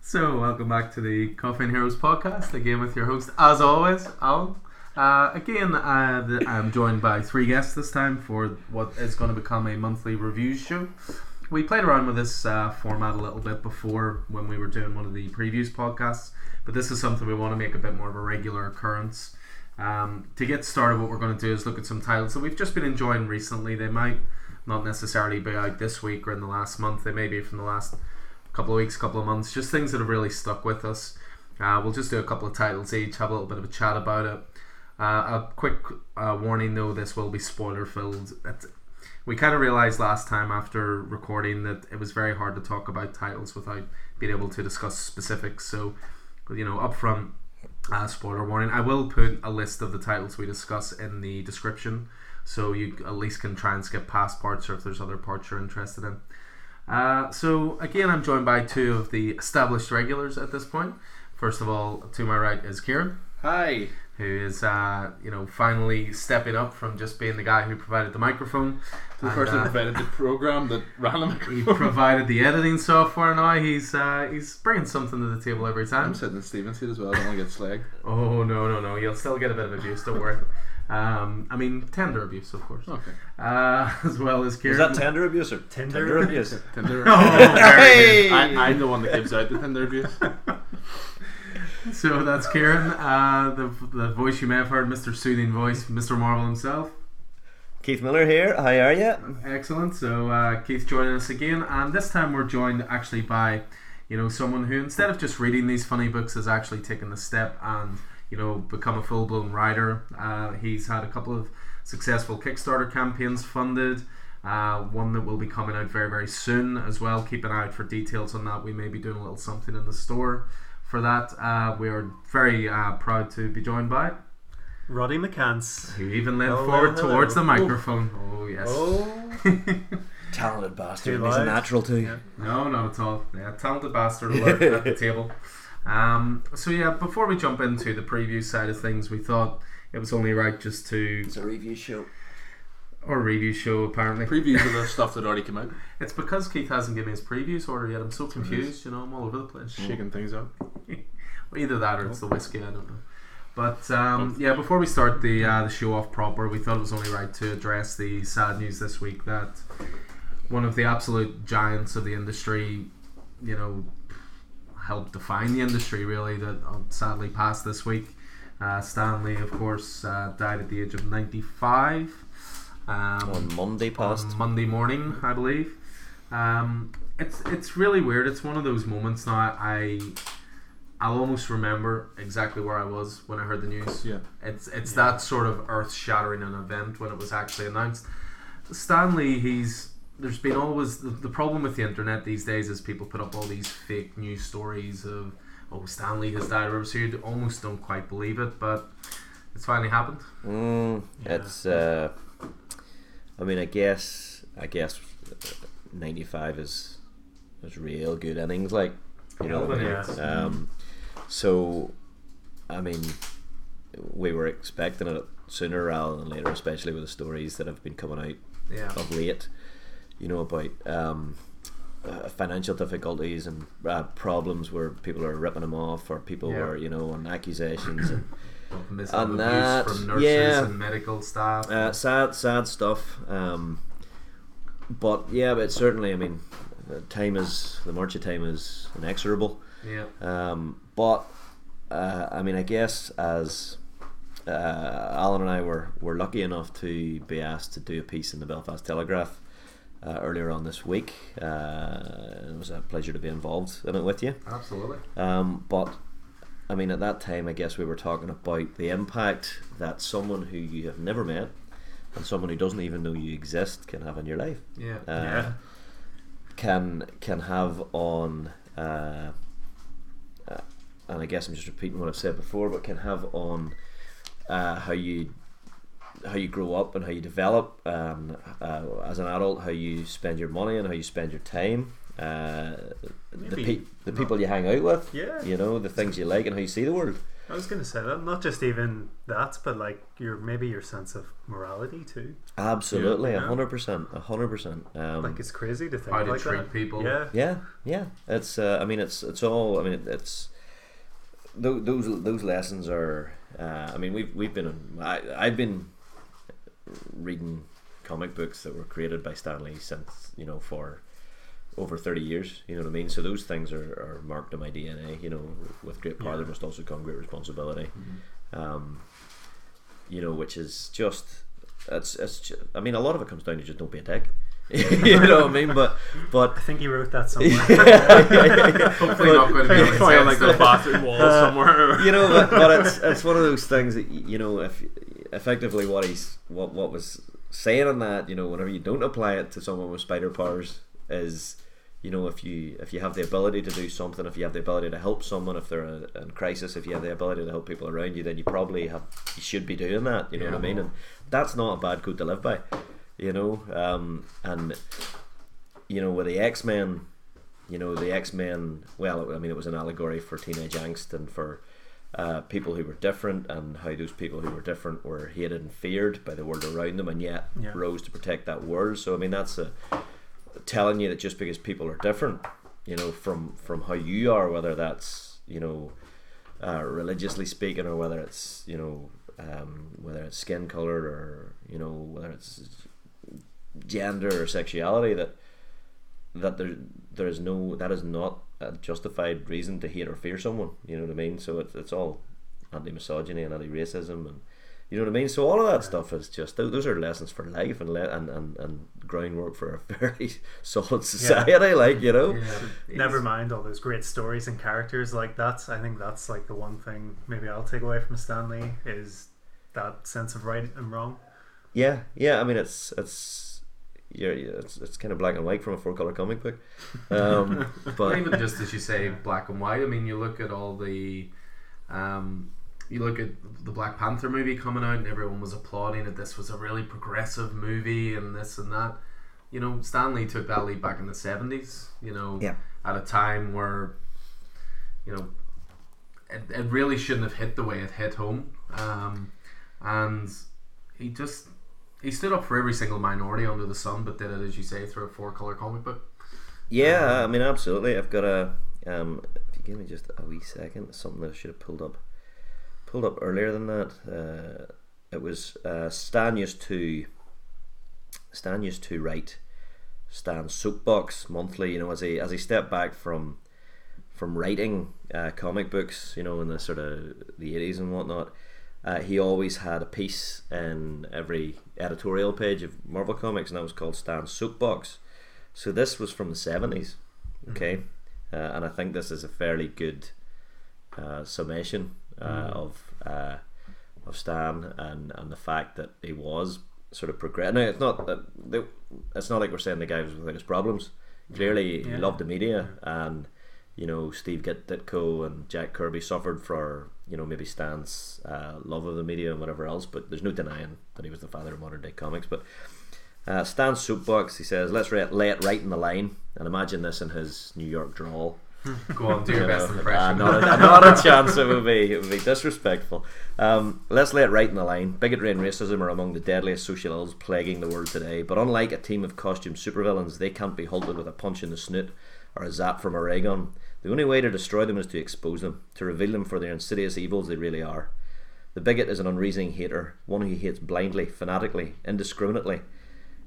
So, welcome back to the Coffee and Heroes podcast. Again, with your host, as always, Alan. Uh, again, uh, the, I'm joined by three guests this time for what is going to become a monthly review show. We played around with this uh, format a little bit before when we were doing one of the previous podcasts, but this is something we want to make a bit more of a regular occurrence. Um, to get started, what we're going to do is look at some titles that we've just been enjoying recently. They might not necessarily be out this week or in the last month, they may be from the last couple of weeks, couple of months, just things that have really stuck with us. Uh, we'll just do a couple of titles each, have a little bit of a chat about it. Uh, a quick uh, warning though, this will be spoiler filled. It- We kind of realized last time after recording that it was very hard to talk about titles without being able to discuss specifics. So, you know, upfront uh, spoiler warning. I will put a list of the titles we discuss in the description, so you at least can try and skip past parts or if there's other parts you're interested in. Uh, so again, I'm joined by two of the established regulars at this point. First of all, to my right is Kieran, Hi. who is uh, you know finally stepping up from just being the guy who provided the microphone. The And, person uh, invented the program that ran the microphone. he provided the editing software. Now he's uh, he's bringing something to the table every time. I'm sitting in Steven's seat as well. I don't want to get slagged. Oh no no no! You'll still get a bit of abuse. Don't worry. Um, I mean, tender abuse, of course, Okay. uh, as well as Kieran. Is that tender abuse or Tinder, abuse? Tinder. Oh, very Hey! good. I, I'm the one that gives out the Tinder abuse. So that's Kieran, uh, the, the voice you may have heard, Mr. Soothing Voice, Mr. Marvel himself. Keith Miller here. How are you? Excellent. So uh, Keith joining us again, and this time we're joined actually by, you know, someone who instead of just reading these funny books has actually taken the step and you know become a full blown writer. Uh, he's had a couple of successful Kickstarter campaigns funded. Uh, one that will be coming out very very soon as well. Keep an eye out for details on that. We may be doing a little something in the store for that. Uh, we are very uh, proud to be joined by. Roddy McCants. Who even leaned Hello, forward hello. Oh. towards the microphone? Oh, yes. Talented bastard. Two He's a lives. natural too. Yeah. No, not at all. Yeah, talented bastard alert at the table. Um, so yeah, before we jump into the preview side of things, we thought it was only right just to It's a review show. or review show. Apparently, Previews of the stuff that already came out. it's because Keith hasn't given me his previews order yet. I'm so confused. You know, I'm all over the place. Shaking things up. Either that or it's the whiskey. I don't know. But um, yeah, before we start the uh, the show off proper, we thought it was only right to address the sad news this week that one of the absolute giants of the industry, you know, helped define the industry really that uh, sadly passed this week. Uh, Stanley, of course, uh, died at the age of 95. Um, On Monday past. on Monday morning, I believe. Um, it's it's really weird. It's one of those moments now. I I'll almost remember exactly where I was when I heard the news. Yeah. It's it's that sort of earth shattering an event when it was actually announced. Stanley, he's there's been always the, the problem with the internet these days is people put up all these fake news stories of oh Stanley has died, or so you almost don't quite believe it, but it's finally happened. Mm, Yeah. It's. Uh, I mean, I guess. I guess. Ninety-five is is real good innings. Like, you know. Yeah. Um, so, I mean, we were expecting it sooner rather than later, especially with the stories that have been coming out yeah. of late, you know, about um, uh, financial difficulties and uh, problems where people are ripping them off or people Yeah. were, you know, on accusations. and, of mis- And abuse that- from nurses yeah. and medical staff. uh, sad, sad stuff. Um, but yeah, but certainly, I mean, the time is, the march of time is inexorable. yeah, Um, but uh, I mean, I guess as uh, Alan and I were, were lucky enough to be asked to do a piece in the Belfast Telegraph uh, earlier on this week. Uh, it was a pleasure to be involved in it with you. absolutely. Um, but I mean, at that time, I guess we were talking about the impact that someone who you have never met and someone who doesn't even know you exist can have on your life Yeah, uh, Yeah. can can have on uh, uh, and I guess I'm just repeating what I've said before but can have on uh, how you how you grow up and how you develop um, uh, as an adult how you spend your money and how you spend your time uh, the, Maybe pe- the not. people you hang out with, Yeah. you know, the things you like and how you see the world. I was going to say that. Not just even that, but like your maybe your sense of morality too. Absolutely, a Yeah. hundred percent, a hundred percent. Um, Like it's crazy to think How to like treat that. people. Yeah. Yeah, yeah. It's. Uh, I mean, it's. It's all. I mean, it, it's. tho- Those those lessons are. Uh, I mean, we've we've been. I I've been reading comic books that were created by Stanley since you know for over thirty years. You know what I mean. So those things are, are marked in my DNA. You know, with great power there must also come great responsibility. Um, you know, which is just. It's, it's ju- I mean, a lot of it comes down to just don't be a dick. you know what I mean? But but I think he wrote that somewhere. Hopefully not going to be It's probably on, like incensed. the bathroom wall Uh, somewhere. you know, but, but it's it's one of those things that y- you know, if effectively what he's what what was saying on that, you know, whenever you don't apply it to someone with spider powers, is you know, if you if you have the ability to do something, if you have the ability to help someone, if they're in- in crisis, if you have the ability to help people around you, then you probably have you should be doing that. You know what I mean? And that's not a bad code to live by. You know, um, and you know with the X Men you know the x-men well i mean it was an allegory for teenage angst and for uh, people who were different and how those people who were different were hated and feared by the world around them and yet Yeah. rose to protect that world so i mean that's a, telling you that just because people are different you know from from how you are whether that's you know uh, religiously speaking or whether it's you know um, whether it's skin color or you know whether it's gender or sexuality that that there there is no that is not a justified reason to hate or fear someone. You know what I mean? So it's it's all anti misogyny and anti racism and you know what I mean. So all of that stuff is just tho- those are lessons for life and le- and, and and groundwork for a very solid society. Like you know, Yeah. Never mind all those great stories and characters like that. I think that's like the one thing maybe I'll take away from Stanley is that sense of right and wrong. yeah, yeah. I mean it's it's. Yeah, yeah, it's, it's kind of black and white from a four color comic book, um, But but even just as you say, black and white. I mean, you look at all the, um, you look at the Black Panther movie coming out, and everyone was applauding that this was a really progressive movie and this and that. You know, Stanley took that lead back in the seventies. You know, Yeah. at a time where, you know, it, it really shouldn't have hit the way it hit home, um, and he just. He stood up for every single minority under the sun, but did it, as you say, through a four-color comic book. Yeah, I mean, absolutely. I've got a. Um, if you give me just a wee second, something that I should have pulled up, pulled up earlier than that. Uh, it was uh, Stan used to. Stan used to write Stan's soapbox monthly. You know, as he as he stepped back from from writing uh, comic books, you know, in the sort of the eighties and whatnot, uh, he always had a piece in every editorial page of Marvel Comics, and that was called Stan's Soapbox. So this was from the seventies, okay, uh, and I think this is a fairly good uh, summation uh, of uh, of Stan and and the fact that he was sort of progress. No, it's not that the- it's not like we're saying the guy was without his problems. Clearly, he Yeah. loved the media and you know, Steve Git- Ditko and Jack Kirby suffered for, you know, maybe Stan's uh, love of the media and whatever else, but there's no denying that he was the father of modern day comics. But uh, Stan's soapbox, he says, let's re- lay it right in the line and imagine this in his New York drawl. Go on, do your You best know, impression. uh, not, a, not a chance. It would be it would be disrespectful. Um, let's lay it right in the line. Bigotry and racism are among the deadliest social ills plaguing the world today. But unlike a team of costumed supervillains, they can't be halted with a punch in the snoot or a zap from a ray gun. The only way to destroy them is to expose them, to reveal them for their insidious evils they really are. The bigot is an unreasoning hater, one who hates blindly, fanatically, indiscriminately.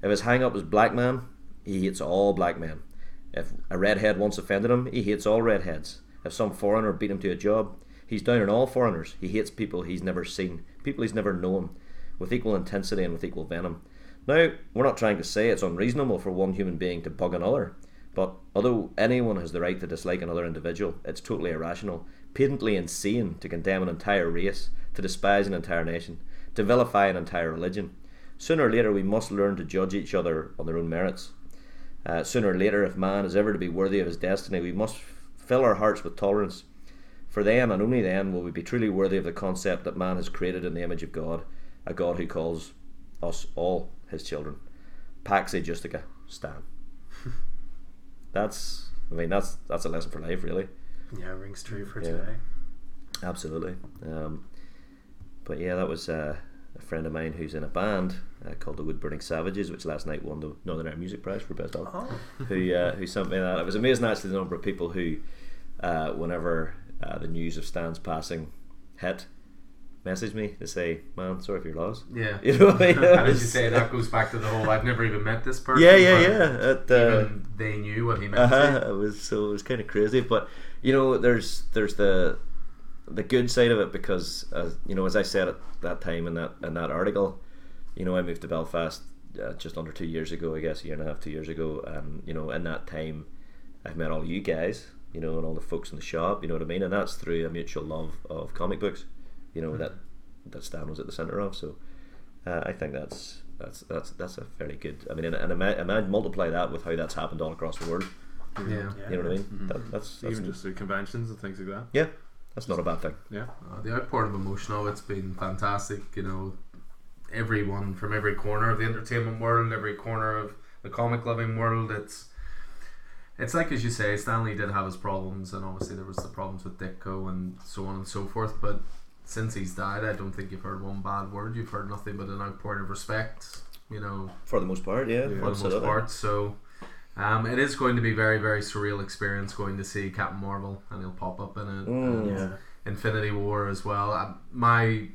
If his hang up is black man, he hates all black men. If a redhead once offended him, he hates all redheads. If some foreigner beat him to a job, he's down on all foreigners. He hates people he's never seen, people he's never known, with equal intensity and with equal venom. Now, we're not trying to say it's unreasonable for one human being to bug another, but although anyone has the right to dislike another individual, it's totally irrational, patently insane to condemn an entire race, to despise an entire nation, to vilify an entire religion. Sooner or later, we must learn to judge each other on their own merits. Uh, sooner or later, if man is ever to be worthy of his destiny, we must fill our hearts with tolerance. For then, and only then, will we be truly worthy of the concept that man is created in the image of God, a God who calls us all his children. Pax Aegistica, Stan. that's I mean that's that's a lesson for life, really. Yeah, rings true for Yeah. today. Absolutely. Um, but yeah, that was uh, a friend of mine who's in a band uh, called the Woodburning Savages, which last night won the Northern Ireland Music Prize for best album. Oh, Who uh, who sent me that? It was amazing actually the number of people who, uh, whenever uh, the news of Stan's passing hit, messaged me to say, "Man, sorry for your loss." Yeah. You know what I mean? And as you say, that goes back to the whole I've never even met this person. Yeah, yeah, but yeah. It, uh, even they knew what he meant. uh-huh. to it was so it was kind of crazy but you know there's there's the the good side of it because uh, you know as I said at that time in that in that article you know I moved to Belfast uh, just under two years ago I guess a year and a half two years ago and you know in that time I've met all you guys you know and all the folks in the shop you know what I mean and that's through a mutual love of comic books you know that that Stan was at the center of so uh, I think that's that's that's that's a fairly good. I mean, and, and ima- imagine multiply that with how that's happened all across the world. Yeah. yeah. You know what I mean? Mhm. That, that's, that's Even just through conventions and things like that. yeah, that's not a bad thing. Yeah. Uh, the outpouring of emotion, oh, it's been fantastic. You know, everyone from every corner of the entertainment world, every corner of the comic loving world, it's it's like as you say, Stanley did have his problems, and obviously there was the problems with Ditko and so on and so forth. But since he's died, I don't think you've heard one bad word. You've heard nothing but an outpouring of respect. You know, For the most part, yeah, Yeah. for the most absolutely. part. So um, it is going to be very, very surreal experience going to see Captain Marvel, and he'll pop up in it. Mm. and Yeah. Infinity War as well. Uh, my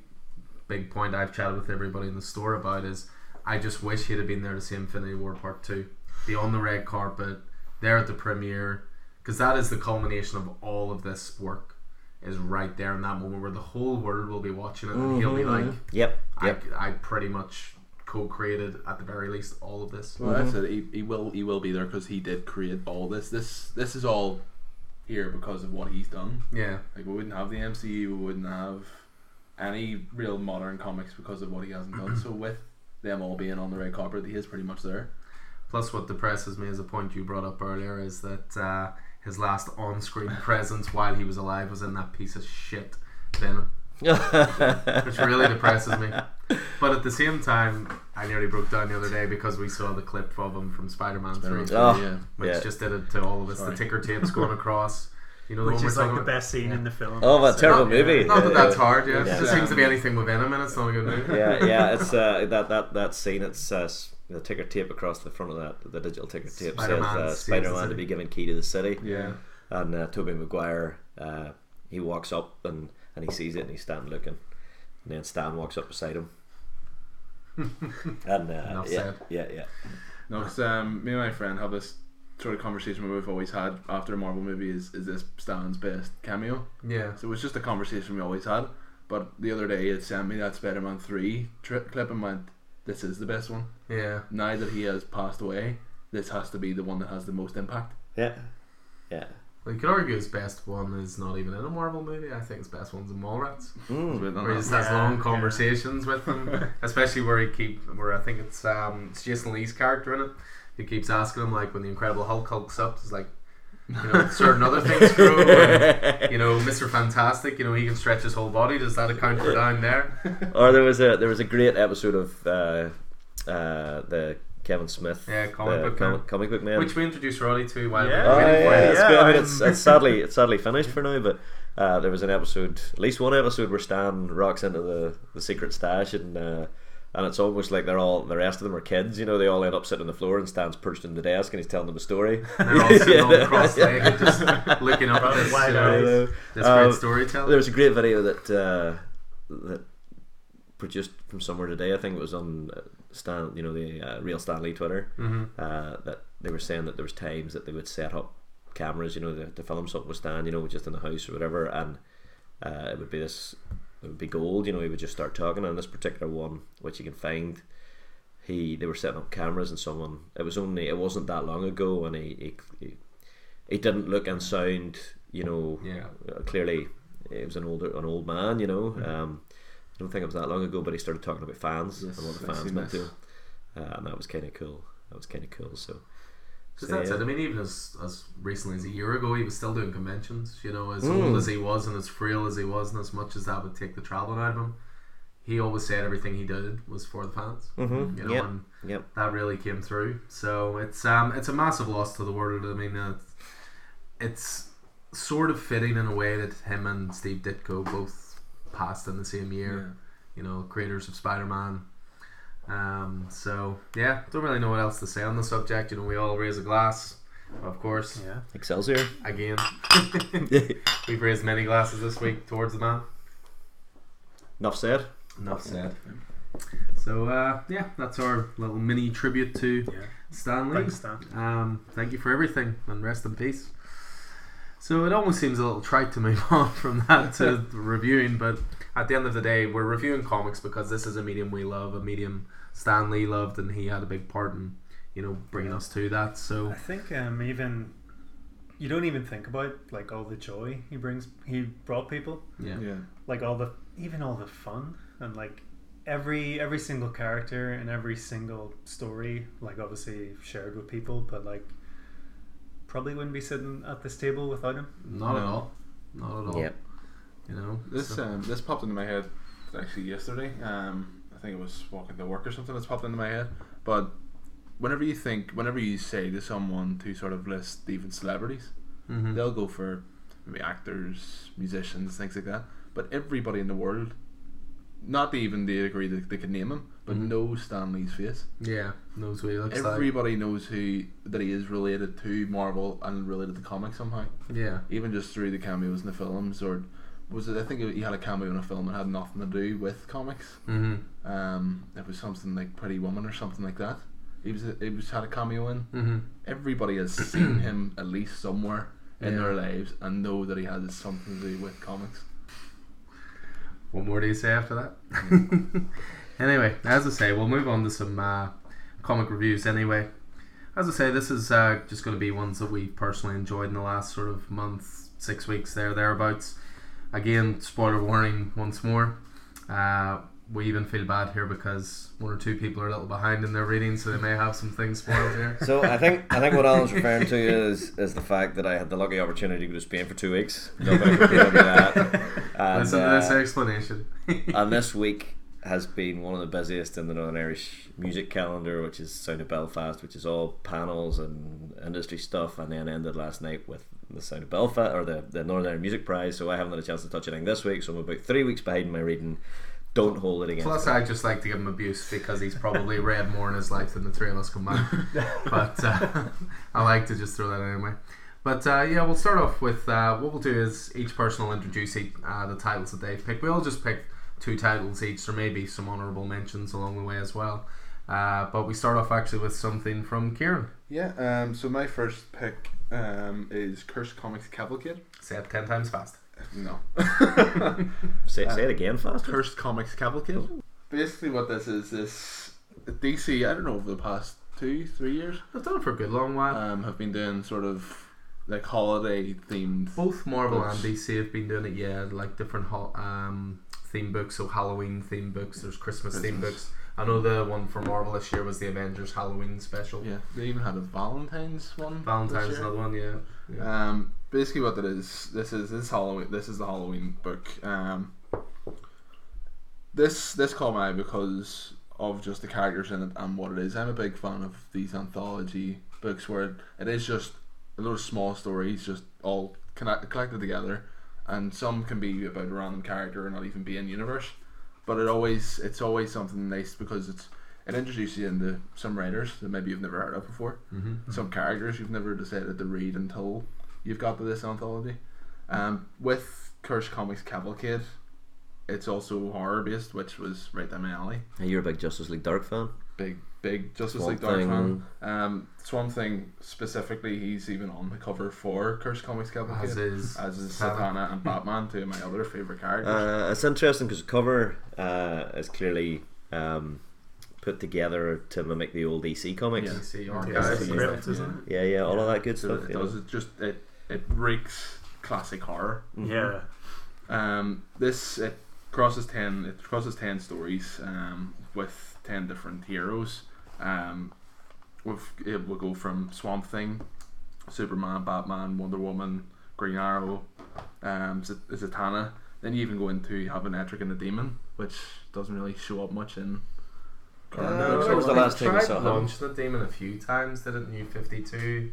big point I've chatted with everybody in the store about is I just wish he'd have been there to see Infinity War Part 2. The on the red carpet, there at the premiere, because that is the culmination of all of this work, is right there in that moment where the whole world will be watching it and he'll be like, Yep, yep. I, I pretty much co created, at the very least, all of this. Well, that's it. He, he will he will be there because he did create all this. This this is all here because of what he's done. Yeah. Like we wouldn't have the MCU, we wouldn't have any real modern comics because of what he hasn't done. so with them all being on the red carpet, he is pretty much there. Plus, what depresses me is a point you brought up earlier is that uh, his last on screen presence while he was alive was in that piece of shit Venom, which really depresses me. But at the same time, I nearly broke down the other day because we saw the clip of him from Spider Man 3, Spider-Man. Oh. Yeah. which Yeah. just did it to all of us Sorry. the ticker tapes going across. You know, the Which one is we're like the talking about? best scene in the film. Oh, what a So- terrible Yeah. movie! Not that Yeah. that's hard, yeah. Yeah. It just seems to be anything with Venom in it, it's not a good movie. yeah, yeah. It's uh, that that that scene. It's uh, s- the ticker tape across the front of that the digital ticker tape Spider-Man says uh, saves the Spider-Man to city. be given key to the city. Yeah. and uh, Toby Maguire uh, he walks up and, and he sees it and he's standing looking and then Stan walks up beside him and uh, Enough yeah, said. yeah yeah No, 'cause, um, me and my friend have this sort of conversation we've always had after a Marvel movie is is this Stan's best cameo? Yeah. So it was just a conversation we always had. But the other day, it sent me that Spider Man 3 trip clip and went, This is the best one. Yeah. Now that he has passed away, this has to be the one that has the most impact. yeah yeah Well, you could argue his best one is not even in a Marvel movie. I think his best one's in Mallrats. So mm. we've done where he that. just has Yeah, long yeah. conversations with them, especially where he keep where I think it's um it's Jason Lee's character in it. He keeps asking him like when the Incredible Hulk hulks up, it's like you know certain other things grow. And, you know, Mister Fantastic. You know, he can stretch his whole body. Does that account for down there? or Oh, there was a there was a great episode of uh, uh, the Kevin Smith Yeah, comic uh, book comic, man. comic book man Which we introduced Roddy to while we Yeah. Oh, were waiting yeah, for it. it's good. I mean, Yeah, it's, I'm- it's sadly it's sadly finished for now, but uh, there was an episode, at least one episode, where Stan rocks into the, the secret stash, and uh, and it's almost like they're all the rest of them are kids. You know, they all end up sitting on the floor, and Stan's perched in the desk, and he's telling them a story. And they're all sitting all cross-legged, just looking up at this, Wide uh, eyes. Uh, this Um, great storytelling. There was a great video that uh, that produced from somewhere today. I think it was on uh, Stan, you know, the uh, real Stanley Twitter. Mhm. Uh, that they were saying that there was times that they would set up cameras, you know, to, to film something with Stan, you know, just in the house or whatever, and uh, it would be this, it would be gold, you know. He would just start talking, and this particular one, which you can find. He, they were setting up cameras and someone it was only it wasn't that long ago and he he, he, he didn't look and sound you know Yeah. uh, clearly he was an older an old man, you know. Um, I don't think it was that long ago, but he started talking about fans Yes, and what the I've fans seen meant to this. him, uh, and that was kind of cool. That was kind of cool. So, Because So, that's yeah. it. I mean, even as as recently as a year ago, he was still doing conventions. You know, as Mm. old as he was and as frail as he was, and as much as that would take the traveling out of him, he always said everything he did was for the fans. Mm-hmm. You know, Yep. and Yep. that really came through. So it's um it's a massive loss to the world. I mean, uh, it's sort of fitting in a way that him and Steve Ditko both passed in the same year. You know, creators of Spider Man. Um, so yeah, don't really know what else to say on the subject. You know, we all raise a glass, of course. Yeah. Excelsior. Again, we've raised many glasses this week towards the man. Enough said. Enough said. So uh, yeah, that's our little mini tribute to Yeah. Stanley. Thanks, Dan. Um, thank you for everything and rest in peace. So it almost seems a little trite to move on from that to reviewing, but at the end of the day, we're reviewing comics because this is a medium we love, a medium Stan Lee loved, and he had a big part in you know bringing us to that. So I think um, even you don't even think about like all the joy he brings. He brought people yeah, yeah. like all the even all the fun and like every every single character and every single story like obviously shared with people, but like probably wouldn't be sitting at this table without him. not at No. all, not at all. Yep. You know This so- um, this popped into my head actually yesterday. Um, I think it was walking to work or something that's popped into my head. But whenever you think, whenever you say to someone to sort of list even celebrities, mhm. they'll go for maybe actors, musicians, things like that. But everybody in the world, not even the degree that they could name him, but Mhm. knows Stan Lee's face. yeah knows what he looks like. Everybody knows who that he is related to Marvel and related to comics somehow Yeah, even just through the cameos in the films or was it I think he had a cameo in a film that had nothing to do with comics mm-hmm. um it was something like Pretty Woman or something like that he was he was had a cameo in Mm-hmm. everybody has seen him at least somewhere in Yeah. their lives and know that he has something to do with comics What more do you say after that? anyway, as I say, we'll move on to some uh, comic reviews anyway. As I say, this is uh, just going to be ones that we personally enjoyed in the last sort of month, six weeks there, thereabouts. Again, spoiler warning once more. Uh, we even feel bad here because one or two people are a little behind in their reading, so they may have some things spoiled here. So I think I think what Alan's referring to is is the fact that I had the lucky opportunity to go to Spain for two weeks. Nobody could do that. And, Listen to uh, this explanation. and Uh, this week has been one of the busiest in the Northern Irish music calendar, which is Sound of Belfast, which is all panels and industry stuff, and then ended last night with the Sound of Belfast or the, the Northern Irish Music Prize. So I haven't had a chance to touch anything this week, so I'm about three weeks behind in my reading. Don't hold it against. Plus, me. I just like to give him abuse because he's probably read more in his life than the three of us combined. but uh, I like to just throw that anyway. But uh, yeah, we'll start off with uh, what we'll do is each person will introduce each, uh, the titles that they've picked. We all just picked two titles each, or maybe some honourable mentions along the way as well. Uh, but we start off actually with something from Kieran. yeah um so my first pick um is Curse Comics Cavalcade Say it ten times fast. no say, uh, say it again faster. Cursed Comics Cavalcade. Basically, what this is, this DC, I don't know, over the past two, three years, I've done it for a good long while. um, have been doing sort of like holiday themed. Both Marvel Books. and DC have been doing it, yeah, like different ho- um, theme books, so Halloween theme books, there's Christmas, theme Christmas. books. I know the one for Marvel this year was the Avengers Halloween special. Yeah, they even had a Valentine's one. this Valentine's year. another one, yeah. Uh, yeah. Um, basically, what it is, this is this Halloween. This is the Halloween book. Um, this this caught my eye because of just the characters in it and what it is. I'm a big fan of these anthology books where it, it is just a lot of small stories, just all connect, collected together, and some can be about a random character or not even be in universe. But it always it's always something nice because it's it introduces you into some writers that maybe you've never heard of before hmm some characters you've never decided to read until you've got to this anthology. Um, with Curse Comics Cavalcade, it's also horror based, which was right down my alley. Hey, You're a big Justice League Dark fan. Big, big Justice League Swamp Dark Thing. fan. Um, Swamp Thing specifically, he's even on the cover for Curse Comics Cavalcade, As as, is. is Satan. Satana and Batman, two of my other favorite characters. Uh, it's interesting because the cover uh, is clearly um, put together to mimic the old DC comics. Yeah. DC Yeah, archives. it's yeah. crypt, isn't Yeah, yeah, all of that good So stuff. it you know. does it just it it reeks classic horror. Mm-hmm. it? Yeah. Um, this it crosses ten. It crosses ten stories. Um, with ten different heroes. Um, we've, it will go from Swamp Thing, Superman, Batman, Wonder Woman, Green Arrow, um, Z- Zatanna. Then you even go into you have an Etric and a Demon, which doesn't really show up much in. current Uh, books. when was the They last time we tried saw him? Launched the demon a few times, didn't New Fifty Two?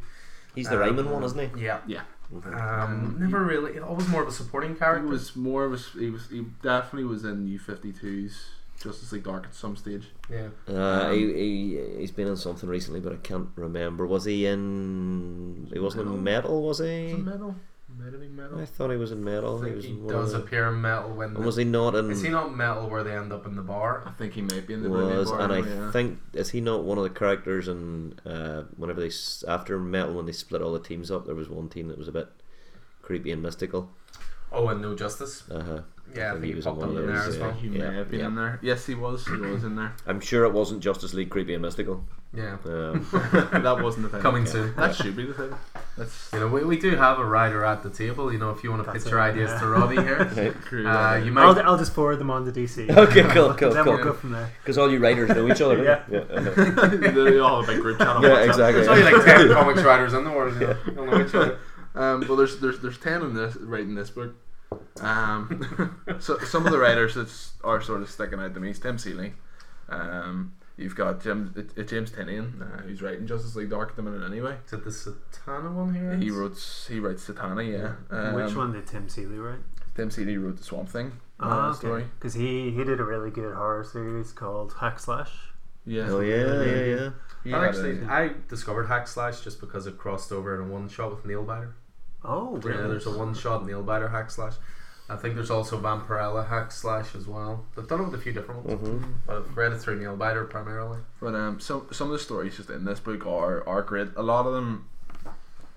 He's the Um, Raymond one, isn't he? Yeah. Yeah. Mhm. Um, never really. Always more of a supporting character. He was more of a, s- he was he definitely was in U 52s Justice League Dark at some stage. yeah. Uh, he, he he's been in something recently, but I can't remember. Was he in? He wasn't in metal, was Is he? it metal? Might have been metal. I thought he was in metal. I He think was he in one does of the, appear in metal when. and was he not in? is he not metal where they end up in the bar? I think he might be in the movie. was bar, and I yeah. think is he not one of the characters in uh, whenever they s- after metal when they split all the teams up there was one team that was a bit creepy and mystical Oh, and No Justice. uh huh Yeah, I think he popped up one in of there those, as yeah. well. He may have been yeah. in there. Yes, he was. He was in there. I'm sure it wasn't Justice League creepy and mystical Yeah. um, that wasn't the thing. Coming soon. That should be the thing. That's You know, we, we do have a writer at the table. You know, if you want to That's pitch your it, ideas yeah. to Robbie here, right. crew. uh, you might. I'll, I'll just forward them on to DC. Okay, cool, cool, Then cool. we'll go from there. because all you writers know each other Yeah. don't you? yeah, uh-huh. they all have a big group chat. on Yeah, WhatsApp. exactly There's only like ten comics writers in the world. You know, You'll know each other. Um, well, there's there's there's ten in this right in this book. Um, so some of the writers that s- are sort of sticking out to me is Tim Seeley. Um, you've got Jim, uh, James Tinian, uh, who's writing Justice League Dark at the minute anyway. Is it the Satana one here? He wrote s- he writes Satana, yeah. Um, Which one did Tim Seeley write? Tim Seeley wrote the Swamp Thing uh, Ah, story. Because he, he did a really good horror series called Hack Slash. Yeah. oh yeah yeah yeah He I had actually, a- I discovered Hack Slash just because it crossed over in a one shot with Nail Biter. Oh, Yeah, really? there's a one shot Nail Biter Hack Slash. I think there's also Vampirella Hack Slash as well. They've done it with a few different ones, Mm-hmm. Mhm. but I've read it through Nail Biter primarily. But um, some some of the stories just in this book are are great. A lot of them,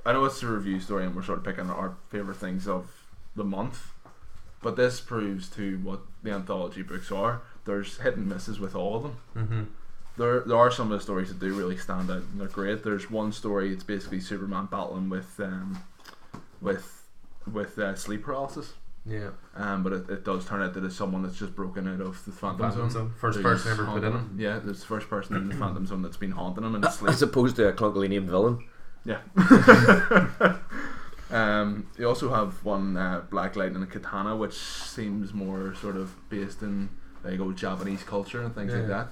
I know it's a review story, and we're sort of picking our favorite things of the month. But this proves to what the anthology books are. There's hit and misses with all of them. Mm-hmm. There there are some of the stories that do really stand out, and they're great. There's one story. It's basically Superman battling with um, with with uh, sleep paralysis. Yeah, Um, but it, it does turn out that it's someone that's just broken out of the Phantom, Phantom Zone. Zone. First Who's person ever put in haunting it. him. Ah, Yeah, it's the first person in the Phantom Zone that's been haunting him and it's as like opposed to a clunkily named villain Yeah. um, you also have one uh, Black Lightning and Katana, which seems more sort of based in like old Japanese culture and things like Yeah.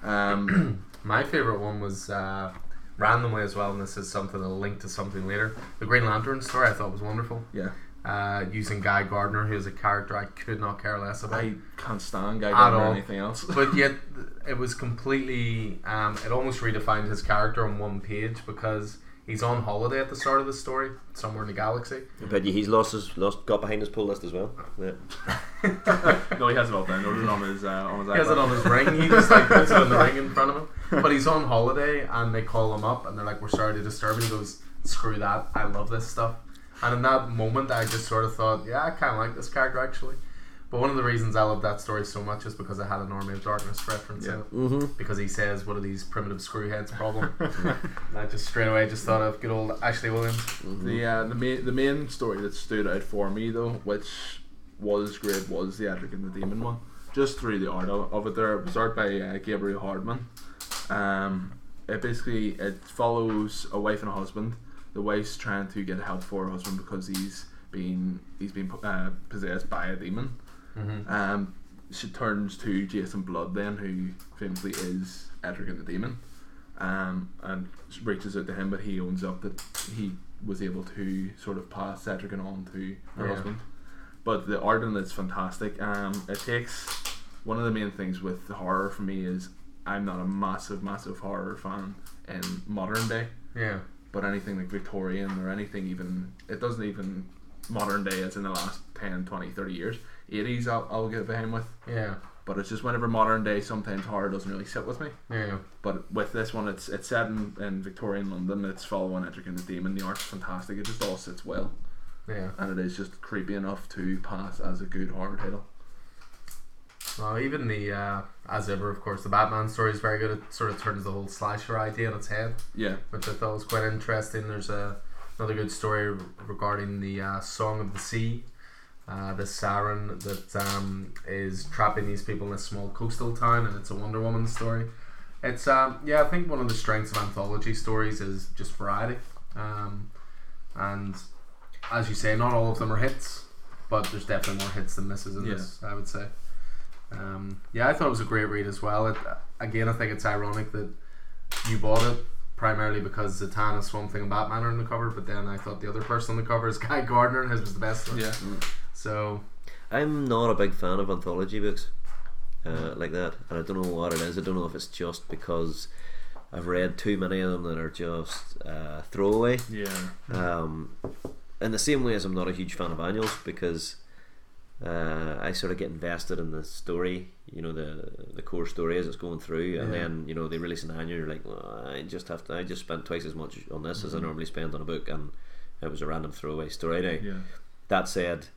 that. Um, My favorite one was uh, randomly as well, and this is something that'll link to something later. The Green Lantern story I thought was wonderful. yeah, Uh, using Guy Gardner, who is a character I could not care less about. I can't stand Guy At Gardner or all. anything else. but yet it was completely um, it almost redefined his character on one page because he's on holiday at the start of the story somewhere in the galaxy I bet you he's lost his lost got behind his pull list as well yeah. no, he has it all down. It was on his uh, on his. he has it iPad. on his ring he just like puts it on the ring in front of him but he's on holiday and they call him up and they're like we're sorry to disturb you." he goes screw that I love this stuff and in that moment I just sort of thought yeah I kind of like this character actually but one of the reasons I love that story so much is because I had an Army of Darkness reference in Yeah. it mm-hmm because he says one of these primitive screwheads problem. and I just straight away just thought of good old Ashley Williams. The uh, the main the main story that stood out for me though, which was great, was the Adric and the Demon one. Just through the art of of it, there it was art by uh, Gabriel Hardman. Um, it basically it follows a wife and a husband. The wife's trying to get help for her husband because he's been he's been uh, possessed by a demon. Um, she turns to Jason Blood then, who famously is Edric and the Demon, um, and reaches out to him, but he owns up that he was able to sort of pass Edric on to her Yeah. husband. But the art in it's fantastic. Um, it takes one of the main things with horror for me is I'm not a massive, massive horror fan in modern day Yeah. but anything like Victorian or anything even it doesn't even modern day it's in the last 10 20 30 years 80s I'll, I'll get behind with Yeah. but it's just whenever modern day sometimes horror doesn't really sit with me Yeah. but with this one it's it's set in, in Victorian London it's following Edric and the Demon the art's fantastic it just all sits well Yeah. and it is just creepy enough to pass as a good horror title Well, even the uh, as ever, of course, the Batman story is very good. It sort of turns the whole slasher idea on its head, yeah which I thought was quite interesting. There's a another good story regarding the uh, Song of the Sea. Uh, the siren that um, is trapping these people in a small coastal town, and it's a Wonder Woman story. It's um, yeah, I think one of the strengths of anthology stories is just variety, um, and as you say, not all of them are hits, but there's definitely more hits than misses in Yeah. this. I would say. Um, yeah, I thought it was a great read as well. It, again, I think it's ironic that you bought it primarily because Zatanna, Swamp Thing, and Batman are on the cover, but then I thought the other person on the cover is Guy Gardner, and his was the best one. Yeah. So I'm not a big fan of anthology books uh, like that, and I don't know what it is. I don't know if it's just because I've read too many of them that are just uh, throwaway. Yeah. Um, in the same way as I'm not a huge fan of annuals because uh, I sort of get invested in the story, you know, the the core story as it's going through, and Yeah. then you know they release an annual. You're like, well, I just have to. I just spent twice as much on this as I normally spend on a book, and it was a random throwaway story. Now, Yeah. that said,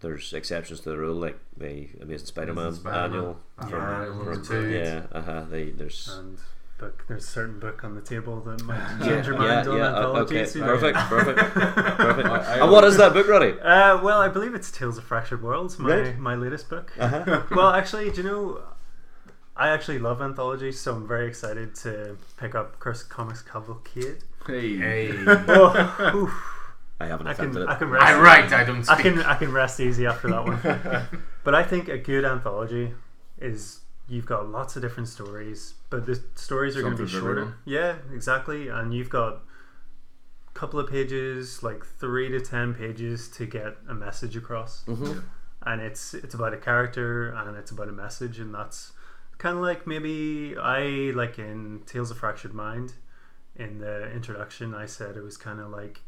there's exceptions to the rule, like the Amazing Spider-Man, Spider-Man. Uh-huh. annual. Yeah, for- I remember for- too. yeah, uh-huh, they, there's and book. There's a certain book on the table that might yeah, change your mind yeah, on yeah, uh, anthology. okay, so- perfect, perfect, perfect. I- I- and what is that book, Roddy? Uh, well, I believe it's Tales of Fractured Worlds, my, Right. my latest book. Uh-huh. well, actually, do you know? I actually love anthologies, so I'm very excited to pick up Curse Comics Cavalcade. Hey. hey, Oh, oof, I haven't I attempted can, it. I can rest. I write, I don't speak. I can I can rest easy after that one. but I think a good anthology is you've got lots of different stories, but the stories are going to be Something for shorter. everyone. Yeah, exactly. And you've got a couple of pages, like three to ten pages, to get a message across. Mhm. And it's it's about a character and it's about a message, and that's kind of like maybe I like in Tales of Fractured Mind. In the introduction, I said it was kind of like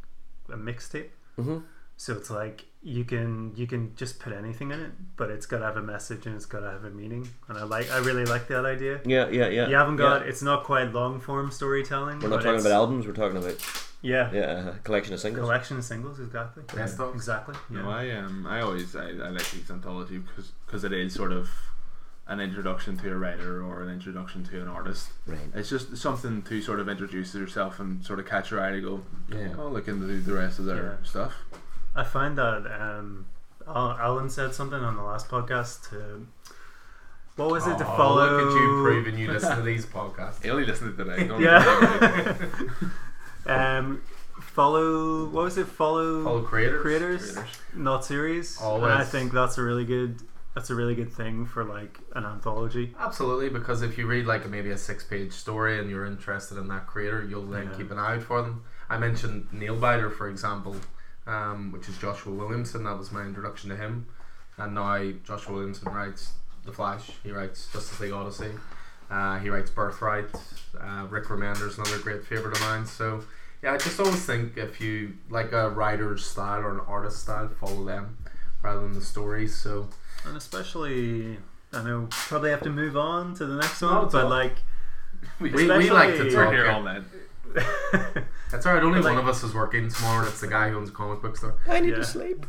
a mixtape. Mhm. So it's like you can you can just put anything in it, but it's got to have a message and it's got to have a meaning. And I like I really like that idea. Yeah, yeah, yeah. You haven't got Yeah. it's not quite long form storytelling. We're not but talking it's- about albums. We're talking about yeah, yeah, a collection of singles. collection of singles exactly. Best of. Exactly. Yeah. No, I um, I always I, I like these anthology because it is sort of an introduction to a writer or an introduction to an artist. Right. It's just something to sort of introduce yourself and sort of catch your eye to go. Yeah. I'll look into the rest of their Yeah. stuff. I find that um, Al- Alan said something on the last podcast to what was it to Aw, follow? Oh, Look at you proving you listen to these podcasts. He only listened to today. Don't Yeah. um, follow. What was it? Follow. Follow creators. creators. Creators. not series. Always. And I think that's a really good that's a really good thing for like an anthology. Absolutely, because if you read like maybe a six-page story and you're interested in that creator, you'll then Yeah. keep an eye out for them. I mentioned Neil Biter, for example, um, which is Joshua Williamson. That was my introduction to him, and now Joshua Williamson writes The Flash. He writes Justice League Odyssey. Uh, he writes Birthright. Uh, Rick Remender's another great favorite of mine. So yeah, I just always think if you like a writer's style or an artist style, follow them rather than the stories. So And especially I know probably have to move on to the next one, No, it's but all- like we, we like to Especially- talk. We're here yeah. all night. That's alright. Only Like- one of us is working tomorrow, and it's the guy who owns a comic book store. I need to Yeah. sleep.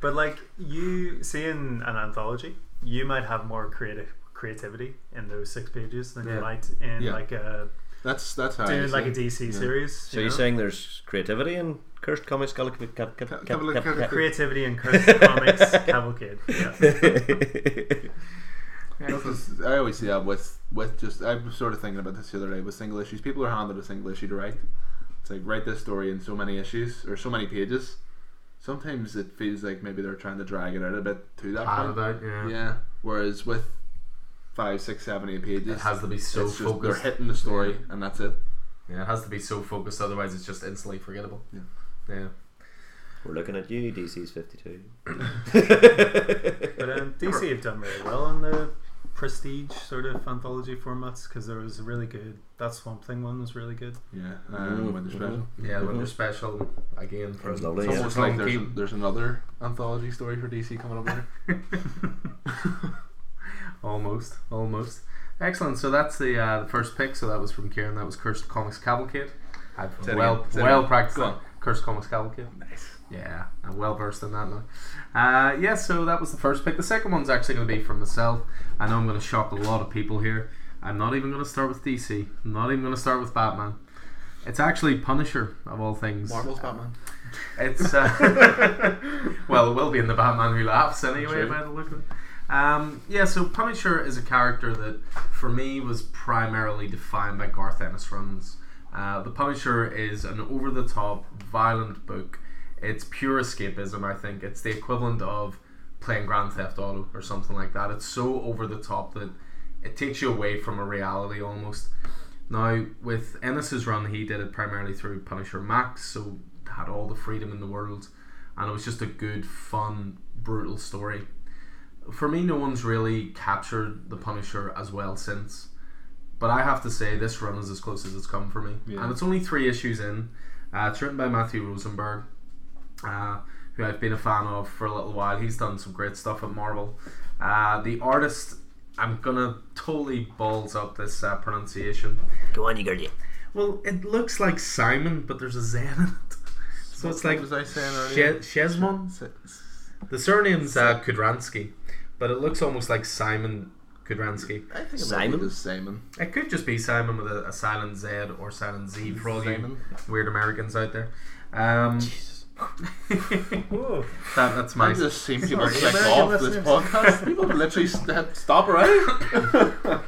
but like you seeing an anthology, you might have more creative creativity in those six pages than Yeah. you might in Yeah. like a That's that's how. I doing see like a it. DC Yeah. series. So you're know? saying there's creativity in cursed comics? Cal- cap- cap- cap- cap- Couple of- cap- cap- creativity and cursed comics cavalcade. Yeah. That's just- I always see that with with just I was sort of thinking about this the other day with single issues. People are handed a single issue to write. It's like write this story in so many issues or so many pages. Sometimes it feels like maybe they're trying to drag it out a bit to that Bad point. about yeah. Yeah. Whereas with five, six, seven, eight pages, It has to be so it's just they're focused. hitting the story and that's it. Yeah, it has to be so focused. Otherwise, it's just instantly forgettable. Yeah. Yeah. We're looking at you, DC's 52. But um, DC have done really well on the prestige sort of anthology formats because there was a really good that Swamp Thing one was really good. Yeah. Mhm, Um, when mhm. they're Mm-hmm. special. Yeah. When Mhm. they're special again. It was from lovely, It's someone- Yeah. almost like someone there's, a, keep- there's another anthology story for DC coming up later. Almost, almost. Excellent. So that's the uh, the first pick. So that was from Kieran. That was Cursed Comics Cavalcade. I've Say it well again, say it well again. practiced Go that. on. Cursed Comics Cavalcade. nice. Yeah, I'm well versed in that now. Uh, yeah, so that was the first pick. The second one's actually going to be from myself. I know I'm going to shock a lot of people here. I'm not even going to start with DC. I'm not even going to start with Batman. It's actually Punisher of all things. Marvel's Batman. It's uh, well, it will be in the Batman Who Laughs anyway. True. By the look of it. Um, yeah, so Punisher is a character that, for me, was primarily defined by Garth Ennis runs. Uh, the Punisher is an over-the-top, violent book. It's pure escapism. I think it's the equivalent of playing Grand Theft Auto or something like that. It's so over the top that it takes you away from a reality almost. Now, with Ennis's run, he did it primarily through Punisher Max, so had all the freedom in the world, and it was just a good, fun, brutal story. For me, no one's really captured the Punisher as well since, but I have to say this run is as close as it's come for me, Yeah. and it's only three issues in. Uh, it's written by Matthew Rosenberg, uh, who I've been a fan of for a little while. He's done some great stuff at Marvel. Uh, the artist, I'm gonna totally balls up this uh, pronunciation. Go on, you girl. Well, it looks like Simon, but there's a Z in it. So it's like What was I saying She- earlier? Shesmon. Se- The surname's uh, Kudransky, but it looks almost like Simon Kudransky. I think Simon? Simon. Is Simon. It could just be Simon with a, a silent Z or silent Z for all you Simon. weird Americans out there. Um, that, Whoa. that's I my. just seem to Sorry, have clicked American off this listeners. podcast. People literally st- stop right.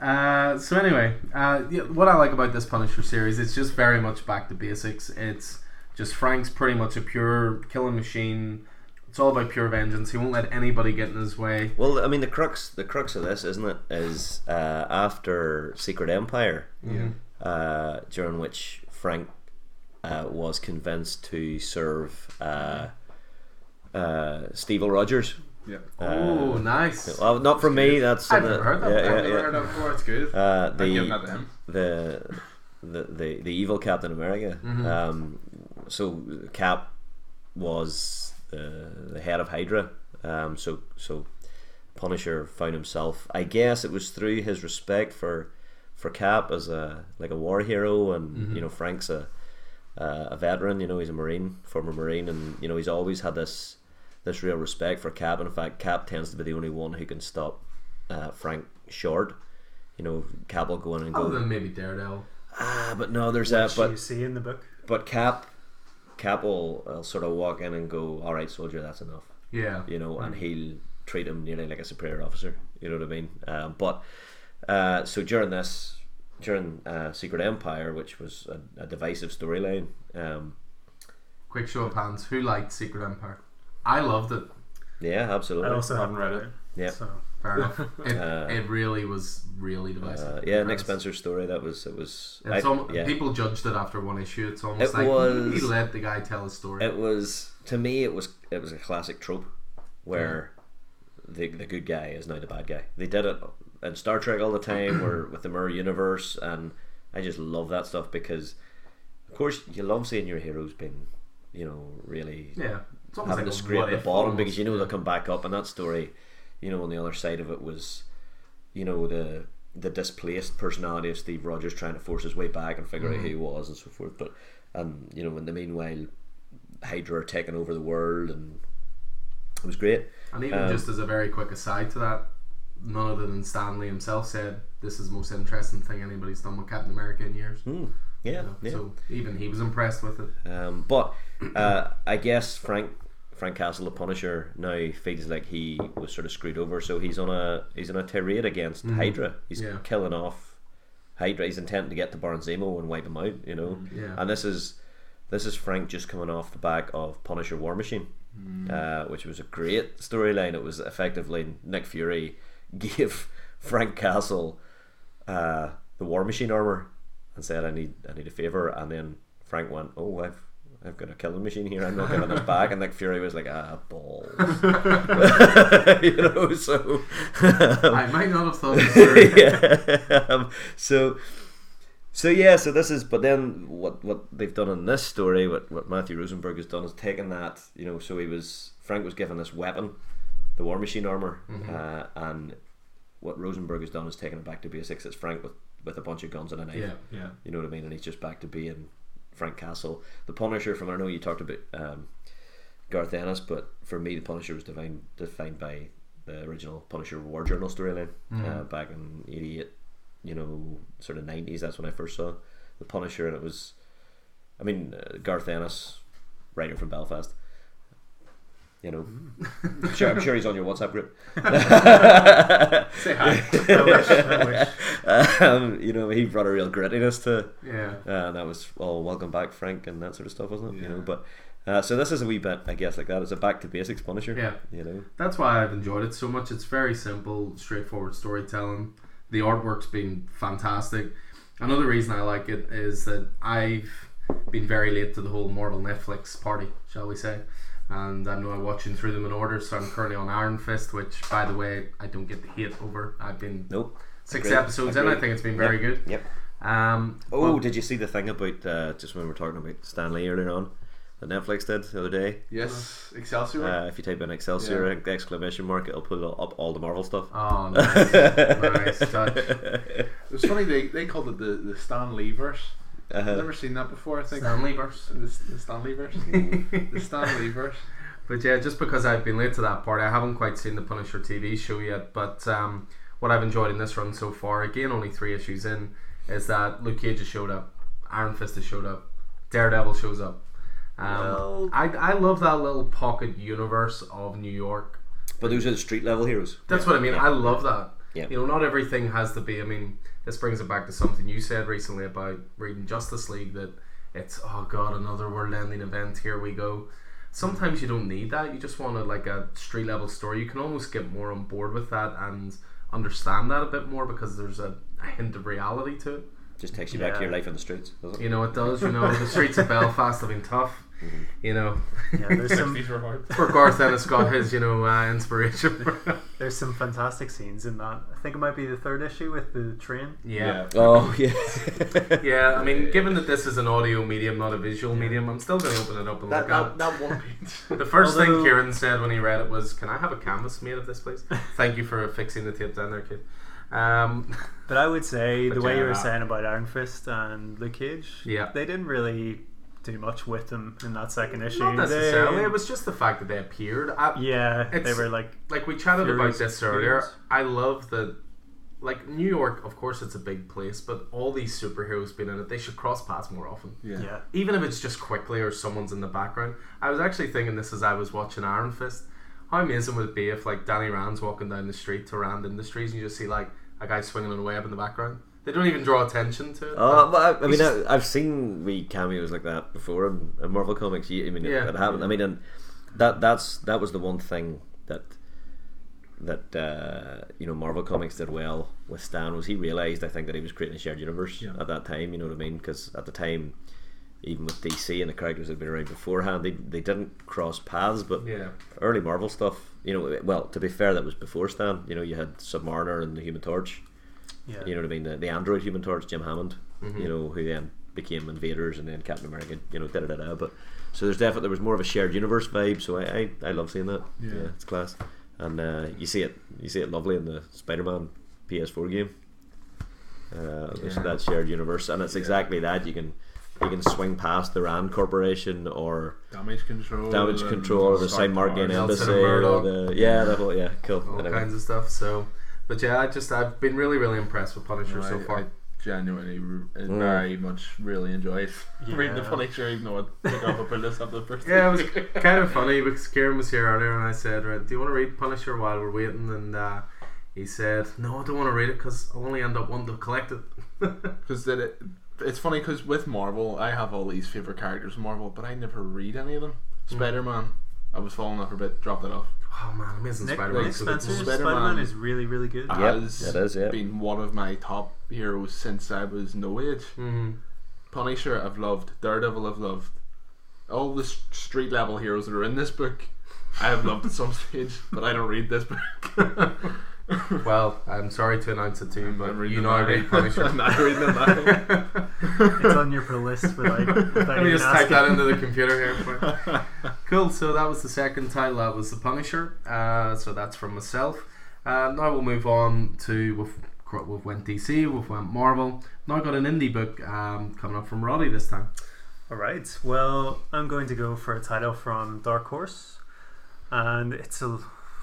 Uh, so anyway, uh, yeah, what I like about this Punisher series, it's just very much back to basics. It's just Frank's pretty much a pure killing machine. It's all about pure vengeance. He won't let anybody get in his way. Well, I mean, the crux, the crux of this, isn't it, is uh, after Secret Empire, Yeah. uh, during which Frank uh, was convinced to serve uh, uh, Steve Rogers. yeah. Oh, nice. Well, not from me. That's uh, I've never heard that. Yeah, I've yeah, never yeah. heard that before. It's good. Uh, I'm giving that the, to him. the the the the evil Captain America. Um, so Cap was the, the head of Hydra. Um, so so Punisher found himself. I guess it was through his respect for for Cap as a like a war hero, and you know Frank's a uh, a veteran. You know he's a Marine, former Marine, and you know he's always had this this real respect for Cap. And in fact, Cap tends to be the only one who can stop uh, Frank short. You know, Cap will go in and go. Other than maybe Daredevil. Ah, but no, there's that. Which you But see in the book. but Cap, Cap will uh, sort of walk in and go, "All right, soldier, that's enough," Yeah. you know, and he'll treat him nearly like a superior officer. You know what I mean? Um, but uh, so during this, during uh, Secret Empire, which was a, a divisive storyline, um, Quick show of hands. Who liked Secret Empire? I loved it. yeah, I absolutely. also Haven't haven't read it. yeah. So Fair enough. It, Uh, it really was really divisive. Uh, yeah, Nick Because Spencer's story. That was it was. It's I- almo- yeah. People judged it after one issue. It's almost It like was- he let the guy tell his story. It was to me. It was it was a classic trope where the the good guy is now the bad guy. They did it in Star Trek all the time, or with the Mirror Universe, and I just love that stuff because, of course, you love seeing your heroes being, you know, really yeah. It's almost having like to a scrape what the if bottom almost. because you know they'll come back up. And that story, you know, on the other side of it was, you know, the the displaced personality of Steve Rogers trying to force his way back and figure out who he Mm-hmm. was and so forth. But and you know, in the meanwhile, Hydra are taking over the world, and it was great. And even Um, just as a very quick aside to that, none other than Stanley himself said this is the most interesting thing anybody's done with Captain America in years. Mm, yeah, You know, yeah. So even he was impressed with it. Um, but uh, I guess Frank Frank Castle, the Punisher, now feels like he was sort of screwed over, so he's on a he's on a tirade against Hydra. He's Mm-hmm. Yeah. killing off Hydra. He's intent to get to Baron Zemo and wipe him out. You know, Yeah. and this is this is Frank just coming off the back of Punisher War Machine, Mm. uh, which was a great storyline. It was effectively Nick Fury gave Frank Castle uh, the War Machine armor and said, "I need I need a favor," and then Frank went, "Oh, I've." I've got a killing machine here. I'm not giving this back. And Nick Fury was like, ah, balls. you know, so um, I might not have thought this through. yeah. Um, so so yeah so this is but then what what they've done in this story what what matthew rosenberg has done is taken that you know so he was frank was given this weapon the war machine armor uh, and what rosenberg has done is taken it back to basics it's frank with with a bunch of guns and a knife yeah. Yeah. you know what I mean? And he's just back to being Frank Castle. The Punisher, from I know you talked about um, Garth Ennis, but for me, the Punisher was defined, defined by the original Punisher War Journal storyline uh, back in 88, you know, sort of 90s. That's when I first saw the Punisher, and it was, I mean, uh, Garth Ennis, writer from Belfast. You know, Mm. I'm sure, I'm sure he's on your WhatsApp group. Say hi. I wish, I wish. um, you know, he brought a real grittiness to, Yeah. uh, and that was all welcome back, Frank, and that sort of stuff, wasn't it? You know, Yeah. but uh, so this is a wee bit, I guess, like that. It's a back to basics Punisher. Yeah. You know, That's why I've enjoyed it so much. It's very simple, straightforward storytelling. The artwork's been fantastic. Another reason I like it is that I've been very late to the whole Marvel Netflix party, shall we say. And I'm now watching through them in order, so I'm currently on Iron Fist, which, by the way, I don't get the hate over. I've been nope. six Agreed. episodes in, I Agreed. think it's been very good. Yep. Um, Oh, but- did you see the thing about uh, just when we were talking about Stanley earlier on that Netflix did the other day? Yes, Excelsior. Uh, if you type in Excelsior exclamation mark, it'll put up all the Marvel stuff. Oh, nice. nice touch. it was funny they, they called it the, the Stan Lee verse. Uh-huh. I've Uh, never seen that before. I think Stanley verse. the, the Stan Lee verse. the Stan Lee verse. But yeah, just because I've been late to that part, I haven't quite seen the Punisher TV show yet. But um, what I've enjoyed in this run so far, again, only three issues in, is that Luke Cage has showed up, Iron Fist has showed up, Daredevil shows up. Um, Well- I, I love that little pocket universe of New York. but those are the street level heroes. That's what I mean. I love that. Yeah. You know, not everything has to be. I mean, this brings it back to something you said recently about reading Justice League that it's oh god, another world-ending event. Here we go. Sometimes you don't need that. You just want to like a street-level story. You can almost get more on board with that and understand that a bit more because there's a, a hint of reality to it. Just takes you back to Yeah. your life on the streets, doesn't it? You know, it does. You know, the streets of Belfast have been tough. You know, Mm-hmm. Yeah, there's some 60s were hard. for Garth Ennis got his you know uh, inspiration. there's some fantastic scenes in that. I think it might be the third issue with the train. yeah. Oh yeah. Yeah, I mean, given that this is an audio medium, not a visual medium, I'm still going to open it up and That, look at that, it. that one page. The first thing Although- Kieran said when he read it was, "Can I have a canvas made of this, please?" Thank you for fixing the tape down there, kid. Um, But I would say But the way you yeah. were saying about Iron Fist and Luke Cage, Yeah. they didn't really do much with them in that second issue. not necessarily. They- It was just the fact that they appeared. I, yeah, they It's- were like like we chatted Furious about this earlier. Furious. I love that. Like New York, of course, it's a big place, but all these superheroes being in it, they should cross paths more often. Yeah. yeah. even if it's just quickly or someone's in the background. I was actually thinking this as I was watching Iron Fist. How amazing would it be if like Danny Rand's walking down the street to Rand Industries and you just see like a guy swinging on a web in the background? They don't even draw attention to it. Oh, but I, I He's mean, I, I've seen wee cameos like that before in, in Marvel comics. You, I mean, Yeah. it, it happened. I mean, and that that's that was the one thing that that uh, you know Marvel comics did well with Stan was he realized I think that he was creating a shared universe Yeah. at that time. You know what I mean? Because at the time, even with DC and the characters that had been around beforehand, they they didn't cross paths, but yeah. early Marvel stuff, you know, well, to be fair, that was before Stan. You know, you had Submariner and the Human Torch. Yeah. You know what I mean? The, the android Human Torch, Jim Hammond. You know, who then became Invaders and then Captain America. You know, da da da da. But so there's definitely there was more of a shared universe vibe. So I I, I love seeing that. Yeah. it's class. And uh, you see it, you see it lovely in the Spider-Man PS4 game. Uh, there's Yeah. that shared universe, and it's exactly that. You can you can swing past the Rand Corporation or Damage control. damage and control or the Stark St. Martin Powers. Nelson Embassy and or Murdoch. the yeah the whole yeah cool All Anyway. kinds of stuff. So but yeah, I just I've been really, really impressed with Punisher No, so I- far. I genuinely, re- Mm. very much really enjoyed reading the Yeah. Punisher, even though I took off a bit of stuff the first. yeah, it was kind of funny because Kieran was here earlier and I said, right, do you want to read Punisher while we're waiting? And uh, he said, no, I don't want to read it because I'll only end up wanting to collect it. because that it, it's funny because with Marvel, I have all these favorite characters in Marvel, but I never read any of them. Mm. Spider Man, I was falling off for a bit, dropped it off. oh man, Amazing Nick, Spider-Man. Nick is so good. Spencer's Spider-Man- Spider-Man. is really, really good. Yep, Has it is, yeah. been one of my top heroes since I was no age. Mhm. Punisher, I've loved. Daredevil, I've loved. All the s- street level heroes that are in this book, I have loved at some stage, but I don't read this book. Well, I'm sorry to announce it to you, but I'm reading you them know I now. read Punisher. I'm not reading them now. It's on your list without, Let without me even just type asking. that into the computer here. quick. cool. So that was the second title. That was the Punisher. Uh, so that's from myself. Uh, now we'll move on to we've, we've went DC, we've went Marvel. Now I've got an indie book um, coming up from Roddy this time. All right. Well, I'm going to go for a title from Dark Horse, and it's a,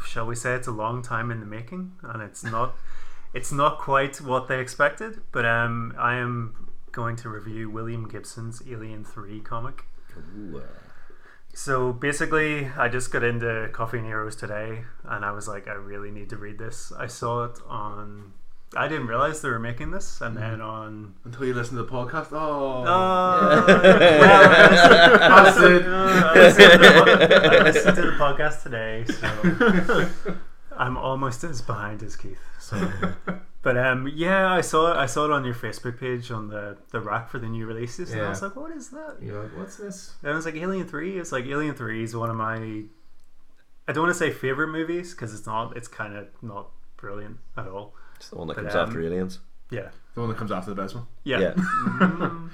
shall we say, it's a long time in the making, and it's not, it's not quite what they expected. But um, I uh, am going to review William Gibson's Alien Three comic. So basically, I just got into Coffee and Heroes today, and I was like, I really need to read this. I saw it on. I didn't realize they were making this, and then Mm-hmm. on. Until you listen to the podcast, oh, Oh, Yeah. well, I listened- That's I it. listened to the po- I listened to the podcast today, so I'm almost as behind as Keith. So, but um, yeah, I saw it. I saw it on your Facebook page on the the rack for the new releases, and I Yeah. was like, what is that? You're like, what's this? And I was like, Alien Three. It's like Alien Three is one of my. I don't want to say favorite movies because it's not. It's kind of not brilliant at all. It's the one that But, comes um, after aliens. Yeah. the one that comes after the best one. Yeah.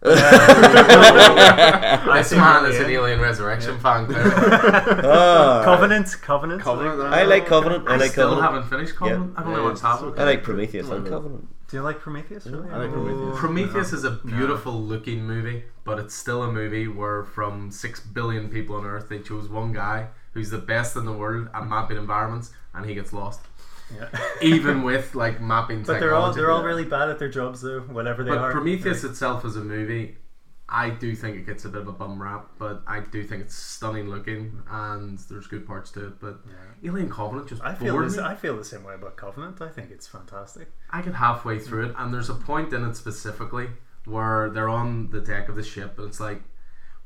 Yeah. Mm. I This think man is Alien. an Alien Resurrection fan. clearly. Ah. Covenant, Covenant. Covenant, like- uh, I like Covenant. I, Oh, I like still Covenant. haven't finished Covenant. I don't know Yeah, what's it's happened. okay. I like Prometheus and Whatever. Covenant. do you like Prometheus? Really? I like Prometheus. Prometheus is a beautiful looking movie, but it's still a movie where from six billion people on Earth they chose one guy who's the best in the world at mapping environments and he gets lost. Yeah. Even with like mapping But technology. they're all they're all really bad at their jobs though, whatever they But are. Prometheus itself as a movie, I do think it gets a bit of a bum rap, but I do think it's stunning looking and there's good parts to it. But Alien Covenant just I feel bored this, me. I feel the same way about Covenant. I think it's fantastic. I get halfway through it, and there's a point in it specifically where they're on the deck of the ship, and it's like,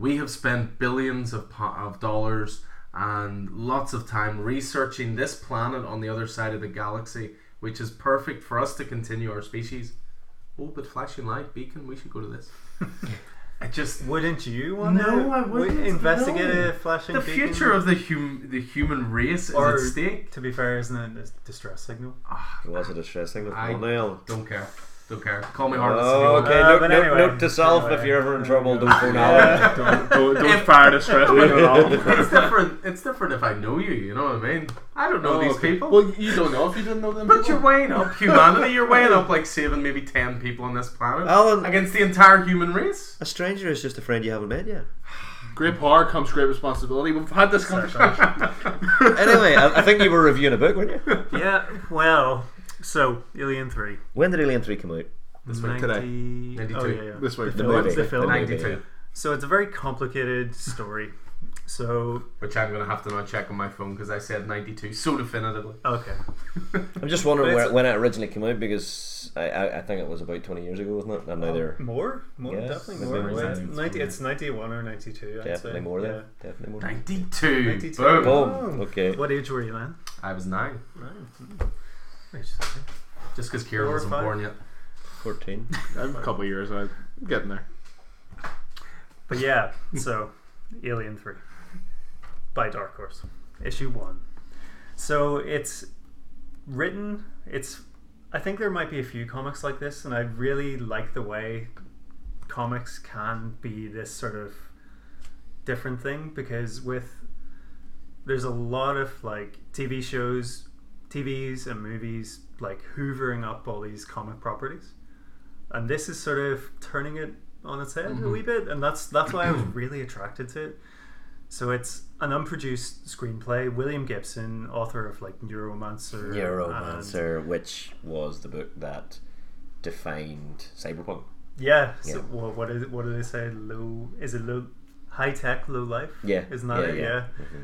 we have spent billions of, po- of dollars and lots of time researching this planet on the other side of the galaxy, which is perfect for us to continue our species. Oh, but flashing light beacon, we should go to this. I just Wouldn't you want to? No, I wouldn't, investigate no. a flashing. the beacon? future of the hum- the human race is Or- at stake. To be fair, isn't it a distress signal? Was it a stress signal? I- Come on, Niall. Don't care. Don't care. Call me heartless. Oh, if you want. Okay, Uh, note, but note, anyway. note to self if Anyway. you're ever in trouble, don't Yeah. phone Alan. Yeah, don't- don't, If- don't fire the stress button at all. it's different. It's different if I know you. You know what I mean? I don't know Oh, these okay. people. Well, you don't know if you didn't know them. but people. you're weighing up humanity. You're weighing up like saving maybe ten people on this planet Alan- against the entire human race. A stranger is just a friend you haven't met yet. Great power comes great responsibility. We've had this conversation. Anyway, I, I think you were reviewing a book, weren't you? yeah. Well, so Alien Three. When did Alien 3 come out? This week, today. 90 92. Oh, yeah, yeah. This week, the The film. movie. It's the film. The movie, Ninety-two, yeah. So it's a very complicated story. So which I'm gonna have to now check on my phone because I said ninety-two so definitively. okay, I'm just But wondering it's where, when it originally came out because I, I, I think it was about 20 years ago, wasn't it? And Oh, now they're Um, more, more, Yes, definitely maybe more. more Wait, than that. Ninety. It's ninety-one or ninety-two. I'd definitely say. more yeah. there. Definitely more. Ninety-two. 92. Boom. Boom. Oh. Okay. What age were you then? I was nine. Hmm. Age seven. Just because Kieran Four or wasn't five. born yet. 14. I'm a couple of years. I'm getting there. But yeah, so Alien 3 by Dark Horse, issue 1. So it's written, it's I think there might be a few comics like this and I really like the way comics can be this sort of different thing because with there's a lot of like TV shows, TVs and movies like hoovering up all these comic properties. And this is sort of turning it on its head a wee bit, and that's that's why I was really attracted to it. So it's an unproduced screenplay. William Gibson, author of like Neuromancer, and- Neuromancer, which was the book that defined cyberpunk. yeah. So, Yeah. Well, what is what do they say? Low is it low? High tech, low life. Yeah. isn't that it? yeah. Mhm.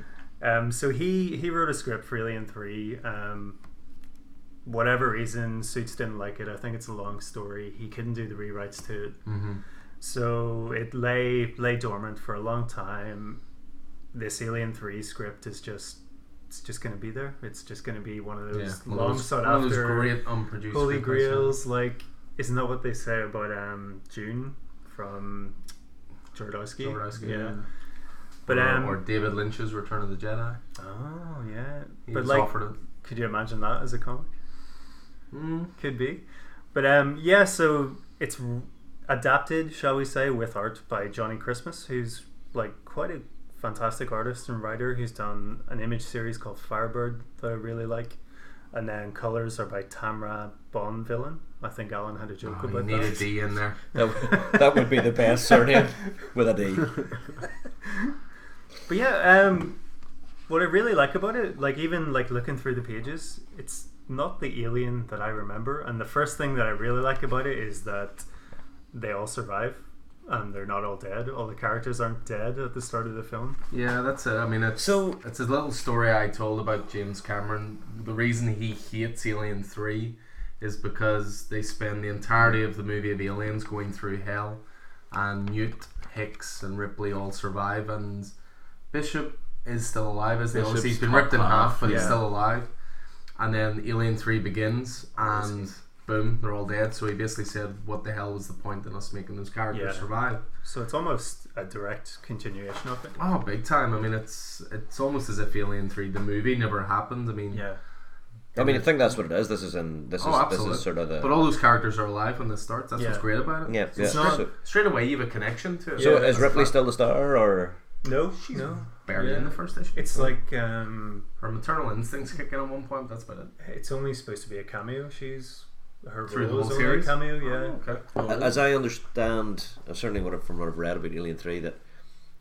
Um, so he he wrote a script for Alien Three. Um, whatever reason, Suits didn't like it. I think it's a long story. He couldn't do the rewrites to it, Mm-hmm. so it lay lay dormant for a long time. This Alien Three script is just it's just going to be there. It's just going to be one of Yeah. those One of long those- sought one of those after great unproduced holy screenplays, grails. Like, isn't that what they say about um, June from Jodorowsky? Jodorowsky, yeah. yeah. But Or- um, or David Lynch's Return of the Jedi. oh yeah, He but was like, offered it. could you imagine that as a comic? Mm. Could be. But um, yeah, so it's r- adapted, shall we say, with art by Johnny Christmas, who's like quite a fantastic artist and writer. Who's done an image series called Firebird that I really like. And then colors are by Tamra Bonvillain. I think Alan had a joke Oh, you about need a that. D in there. That, that would be the best surname with a D. But yeah, um, what I really like about it, like even like looking through the pages, it's not the alien that I remember. And the first thing that I really like about it is that they all survive, and they're not all dead. All the characters aren't dead at the start of the film. Yeah, that's it. I mean, it's So- it's a little story I told about James Cameron. The reason he hates Alien Three is because they spend the entirety of the movie of Aliens going through hell, and Newt, Hicks, and Ripley all survive, and Bishop is still alive as they Bishop's obviously he's been cut ripped in half, half, but he's yeah. still alive. And then Alien Three begins, and boom, they're all dead. So he basically said, "What the hell was the point in us making those characters Yeah. survive?" So it's almost a direct continuation of it. Oh, big time! I mean, it's it's almost as if Alien Three, the movie, never happened. I mean, Yeah. I mean, I think that's what it is. This is in this is oh, absolutely. this is sort of the But all those characters are alive when this starts. That's what's Yeah. great about it. yeah. So yeah. it's not- So, straight away you have a connection to it. so Yeah, is That's Ripley fine. still the star, or No, no. buried in Yeah. the first issue? It's like um, her maternal instincts kick in at one point. That's about it. it's only supposed to be a cameo. She's her Through the role is whole only series? a cameo. Yeah. Oh, okay. as I understand, uh, certainly what I- from what I've read about Alien Three, that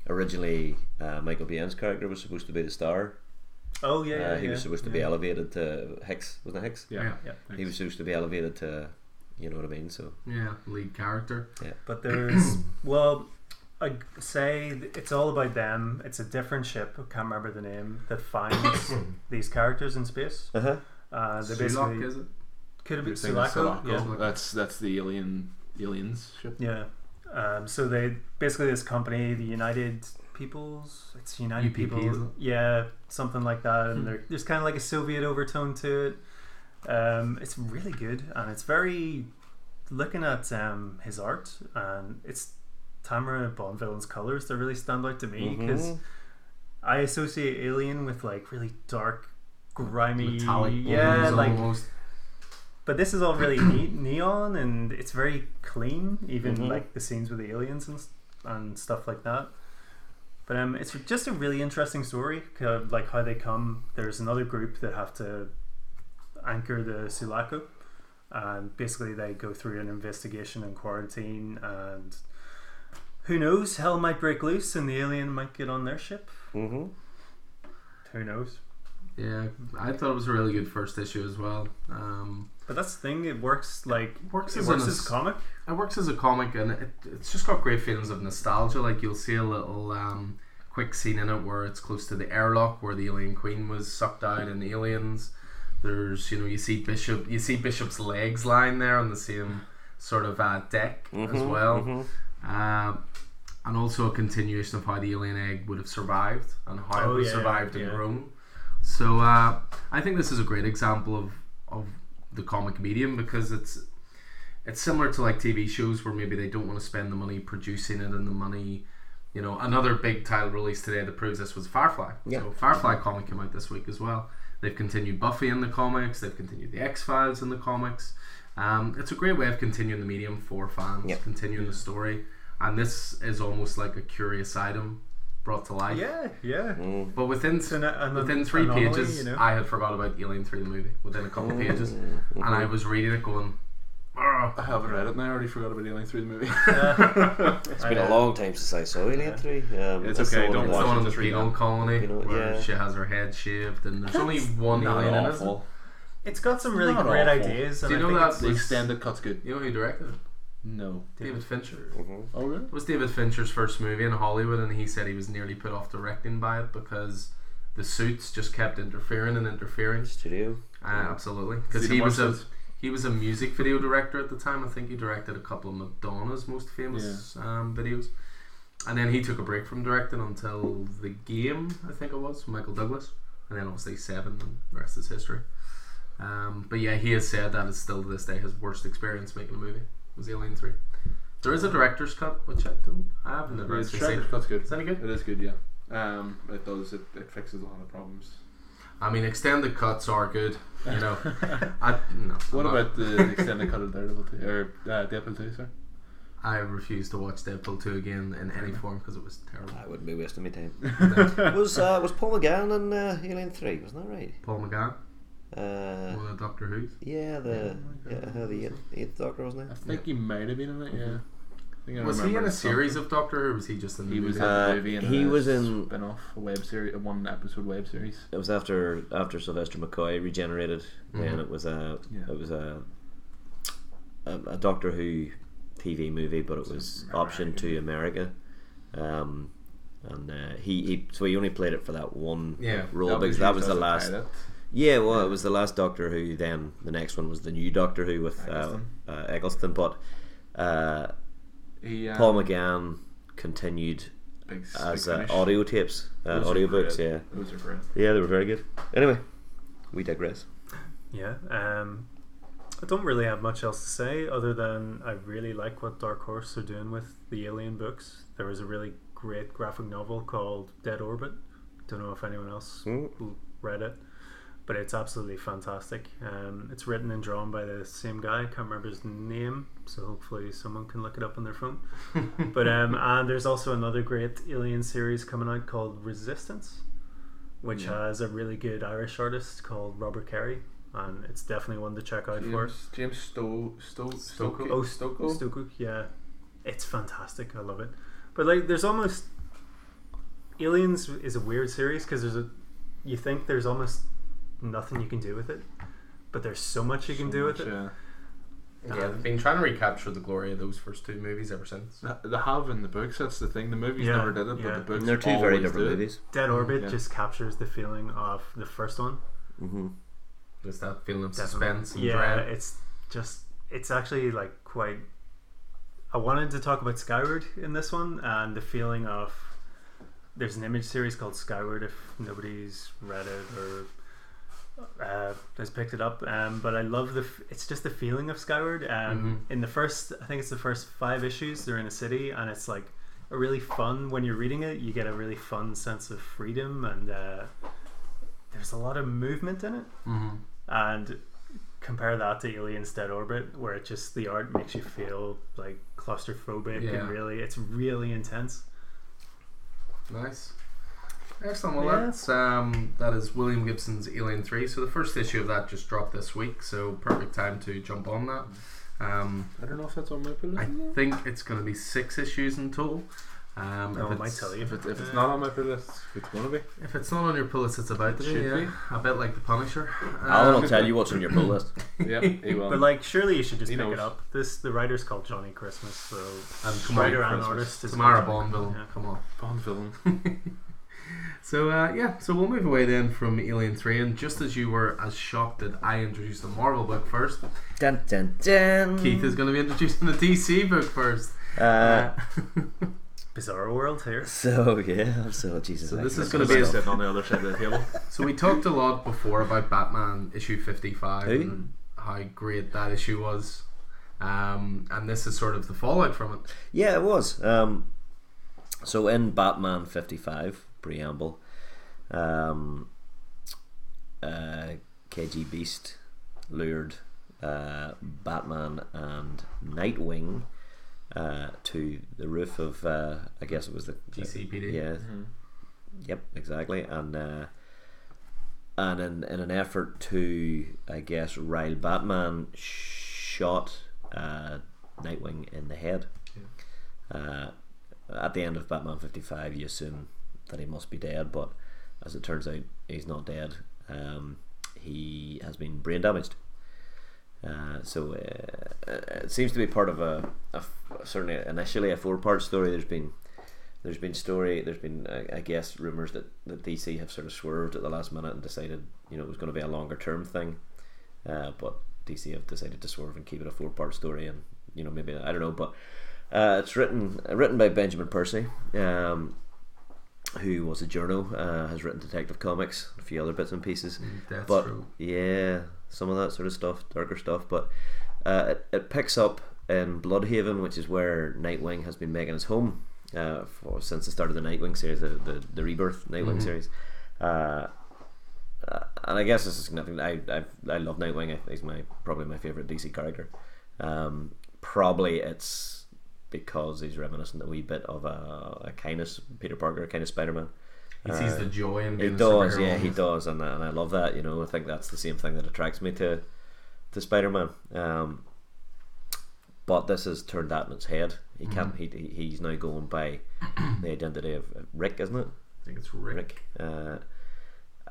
originally uh, Michael Biehn's character was supposed to be the star. Oh yeah. yeah uh, he yeah, was supposed to yeah. be elevated to Hicks, wasn't it Hicks? Yeah. Yeah. He was supposed to be elevated to, you know what I mean. So Yeah, lead character. But there's well, I g- say th- it's all about them. It's a different ship. I can't remember the name that finds these characters in space. uh huh. Uh, they're Sulak, basically is it? could have been You're thinking Sulaco. Sulaco. Yeah. That's that's the alien aliens ship. Yeah. Um, so they basically this company, the United Peoples, it's United UPP, isn't People, it? Hmm. yeah, something like that, and there- there's kind of like a Soviet overtone to it. Um, it's really good, and it's very looking at um, his art, and it's Tamara Bonvillain's colors that really stand out to me Mm-hmm. because Mhm. I associate Alien with like really dark, grimy, Metallic. yeah, blues like almost. but this is all really ne- neon and it's very clean, even Mm-hmm. Mhm. like the scenes with the aliens and, s- and stuff like that. But um, it's just a really interesting story, kind of like how they come. There's another group that have to anchor the Sulaco, and basically they go through an investigation and quarantine, and who knows, hell might break loose and the alien might get on their ship. Mhm. Who knows? Yeah, I thought it was a really good first issue as well. Um, But that's the thing; it works like works it as works an as ass- comic. It works as a comic, and it, it's just got great feelings of nostalgia. Like you'll see a little um, quick scene in it where it's close to the airlock where the alien queen was sucked out in Aliens. There's you know you see Bishop you see Bishop's legs lying there on the same sort of uh, deck as well, Um, and also a continuation of how the alien egg would have survived and how Oh, it was yeah, survived in yeah. Rome. So uh, I think this is a great example of of the comic medium because it's it's similar to like TV shows where maybe they don't want to spend the money producing it and the money. You know, another big title release today that proves this was Firefly. Yeah. So Firefly comic came out this week as well. They've continued Buffy in the comics. They've continued the X Files in the comics. Um, it's a great way of continuing the medium for fans, Yeah. continuing the story, and this is almost like a curious item brought to life. Yeah, yeah. Mm. But within It's an, an, within three anomaly, pages, you know? I had forgot about Alien Three the movie. Within a Mm-hmm. couple of pages, and I was reading it going, "Oh, I haven't read it and I already forgot about Alien Three the movie. It's been Uh, a long time since I saw Alien Three. Um, It's that's the okay, one don't that- It's watch the one it, in the just read penal it. colony Penal- where yeah. she has her head shaved, and there's only one Not alien in it. awful. It's got some really Not great awful. ideas. And Do you know I think that it's- The was- extended cut's good. You know who directed it? No. David Fincher. Mhm. Oh really? It was David Fincher's first movie in Hollywood, and he said he was nearly put off directing by it because the suits just kept interfering and interfering. Studio. Uh, absolutely, because Did you he was a watch he was a music video director at the time. I think he directed a couple of Madonna's most famous um, videos, and then he took a break from directing until the game. I think it was Michael Douglas, and then obviously Seven. And the rest is history. Um, but yeah, he has said that is still to this day his worst experience making a movie was Alien Three. There is a director's cut, which I don't. I haven't Yeah, ever it's actually true. seen. Cut's good. Is that any good? It is good, yeah. Um, it does. It, it fixes a lot of problems. I mean, extended cuts are good. You know, I no. What I'm not- about the extended cut of Daredevil two or uh, Deadpool two? Sorry. I refuse to watch Deadpool 2 again in any form because it was terrible. I wouldn't be wasting my time. was uh, was Paul McGann in uh, Alien Three? Wasn't that right? Paul McGann, Uh, one of Doctor Who's. yeah, the yeah, uh, the eighth, eighth Doctor wasn't I it? think he might have been in it. Yeah. I think I Was he in remember a series of Doctor Who or was he just in the He was movie? in Uh, a movie. And he a was in- spin-off, a web series, a one episode web series. It was after after Sylvester McCoy Mm-hmm. regenerated, and it was a Yeah. it was a, a a Doctor Who TV movie, but it It's was American. option to America. Um, and uh, he, he so he only played it for that one Yeah, role because used that was as the a last. pilot. Yeah, well, it was the last Doctor Who. Then the next one was the new Doctor Who with uh, Eggleston. uh, Eggleston, but uh, He, um, Paul McGann continued big, as big uh, finish. audio tapes, uh, Those are audiobooks. great. Yeah, Those are great. yeah, they were very good. Anyway, we digress. Yeah. Um, I don't really have much else to say other than I really like what Dark Horse are doing with the Alien books. There was a really great graphic novel called Dead Orbit. Don't know if anyone else Mm. l- read it, but it's absolutely fantastic. Um, it's written and drawn by the same guy. I can't remember his name, so hopefully someone can look it up on their phone. But um, and there's also another great Alien series coming out called Resistance, which Yeah. has a really good Irish artist called Robert Carey, and it's definitely one to check out for. James, James Sto, Sto, Stokoe. Oh, Stokoe. Stokoe. Stuku, yeah, it's fantastic. I love it. But like, there's almost Aliens is a weird series because there's a you think there's almost nothing you can do with it, but there's so much you can So do much, with it. yeah. Yeah, they've been trying to recapture the glory of those first two movies ever since. Th- They have in the books. That's the thing. The movies Yeah, never did it, but yeah. the books. they're two very always different do it. movies. Dead Mm, Orbit yeah. just captures the feeling of the first one. Mm-hmm. There's that feeling of Definitely. suspense and yeah, dread. it's just it's actually like quite. I wanted to talk about Skyward in this one and the feeling of there's an image series called Skyward if nobody's read it or uh, has picked it up. Um, but I love the f- it's just the feeling of Skyward. Um, Mm-hmm. In the first, I think it's the first five issues. They're in a city and it's like a really fun when you're reading it. You get a really fun sense of freedom and uh, there's a lot of movement in it Mm-hmm. and compare that to Alien's Dead Orbit, where it just the art makes you feel like claustrophobic Yeah. and really it's really intense. Nice. Excellent. Well, Yeah. that's um, that is William Gibson's Alien Three. So the first issue of that just dropped this week. So perfect time to jump on that. Um, I don't know if that's on my playlist. I think it's going to be six issues in total. Um, Oh, I if might it's- tell you if, it, if it's Uh, not on my playlist, it's gonna be. If it's not on your pull list, it's about to be. Should Yeah. be. A bit like the Punisher. Alan Um, will tell you what's on your pull list. Yeah, he will. But like, surely you should just He pick knows. it up. This the writer's called Johnny Christmas, so And Tamara, writer and Christmas. artist is Uh, Tamara called Johnny Bonville. Christmas, Come on. Bond villain. So uh, yeah, so we'll move away then from Alien Three, and just as you were as shocked that I introduced the Marvel book first, dun dun dun. Keith is going to be introducing the DC book first. Uh, yeah. Bizarro World here. so yeah, I'm so Jesus. So I this can't is gonna help be a- myself. sitting on the other side of the table. so we talked a lot before about Batman issue fifty-five Hey. and how great that issue was, um, and this is sort of the fallout from it. Yeah, it was. Um, so in Batman 55 preamble, um, uh, KG Beast lured uh, Batman and Nightwing uh, to the roof of, uh, I guess it was the GCPD. yeah, Mhm. Yep, exactly. And uh, and in, in an effort to, I guess, rile Batman, shot uh, Nightwing in the head. Uh, at the end of Batman 55, you assume that he must be dead, but as it turns out, he's not dead. Um, he has been brain damaged. Uh, so uh, it seems to be part of a, a certainly initially a four-part story. There's been there's been story there's been I, I guess rumors that, that DC have sort of swerved at the last minute and decided you know it was going to be a longer term thing uh, but DC have decided to swerve and keep it a four part story and you know maybe I don't know but uh, it's written written by Benjamin Percy um, who was a journo uh, has written Detective Comics a few other bits and pieces Death but Row. yeah, some of that sort of stuff, darker stuff. But uh, it, it picks up in Bloodhaven, which is where Nightwing has been making his home uh, for, since the start of the Nightwing series, the the, the Rebirth Nightwing Mhm. series. Uh, uh, and I guess this is significant. I I, I love Nightwing. I, he's my probably my favorite DC character. Um, probably it's because he's reminiscent a wee bit of a, a kind of Peter Parker, a kind of Spider Man. He sees the joy in He being a uh, does, superhero. yeah, he does, and, and I love that. You know, I think that's the same thing that attracts me to to Spider Man. Um, but this has turned that in its head. He Mm-hmm. can't. He, he- he's now going by the identity of of Rick, isn't it? I think it's Rick. Rick. Uh,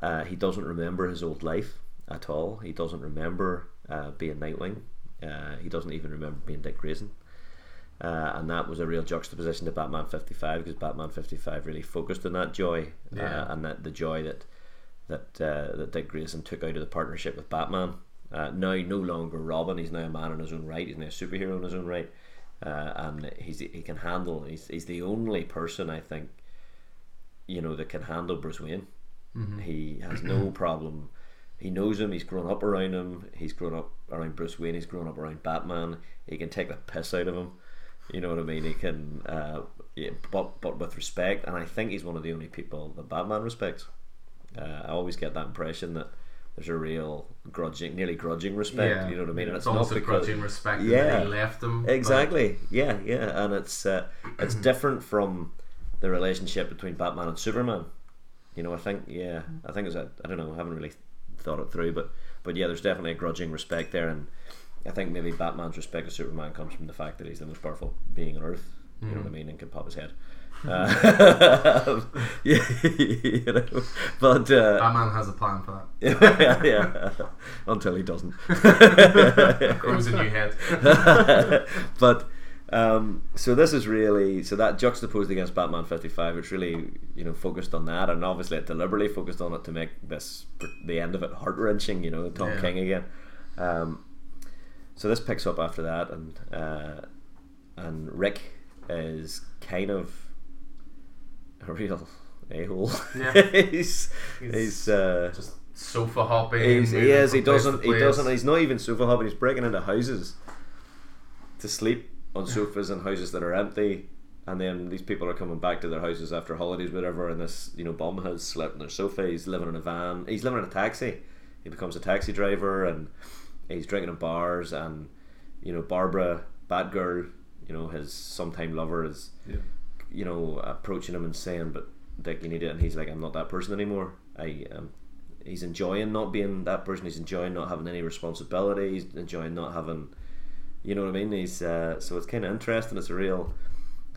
uh, he doesn't remember his old life at all. He doesn't remember uh, being Nightwing. Uh, he doesn't even remember being Dick Grayson. Uh, and that was a real juxtaposition to Batman 55 because Batman 55 really focused on that joy Yeah. uh, and that the joy that that uh, that Dick Grayson took out of the partnership with Batman. Uh, now no longer Robin, he's now a man in his own right. He's now a superhero in his own right, uh, and he's he can handle. He's he's the only person I think, you know, that can handle Bruce Wayne. Mm-hmm. He has no problem. He knows him. He's grown up around him. He's grown up around Bruce Wayne. He's grown up around Batman. He can take the piss out of him. You know what I mean? He can, uh, yeah, but but with respect. And I think he's one of the only people that Batman respects. Uh, I always get that impression that there's a real grudging, nearly grudging respect. You know what I mean? And It's, almost not a because- grudging respect Yeah. that he left him. but- Exactly. Yeah, yeah, and it's uh, it's different from the relationship between Batman and Superman. You know, I think yeah, I think it's a, I don't know, I haven't really thought it through, but but yeah, there's definitely a grudging respect there, and I think maybe Batman's respect of Superman comes from the fact that he's the most powerful being on Earth. You know what I mean, and can pop his head. Uh, yeah, you know, but uh, Batman has a plan for that. yeah, yeah, until he doesn't. Grows a new head. but um, so this is really so that juxtaposed against Batman 55 it's really you know focused on that and obviously it deliberately focused on it to make this the end of it heart wrenching you know Tom Yeah. King again um, so this picks up after that and uh, and Rick is kind of a real a-hole Yeah. he's he's, He's uh, Just sofa hopping. He's, he moving is. He from place to doesn't. He place. doesn't. He's not even sofa hopping. He's breaking into houses to sleep on sofas and houses that are empty. And then these people are coming back to their houses after holidays, whatever. And this, you know, bum has slept on their sofa. He's living in a van. He's living in a taxi. He becomes a taxi driver, and he's drinking in bars. And you know, Barbara, bad girl, you know, his sometime lover is Yeah. you know, approaching him and saying, "But Dick, you need it," and he's like, "I'm not that person anymore." I um, he's enjoying not being that person. He's enjoying not having any responsibility. He's enjoying not having, you know what I mean. He's uh, so it's kind of interesting. It's a real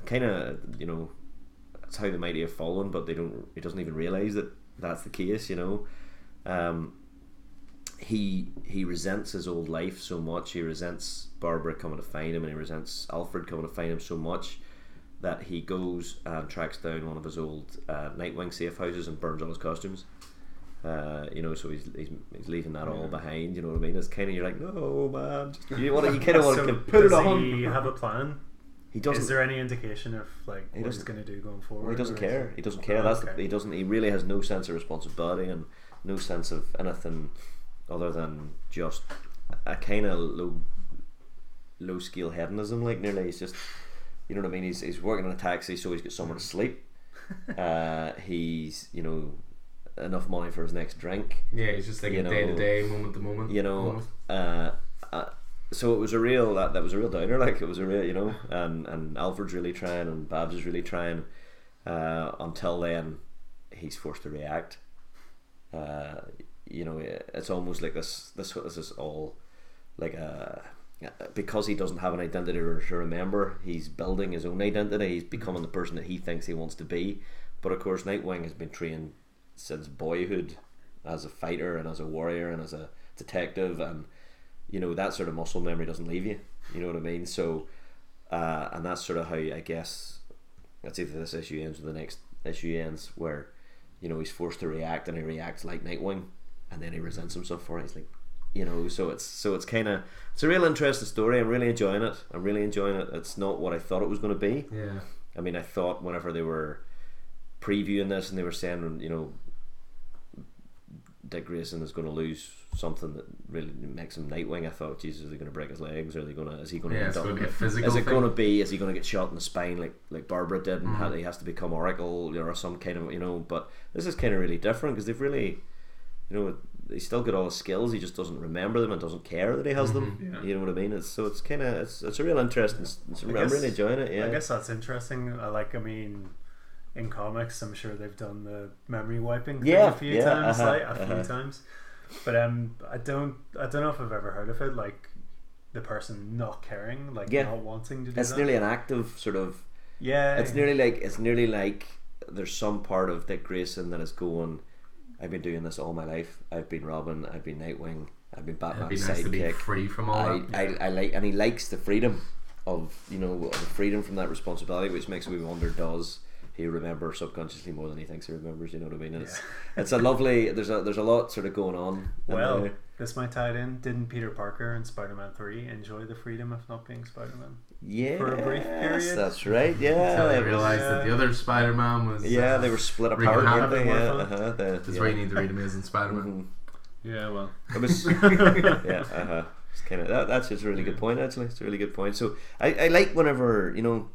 kind of you know, it's how the mighty have fallen, but they don't. He doesn't even realize that that's the case. You know, um, he he resents his old life so much. He resents Barbara coming to find him, and he resents Alfred coming to find him so much that he goes and tracks down one of his old uh, Nightwing safe houses and burns all his costumes. Uh, you know, so he's, he's, he's leaving that all behind. You know what I mean? It's kind of you're like, no man, just, you want to, you kind of want So to put it does on. He have a plan. He doesn't. Is there any indication of like He what he's doesn't- going to do going forward? Well, he doesn't or is care. it- He doesn't care. Oh, That's the, okay. he doesn't. He really has no sense of responsibility and no sense of anything other than just a kind of low, low skill hedonism. Like nearly, he's just, you know what I mean. He's, he's working in a taxi, so he's got somewhere Mm. to sleep. uh, he's you know enough money for his next drink Yeah, he's just like You a know, day to day, moment to moment. you know almost. uh, uh, so it was a real that, that was a real downer like it was a real you know and and Alfred's really trying and Babs is really trying uh, until then he's forced to react uh, you know it's almost like this this this is all like a because he doesn't have an identity or to remember, he's building his own identity. He's becoming the person that he thinks he wants to be. But of course, Nightwing has been trained since boyhood as a fighter and as a warrior and as a detective, and you know that sort of muscle memory doesn't leave you. You know what I mean? So, uh, and that's sort of how I guess that's either this issue ends or the next issue ends, where you know he's forced to react and he reacts like Nightwing, and then he resents himself for it. He's like, you know, so it's so it's kind of it's a real interesting story. I'm really enjoying it. I'm really enjoying it. It's not what I thought it was going to be. Yeah. I mean, I thought whenever they were previewing this and they were saying, you know, Dick Grayson is going to lose something that really makes him Nightwing. I thought, Jesus, are they going to break his legs? Are they going to? Is he going to Yeah, end it's up? going to be a physical is it thing. going to be? Is he going to get shot in the spine like like Barbara did, and how he has to become Oracle or some kind of you know? But this is kind of really different because they've really, you know, he's still got all his skills. He just doesn't remember them and doesn't care that he has them. Yeah. You know what I mean? It's so it's kind of it's, it's a real interesting. It's, I'm guess- really enjoying it. Yeah. I guess that's interesting. I like. I mean, in comics, I'm sure they've done the memory wiping thing Yeah, a few yeah, times, uh-huh, like a uh-huh. few times. But um, I don't. I don't know if I've ever heard of it. Like the person not caring, like Yeah. not wanting to do It's that. nearly an active sort of. yeah. It's nearly like it's nearly like there's some part of Dick Grayson that is going. I've been doing this all my life. I've been Robin. I've been Nightwing. I've been It'd Batman's be nice to be sidekick. free from all I, that. I, I like and he likes the freedom of you know of the freedom from that responsibility, which makes me wonder: Does he remember subconsciously more than he thinks he remembers? You know what I mean? And It's it's a lovely. There's a there's a lot sort of going on. in Well, there. this might tie it in. Didn't Peter Parker in Spider Man 3 enjoy the freedom of not being Spider Man? yeah, for a brief period. that's right. Yeah, Until they it was- realised that the other Spider-Man was. yeah, uh, they were split wreaking apart. havoc weren't they? on Yeah, one uh-huh, the- That's yeah. why you need to read Amazing Spider-Man. Mhm. Yeah, well. It was yeah, uh-huh. It's kind of that, that's just a really good point. Actually, it's a really good point. So I, I like whenever you know,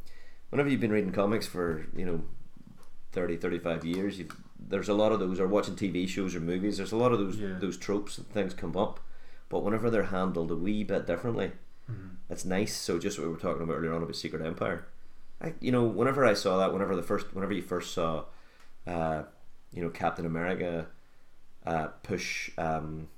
whenever you've been reading comics for you know, 30, 35 years, you've, there's a lot of those. Or watching TV shows or movies, there's a lot of those Yeah. those tropes and things come up. But whenever they're handled a wee bit differently, it's nice. So just what we were talking about earlier on about Secret Empire, I, you know, whenever I saw that, whenever the first, whenever you first saw, uh, you know, Captain America, uh, push, um,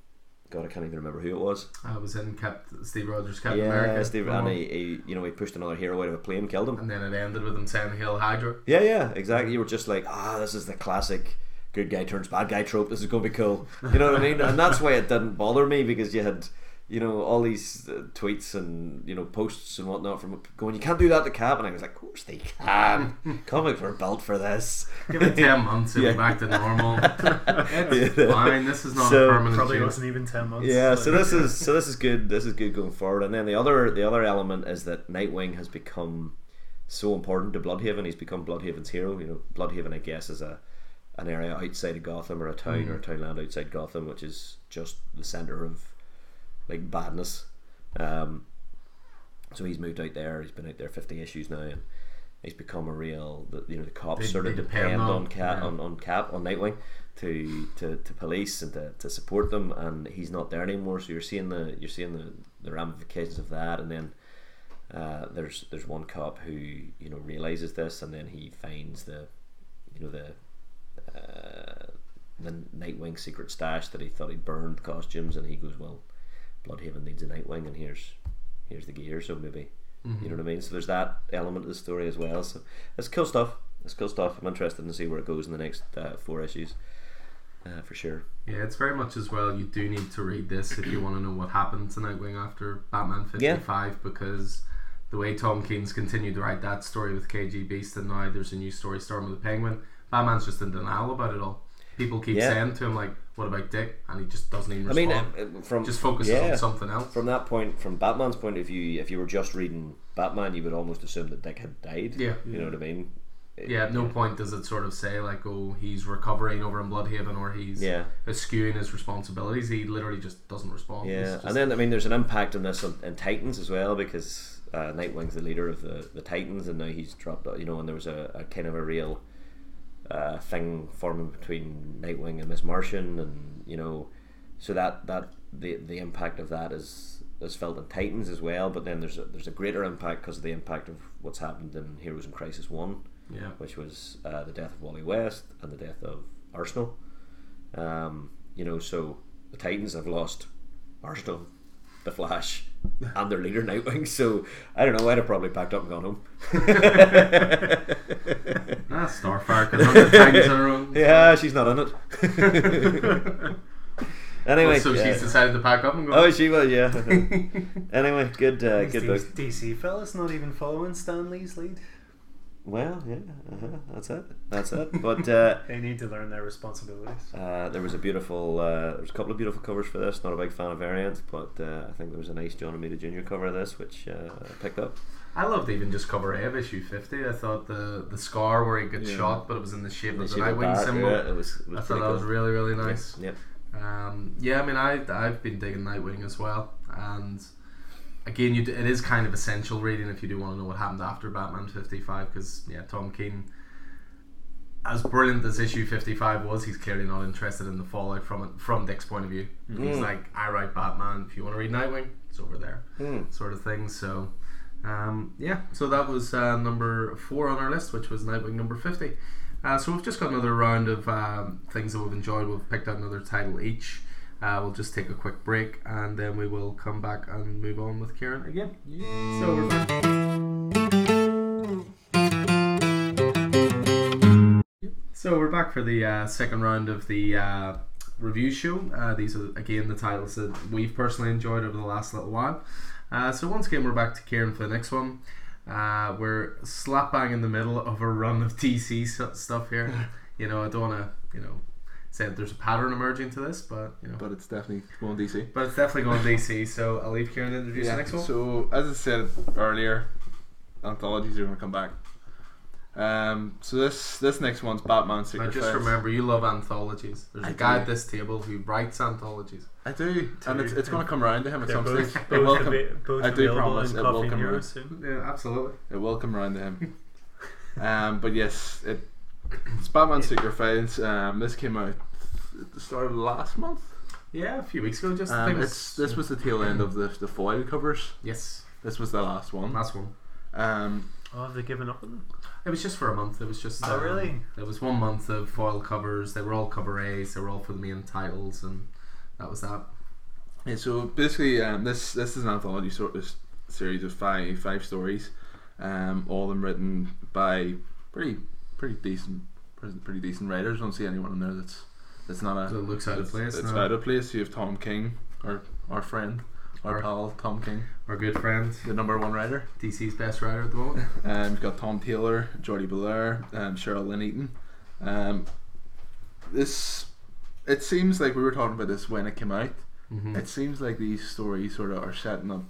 God, I can't even remember who it was. I was in Cap- Steve Rogers Captain yeah, America. Steve, and he, he, you know, he pushed another hero out of a plane, killed him. And then it ended with him saying "Hail Hydra." Yeah, yeah, exactly. You were just like, ah, this is the classic good guy turns bad guy trope. This is going to be cool. You know what I mean? And that's why it didn't bother me because you had, you know, all these uh, tweets and you know posts and whatnot from going, you can't do that to Cap, and I was like, of course they can. Comics were built for this. Give it ten months, it'll Yeah. be back to normal. it's Yeah. fine. This is not So, a permanent. Probably change. wasn't even 10 months. Yeah, like- so this is so this is good. This is good going forward. And then the other the other element is that Nightwing has become so important to Bloodhaven. He's become Bloodhaven's hero. You know, Bloodhaven, I guess, is a an area outside of Gotham or a town or a Hmm. townland outside Gotham, which is just the center of like badness. Um, so he's moved out there. He's been out there fifty issues now, and he's become a real. The, you know, the cops They- sort of they depend, depend on, on- Cap yeah. on, on Cap on Nightwing to, to, to police and to, to support them, and he's not there anymore. So you're seeing the you're seeing the, the ramifications of that, and then. Uh, there's there's one cop who you know realizes this, and then he finds the you know the uh, the Nightwing secret stash that he thought he'd burned costumes, and he goes, "Well, Bloodhaven needs a Nightwing, and here's here's the gear." So maybe Mm-hmm. you know what I mean. So there's that element of the story as well. So it's cool stuff. It's cool stuff. I'm interested to see where it goes in the next uh, four issues, uh, for sure. Yeah, it's very much as well. You do need to read this if you want to know what happened to Nightwing after Batman 55 because the way Tom Keene's continued to write that story with KG Beast and now there's a new story starting with the Penguin, Batman's just in denial about it all. People keep Yeah. saying to him, like, what about Dick? And he just doesn't even I respond. mean, uh, uh, from just focuses yeah. on something else. From that point, from Batman's point of view, if you were just reading Batman, you would almost assume that Dick had died. Yeah. You know what I mean? yeah, at no point does it sort of say, like, oh, he's recovering over in Bloodhaven or he's Yeah. eschewing his responsibilities. He literally just doesn't respond. He's Yeah, just- and then I mean, there's an impact on this on, in Titans as well because uh, Nightwing's the leader of the, the Titans, and now he's dropped. out, You know, and there was a, a kind of a real uh, thing forming between Nightwing and Miss Martian, and you know, so that that the the impact of that is is felt in Titans as well. But then there's a, there's a greater impact because of the impact of what's happened in Heroes in Crisis One yeah. which was uh, the death of Wally West and the death of Arsenal. Um, you know, so the Titans have lost Arsenal, the Flash, and their leader Nightwing. So I don't know. I'd have probably packed up and gone home. Ah, Starfire, because other Titans are on. Yeah, she's not in it. anyway, Oh, so yeah. she's decided to pack up and go. oh, she was. Yeah. anyway, good, uh, These good book. DC fellas not even following Stan Lee's lead. Well, yeah, uh-huh, that's it. That's it. But. Uh, They need to learn their responsibilities. Uh, there was a beautiful, uh, there was a couple of beautiful covers for this. Not a big fan of variants, but uh, I think there was a nice John Romita Jr. cover of this, which uh, I picked up. I loved even just cover A of issue 50. I thought the, the scar where he got Yeah. shot, but it was in the shape And of the she went Nightwing back, symbol. yeah, I it was, it was thought pretty that was cool. really, really nice. Yep. Um, yeah, I mean, I, I've been digging Nightwing as well. And again, you, d- it is kind of essential reading if you do want to know what happened after Batman 55, because, yeah, Tom Keane, as brilliant as issue 55 was, he's clearly not interested in the fallout from it, from Dick's point of view. He's like, I write Batman. If you want to read Nightwing, it's over there Hmm. Mm. sort of thing. So, um, yeah, so that was uh, number four on our list, which was Nightwing number 50. Uh, so, we've just got another round of um, things that we've enjoyed. We've picked out another title each. Uh, we'll just take a quick break and then we will come back and move on with Karen again. So, we're back. So we're back for the uh, second round of the uh, review show. Uh, these are again the titles that we've personally enjoyed over the last little while. Uh, so once again, we're back to Kieran for the next one. Uh, we're slap bang in the middle of a run of DC stu- stuff here. You know, I don't want to, you know, say that there's a pattern emerging to this, but you know, but it's definitely going DC. but it's definitely going DC. So I'll leave Kieran to introduce the next one. So as I said earlier, anthologies are going to come back. Um, so this this next one's Batman now Secret just Files. remember, you love anthologies. There's a I guy do. at this table who writes anthologies. I do, and it's, it's going to come around to him at They're some both, stage. It will both, come, ava- both I do available promise in it will Coffee come and Euro around. soon. Yeah, absolutely. it will come around to him. um, but yes, it, it's Batman Secret Files. Um, this came out at the start of last month. Yeah, a few weeks ago, just I Um, think it's, this was the tail end of the the foil covers. yes, This was the last one. last one. Um, Oh, have they given up on them? It was just for a month. It was just. Oh, um, really? It was one month of foil covers. They were all cover A's. They were all for the main titles, and that was that. Yeah, so basically, um, this this is an anthology sort of s- series of five five stories, um, all of them written by pretty pretty decent pretty, pretty decent writers. don't see anyone in there that's that's not a So it looks out of that's- place. That's no. out of place. You have Tom King, our our friend, our, Our- pal Tom King, Our good friend, the number one writer. DC's best writer at the moment. Um, you've got Tom Taylor, Jordy Belair, um, Cheryl Lynn Eaton. Um, this it seems like we were talking about this when it came out. hmm It seems like these stories sort of are setting up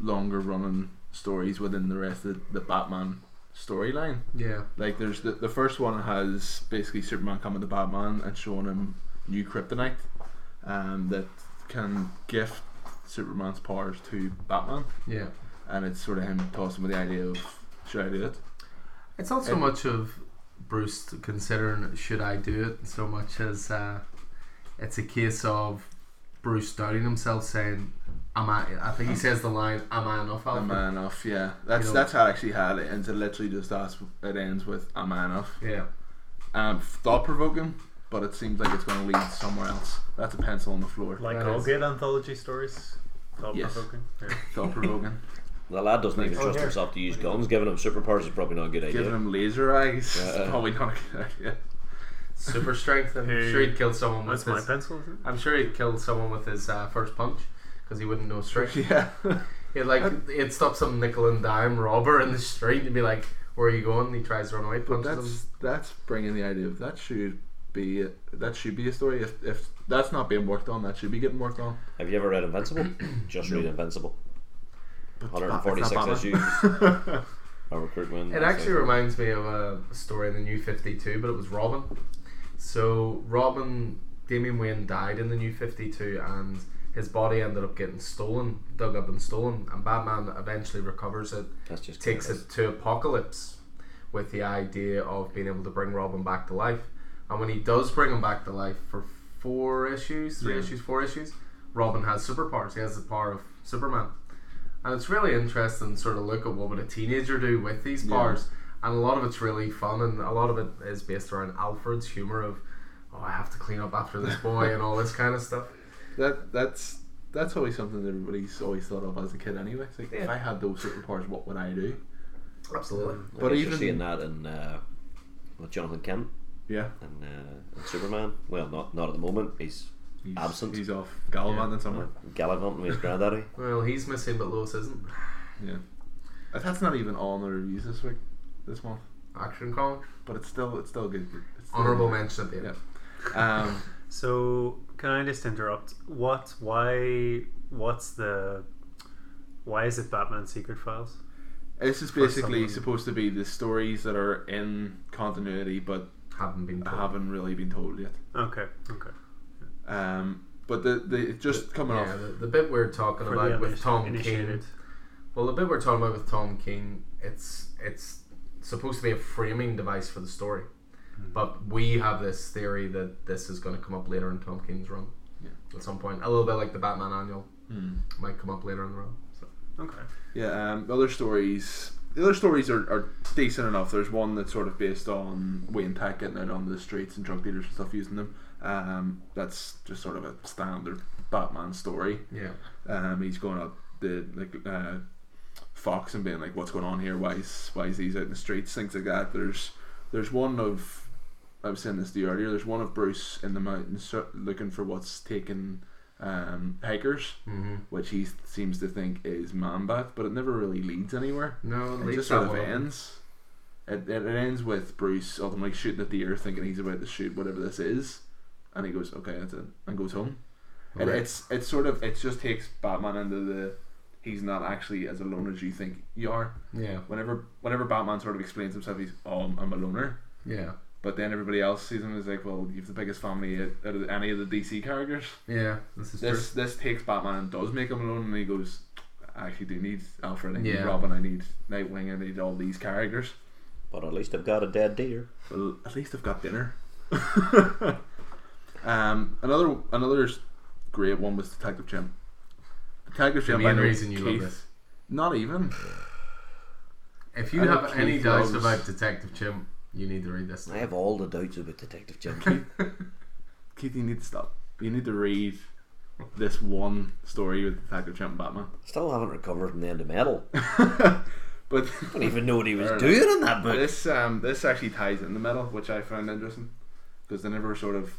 longer running stories within the rest of the Batman storyline. Yeah. Like there's the, the first one has basically Superman coming to Batman and showing him new kryptonite um, that can gift Superman's powers to Batman Yeah. and it's sort of him tossing with the idea of should I do it? It's not so And- much of Bruce considering should I do it so much as uh, it's a case of Bruce doubting himself, saying, "Am I?" I think he says the line, "Am I enough?" Alfred?" Am I enough? Yeah. That's You know- that's how I actually had it and it literally just asks it ends with Am I enough? Yeah. um, thought provoking, but it seems like it's going to lead somewhere else. That's a pencil on the floor. Like That all is- good anthology stories. Thought Yes. provoking. Yeah. Thought provoking. The lad doesn't even Oh, trust here. himself to use guns. Giving him superpowers is probably not a good idea. Giving him laser eyes Oh, is Yeah. probably not a good idea. Super strength. I'm Hey, sure he'd kill someone with That's my his. pencil, isn't I'm sure he'd kill someone with his uh, first punch because he wouldn't know strength. Yeah. He'd like he'd stop some nickel and dime robber in the street and be like, "Where are you going?" And he tries to run away. but Punches him. that's that's bringing the idea of that should be that should be a story. If if that's not being worked on, that should be getting worked on. Have you ever read Invincible? Just read Invincible. But it's 146 not Batman. issues. A recruitment. It actually reminds me of a story in the New 52, but it was Robin. So Robin, Damian Wayne died in the New 52, and his body ended up getting stolen, dug up and stolen, and Batman eventually recovers it That's just takes class. it to Apocalypse with the idea of being able to bring Robin back to life. And when he does bring him back to life for four issues, three Yeah. issues, four issues, Robin has superpowers. He has the power of Superman. And it's really interesting to sort of look at what would a teenager do with these Yeah. powers. And a lot of it's really fun and a lot of it is based around Alfred's humour of oh I have to clean up after this boy and all this kind of stuff. that that's. That's always something that everybody's always thought of as a kid, anyway. It's like, if Yeah. I had those superpowers, what would I do? Absolutely. I But guess you're even- seeing that in uh, with Jonathan Kent Yeah, and, uh, and Superman. Well, not not at the moment. He's he's, Absent. He's off gallivanting somewhere. gallivanting with his granddaddy. Well he's missing but Lois isn't. Yeah. Uh, That's not even all in the reviews this week, this month. Action comic. But it's still it's still good. It's still Honourable good. mention at the end. Yeah. Um, it? So can I just interrupt? What? Why? What's the? Why is it Batman Secret Files? this is For basically someone- supposed to be the stories that are in continuity but Haven't been told. haven't really been told yet. Okay. Okay. Um, but the the just coming yeah, off. The, the bit we're talking For about the with initi- Tom initiated. King. Well, the bit we're talking about with Tom King, it's it's supposed to be a framing device for the story, Hmm. but we have this theory that this is going to come up later in Tom King's run. Yeah. At some point, a little bit like the Batman Annual Hmm. might come up later in the run. So Okay. Yeah, um, the other stories. The other stories are, are decent enough. There's one that's sort of based on Wayne Tech getting out onto the streets and drug dealers and stuff using them. Um, that's just sort of a standard Batman story. yeah, Um, he's going up the like uh, Fox and being like, "What's going on here? Why is why is these out in the streets?" Things like that. There's there's one of I was saying this to you earlier. There's one of Bruce in the mountains ser- looking for what's taken um, hikers, Mm-hmm. which he seems to think is Mambat, but it never really leads anywhere. No, It just sort of ends. It, it, it ends with Bruce ultimately shooting at the deer, thinking he's about to shoot whatever this is, and he goes, "Okay, that's it," and goes home. And it's it's sort of it just takes Batman into the he's not actually as alone as you think you are. yeah, Whenever whenever Batman sort of explains himself, he's oh I'm, I'm a loner. yeah, But then everybody else sees him and is like, well, you have the biggest family out out of any of the DC characters. yeah. This is This this takes Batman and does make him alone, and he goes, I actually do need Alfred, I need Yeah. Robin, I need Nightwing, I need all these characters. But at least I've got a dead deer. Well, at least I've got dinner. um, another another s- great one was Detective Jim. Detective the Jim. I main know reason you Keith- love this. Not even. If you I know have any Keith doubts loves- about Detective Chimp, you need to read this. I have all the doubts about Detective Jim. Keith, you need to stop. You need to read this one story with Detective Jim and Batman. Still haven't recovered from the end of metal. I But don't even know what he was Fair doing in that book. this um this actually ties in the middle, which I found interesting because they never sort of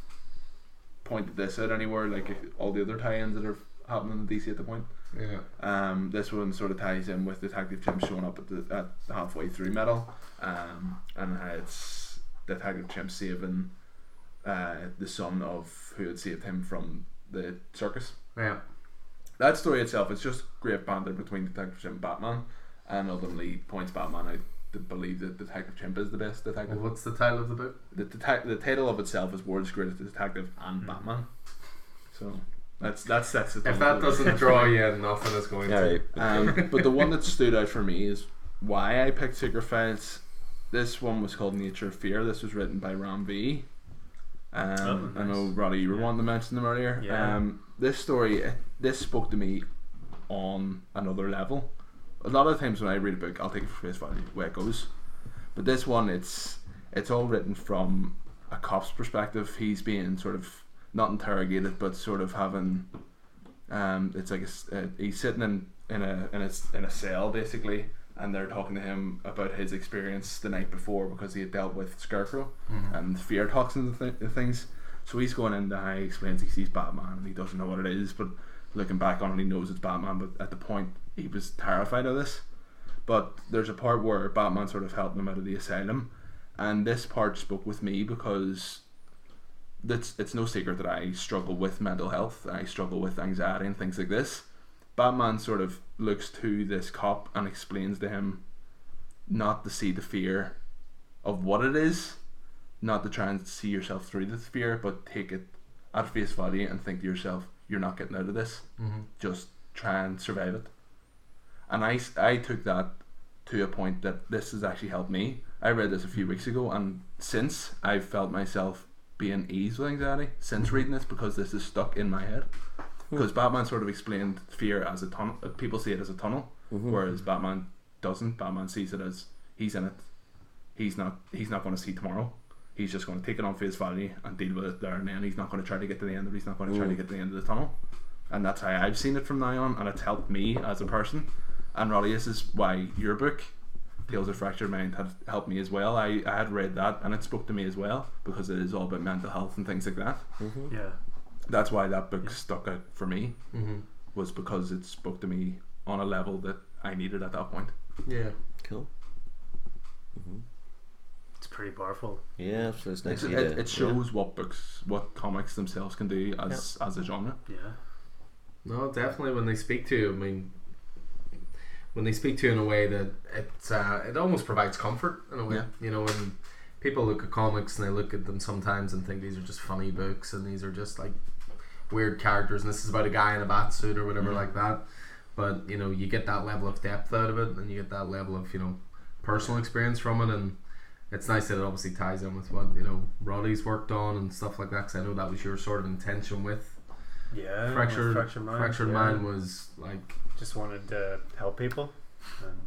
pointed this out anywhere like all the other tie-ins that are happening in DC at the point. Yeah, Um, this one sort of ties in with Detective Jim showing up at the at halfway through metal, um, and how it's Detective Jim saving uh, the son of who had saved him from the circus. yeah, That story itself is just great banter between Detective Jim and Batman, and ultimately points Batman out to believe that Detective Jim is the best detective. Well, what's the title of the book? The, detec- the title of itself is World's Greatest Detective and Batman, so that's that's that's the Mm-hmm. If that doesn't draw you, in, nothing is going All right. to. Um, but the one that stood out for me is why I picked Sacrifice. This one was called Nature of Fear. This was written by Ram V. Um, Oh, I know, nice. Roddy, you were Yeah. wanting to mention them earlier. Yeah. Um, this story, eh, this spoke to me on another level. A lot of times when I read a book, I'll take it for face value, where it goes. But this one, it's it's all written from a cop's perspective. He's being sort of not interrogated, but sort of having um, it's like a s uh, he's sitting in in a in a s- in a cell basically, and they're talking to him about his experience the night before because he had dealt with Scarecrow and fear toxins and, th- and things. So he's going in there. He explains he sees Batman and he doesn't know what it is, but looking back on it, he knows it's Batman. But at the point, he was terrified of this. But there's a part where Batman sort of helped him out of the asylum, and this part spoke with me because that's it's no secret that I struggle with mental health. I struggle with anxiety and things like this. Batman sort of looks to this cop and explains to him not to see the fear of what it is, not to try and see yourself through the fear, but take it at face value and think to yourself, you're not getting out of this. Mhm. Just try and survive it. And I, s- I took that to a point that this has actually helped me. I read this a few weeks ago, and since I've felt myself being eased with anxiety since reading this because this is stuck in my head. Because Batman sort of explained fear as a tunnel. uh, People see it as a tunnel, whereas Batman doesn't. Batman sees it as he's in it. He's not. He's not going to see tomorrow. He's just going to take it on face value and deal with it there and then. He's not going to try to get to the end of it. He's not going to try to get to the end of the tunnel. And that's how I've seen it from now on, and it's helped me as a person. And Roddy, this is why your book, Tales of Fractured Mind, had helped me as well. I, I had read that, and it spoke to me as well because it is all about mental health and things like that. Yeah. That's why that book stuck out for me Mhm. was because it spoke to me on a level that I needed at that point. Yeah. Cool. It's pretty powerful. Yeah, so it's nice. It, of you to- it, it shows what books, what comics themselves can do as as a genre. Yeah. No, definitely when they speak to you, I mean, when they speak to you in a way that it uh, it almost provides comfort in a way. Yeah. You know, when people look at comics and they look at them sometimes and think these are just funny books and these are just like weird characters and this is about a guy in a bat suit or whatever Mhm. like that. But you know, you get that level of depth out of it and you get that level of you know personal experience from it and. It's nice that it obviously ties in with what you know Roddy's worked on and stuff like that. Because I know that was your sort of intention with Yeah. with fractured fractured mind. fractured yeah. mind was like Just wanted to help people. And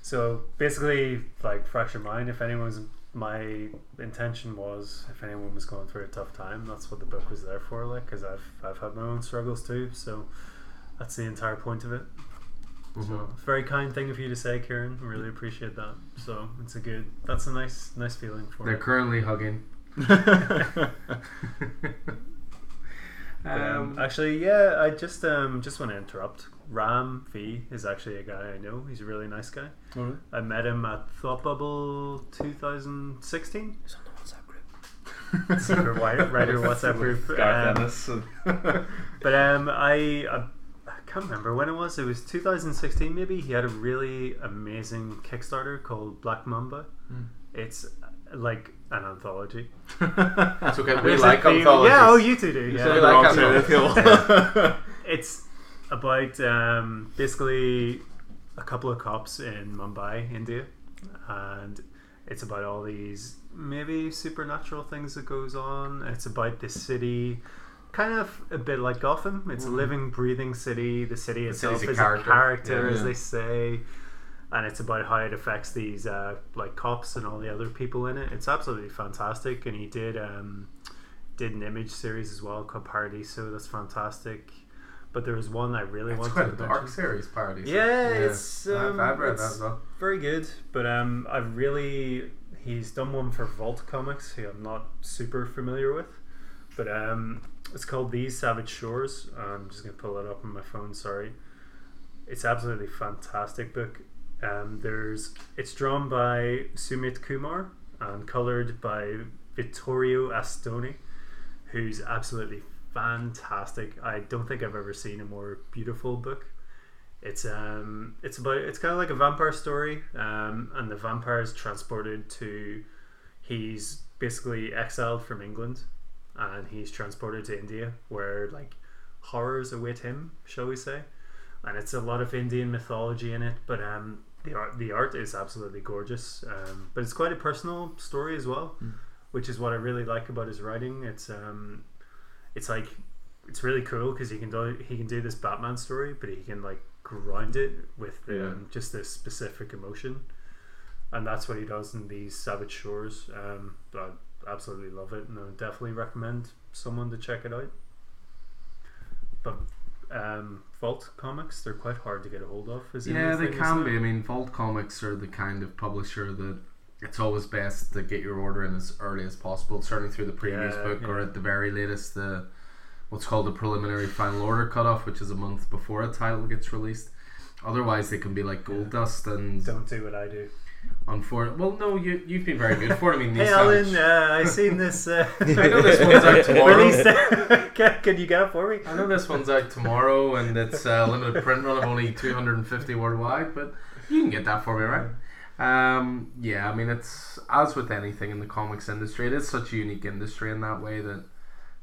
so basically, like fractured mind. If anyone's my intention was, if anyone was going through a tough time, that's what the book was there for. Like, because I've I've had my own struggles too. So that's the entire point of it. mhm. So it's a very kind thing of you to say, Kieran. Really appreciate that. So it's a good. That's a nice nice feeling for they're it. currently hugging Um, Um, actually, yeah, I just um, just want to interrupt. Ram V is actually a guy I know. He's a really nice guy. Oh, I met him at Thought Bubble 2016. It's on the WhatsApp group. Super White Writer WhatsApp group. Garth Um, Ennis and- but um, I, I I can't remember when it was. It was 2016 maybe. He had a really amazing Kickstarter called Black Mamba. Hmm. It's uh, like an anthology. That's okay. We There's a like theme- anthologies. Yeah, oh, you two do. You yeah. said We the wrong like side of the table. It's about um, basically a couple of cops in Mumbai, India, and it's about all these maybe supernatural things that goes on. It's about this city, kind of a bit like Gotham. It's a living, breathing city. The city itself city's a is character. a character, Yeah. as they say. And it's about how it affects these uh, like cops and all the other people in it. It's absolutely fantastic. And he did um, did an image series as well called Party, so that's fantastic. But there was one I really It's wanted quite a to dark mention. series parody. so- Yeah, it's um, I've, I've read that it's as well. very good. But um, I really he's done one for Vault Comics, who I'm not super familiar with. But um, it's called These Savage Shores. I'm just gonna pull it up on my phone. Sorry, it's absolutely fantastic book. Um, there's it's drawn by Sumit Kumar and colored by Vittorio Astoni, who's absolutely fantastic. I don't think I've ever seen a more beautiful book. It's um, it's about it's kind of like a vampire story, um, and the vampire is transported to. He's basically exiled from England, and he's transported to India, where like horrors await him, shall we say? And it's a lot of Indian mythology in it, but um, the art the art is absolutely gorgeous. Um, but it's quite a personal story as well, which is what I really like about his writing. It's um, it's like it's really cool because he can do he can do this Batman story, but he can like ground it with um, Yeah. just this specific emotion, and that's what he does in these Savage Shores. Um, I absolutely love it, and I would definitely recommend someone to check it out. But um, Vault comics, they're quite hard to get a hold of. Is the Yeah, only they thing, can isn't be. it? I mean, Vault Comics are the kind of publisher that it's always best to get your order in as early as possible, certainly through the previous Yeah, book or yeah. at the very latest the what's called the preliminary final order cutoff, which is a month before a title gets released. Otherwise, they can be like gold dust and Don't do what I do. unfor- Well, no, you you've been very good for it. I mean, Hey, these Alan, uh, I seen this. Uh, I know this one's out tomorrow. released. can, can you get it for me? I know this one's out tomorrow and it's a limited print run of only 250 worldwide, but you can get that for me, right? Um, yeah, I mean, it's as with anything in the comics industry, it is such a unique industry in that way that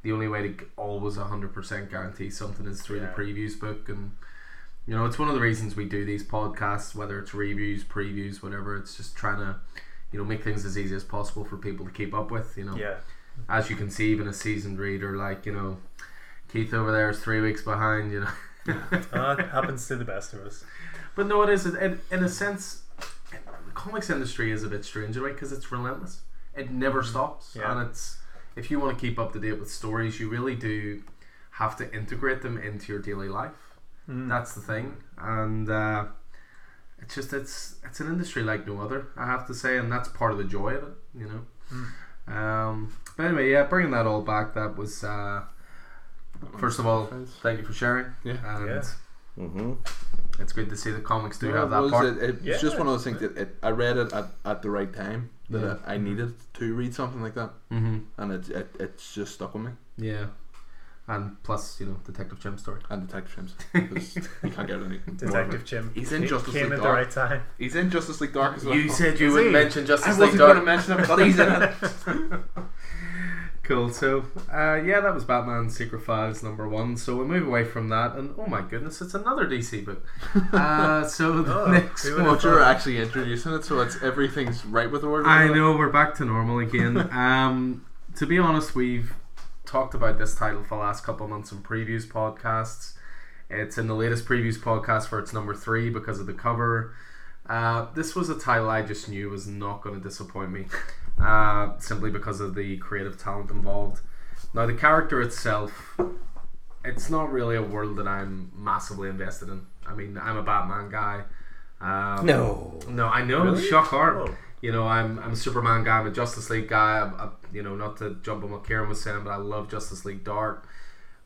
the only way to g- always 100% guarantee something is through Yeah. the previews book. And, you know, it's one of the reasons we do these podcasts, whether it's reviews, previews, whatever, it's just trying to, you know, make things as easy as possible for people to keep up with, you know Yeah. as you can see, even a seasoned reader, like you know, Keith over there is three weeks behind, you know. Uh, it happens to the best of us. But no, it is in, in a sense, the comics industry is a bit strange, right? Because it's relentless; it never stops, Yeah. and it's if you want to keep up to date with stories, you really do have to integrate them into your daily life. That's the thing, and uh, it's just it's it's an industry like no other. I have to say, and that's part of the joy of it, you know. Hmm. Um, but anyway, yeah, bringing that all back, that was uh, first of all, thank you for sharing, yeah. and Yeah. Mm-hmm. it's good to see the comics do Well, have that was part. It, it's Yeah. just one of those things that it, I read it at, at the right time that Yeah. I, I needed to read something like that, Mm-hmm. and it, it it's just stuck with me. Yeah, and plus, you know, Detective Jim story. And Detective James, because you can't get any. Detective Jim. He's in He Justice Came League at the Dark. right time. He's in Justice League Dark as well. You said Is you wouldn't he? mention I Justice League wasn't Dark. going to mention it, but he's in it. Cool. So, uh, yeah, that was Batman Secret Files number one. So we move away from that, and oh my goodness, it's another DC book. Uh, so the Oh, next who one. would've But you're actually introducing it, so it's everything's right with the word. I know we're back to normal again. um, to be honest, we've talked about this title for the last couple of months in previews podcasts. It's in the latest previews podcast for its number three because of the cover. Uh, this was a title I just knew was not going to disappoint me, uh, simply because of the creative talent involved. Now, the character itself, it's not really a world that I'm massively invested in. I mean, I'm a Batman guy. Um, No. no, I know. Really? Shock horror. Oh. you know, I'm I'm a Superman guy. I'm a Justice League guy. I'm, I, you know, not to jump on what Karen was saying, but I love Justice League Dark.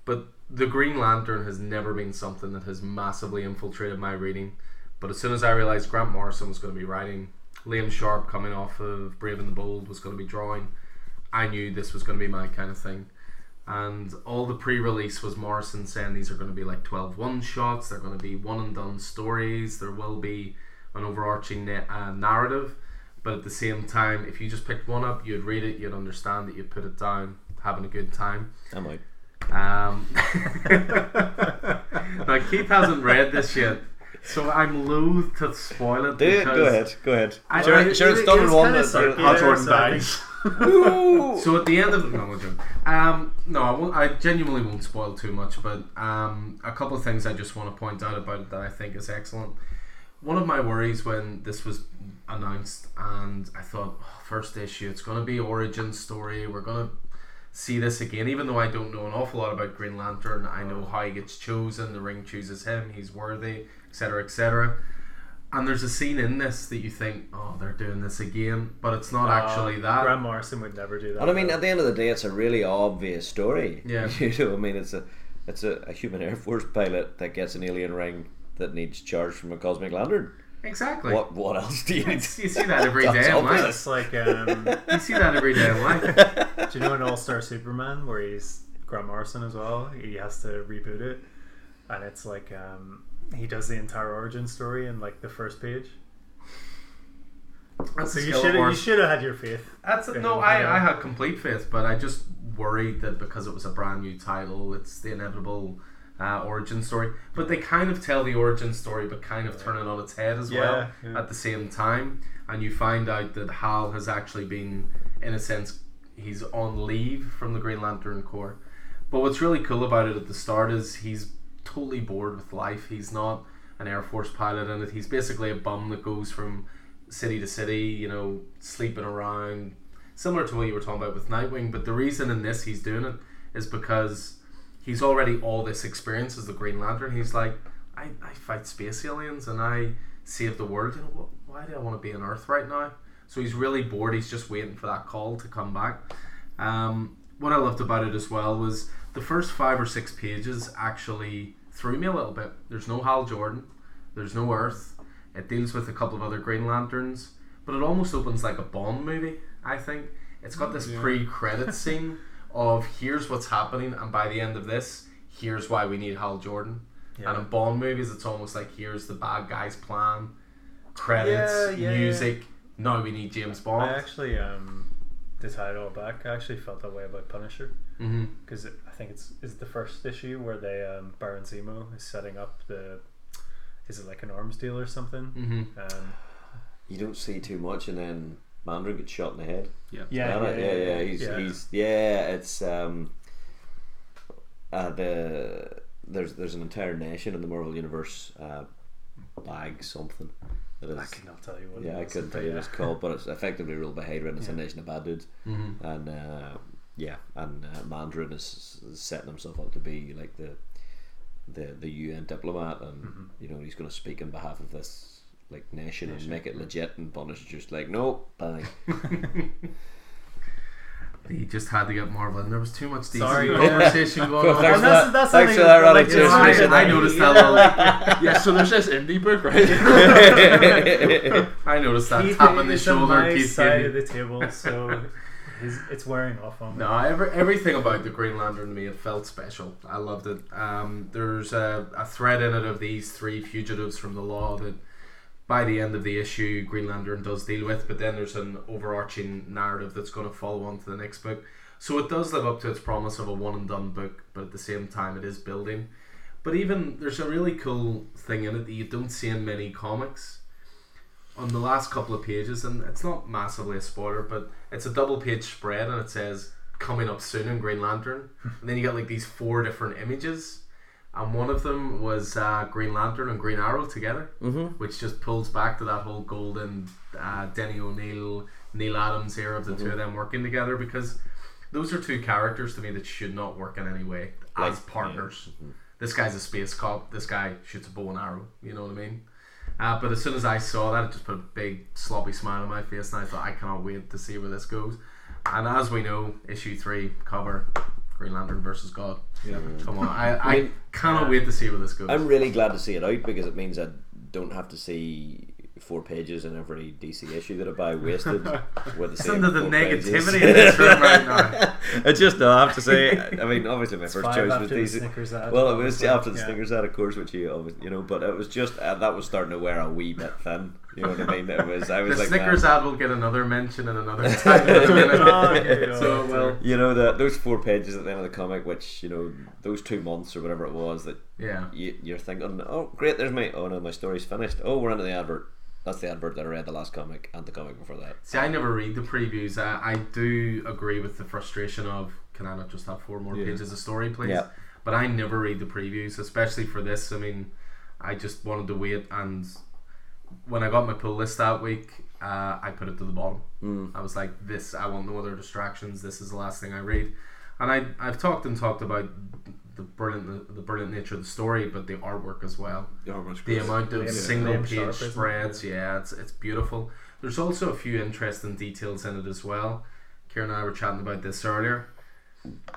But the Green Lantern has never been something that has massively infiltrated my reading. But as soon as I realized Grant Morrison was going to be writing, Liam Sharp coming off of Brave and the Bold was going to be drawing, I knew this was going to be my kind of thing. And all the pre release was Morrison saying these are going to be like 12 one shots, they're going to be one and done stories, there will be an overarching na- uh, narrative. But at the same time, if you just picked one up, you'd read it, you'd understand it, you'd put it down, having a good time. I'm out. Um, now Keith hasn't read this yet, so I'm loath to spoil it. Do it. Go because- ahead. Go ahead. I- sure, I- sure, it- it's done it's in one. kinda that's- circular, that's so I one think- dies. So at the end of no, I'm joking. um, no, I, won't, I genuinely won't spoil too much, but um, a couple of things I just want to point out about it that I think is excellent. One of my worries when this was announced, and I thought oh, first issue, it's going to be origin story. We're going to see this again, even though I don't know an awful lot about Green Lantern. I know how he gets chosen. The ring chooses him. He's worthy, etc., etc. And there's a scene in this that you think, oh, they're doing this again, but it's Uh, not actually that. Grant Morrison would never do that. And I mean, though. at the end of the day, it's a really obvious story. Yeah. You know, I mean, it's a it's a, a human Air Force pilot that gets an alien ring that needs charge from a cosmic lantern. Exactly. what what else do you need? You see that every That's day in obvious. life. It's like, um, do You see that every day in life. you know an All Star Superman where he's Grant Morrison as well? He has to reboot it, and it's like um, he does the entire origin story in like the first page. That's So you skill should or- you should have had your faith. That's no, I, I had complete faith, but I just worried that because it was a brand new title, it's the inevitable uh, origin story. But they kind of tell the origin story, but kind of turn it on its head as well Yeah, yeah. at the same time. And you find out that Hal has actually been, in a sense, he's on leave from the Green Lantern Corps. But what's really cool about it at the start is he's totally bored with life. He's not an Air Force pilot in it. He's basically a bum that goes from city to city, you know, sleeping around, similar to what you were talking about with Nightwing. But the reason in this he's doing it is because he's already all this experience as the Green Lantern. He's like, I, I fight space aliens and I save the world. You know, wh- why do I want to be on Earth right now? So he's really bored. He's just waiting for that call to come back. Um, what I loved about it as well was the first five or six pages actually threw me a little bit. There's no Hal Jordan. There's no Earth. It deals with a couple of other Green Lanterns, but it almost opens like a Bond movie. I think it's got this pre-credit scene of here's what's happening, and by the end of this, here's why we need Hal Jordan. And in Bond movies, it's almost like here's the bad guy's plan, credits, Yeah, yeah, music. Now we need James Bond. I actually um, to tie it all back. I actually felt that way about Punisher. mm-hmm. because I think it's is it the first issue where they um, Baron Zemo is setting up the is it like an arms deal or something? Mm-hmm. Um, You don't see too much, and then Mandarin gets shot in the head. yeah, yeah, yeah, yeah, He's, he's yeah. It's um, uh, the there's there's an entire nation in the Marvel universe, uh, bag something that is. I cannot tell you what. yeah, it I is, couldn't but tell you what yeah. it's called, but it's effectively ruled by Hydra and it's a Yeah. nation of bad dudes. Mm-hmm. and uh, yeah, and uh, Mandarin is is setting himself up to be like the the the UN diplomat, and Mhm. you know he's going to speak on behalf of this like nation, Nation, and make it legit. And Punisher's just like, no, bang. He just had to get Marvel, and there was too much decent Sorry, yeah. conversation going Well, on. thanks And that's- that's the thanks thing for that, with, Ronald. like, Yeah, Cheers for I- missing I, I that. noticed that. Little, yeah, so there's this indie book, right? I noticed that Keith tap on the is on shoulder. my Keith side gave of me. the table, so he's, it's wearing off on me. No, every, everything about the Green Lantern to me it felt special. I loved it. Um, there's a, a thread in it of these three fugitives from the law that, by the end of the issue, Green Lantern does deal with. But then there's an overarching narrative that's going to follow on to the next book. So it does live up to its promise of a one and done book, but at the same time, it is building. But even there's a really cool thing in it that you don't see in many comics. On the last couple of pages, and it's not massively a spoiler, but it's a double page spread and it says coming up soon in Green Lantern. And then you get like these four different images, and one of them was uh, Green Lantern and Green Arrow together, Mhm. which just pulls back to that whole golden uh, Denny O'Neill, Neil Adams era of the two of them working together because those are two characters to me that should not work in any way Mm-hmm. as partners. This guy's a space cop. This guy shoots a bow and arrow. You know what I mean? Uh, but as soon as I saw that, it just put a big sloppy smile on my face, and I thought, I cannot wait to see where this goes. And as we know, issue three cover Green Lantern versus God. Mm. Yeah. Come on, I, I I mean, cannot wait to see where this goes. I'm really glad to see it out because it means I don't have to see four pages in every DC issue that I buy wasted. with the Listen same to the four negativity pages. in this room right now. I just no, I have to say. I mean, obviously my first five choice after was DC. the Snickers ad, well, it was obviously. after the Yeah. Snickers ad, of course, which you always, you know. But it was just uh, that was starting to wear a wee bit thin. You know what I mean? It was. I was The like, Snickers man, ad will get another mention in another time. doesn't it? Oh, here we so are. well, You know that those four pages at the end of the comic, which you know those two months or whatever it was that yeah. you, you're thinking, oh great, there's my oh no, my story's finished. Oh, we're into the advert. That's the advert that I read the last comic and the comic before that. See, I never read the previews. I, I do agree with the frustration of can I not just have four more Yeah. pages of story, please? Yeah. But I never read the previews, especially for this. I mean, I just wanted to wait, and when I got my pull list that week, uh, I put it to the bottom. I was like, this, I want no other distractions. This is the last thing I read. And I, I've talked and talked about the brilliant, the, brilliant nature of the story, but the artwork as well. Yeah, much The good. amount of Liam- single Liam page Sharp, isn't it? spreads, yeah, it's, it's beautiful. There's also a few interesting details in it as well. Kieran and I were chatting about this earlier.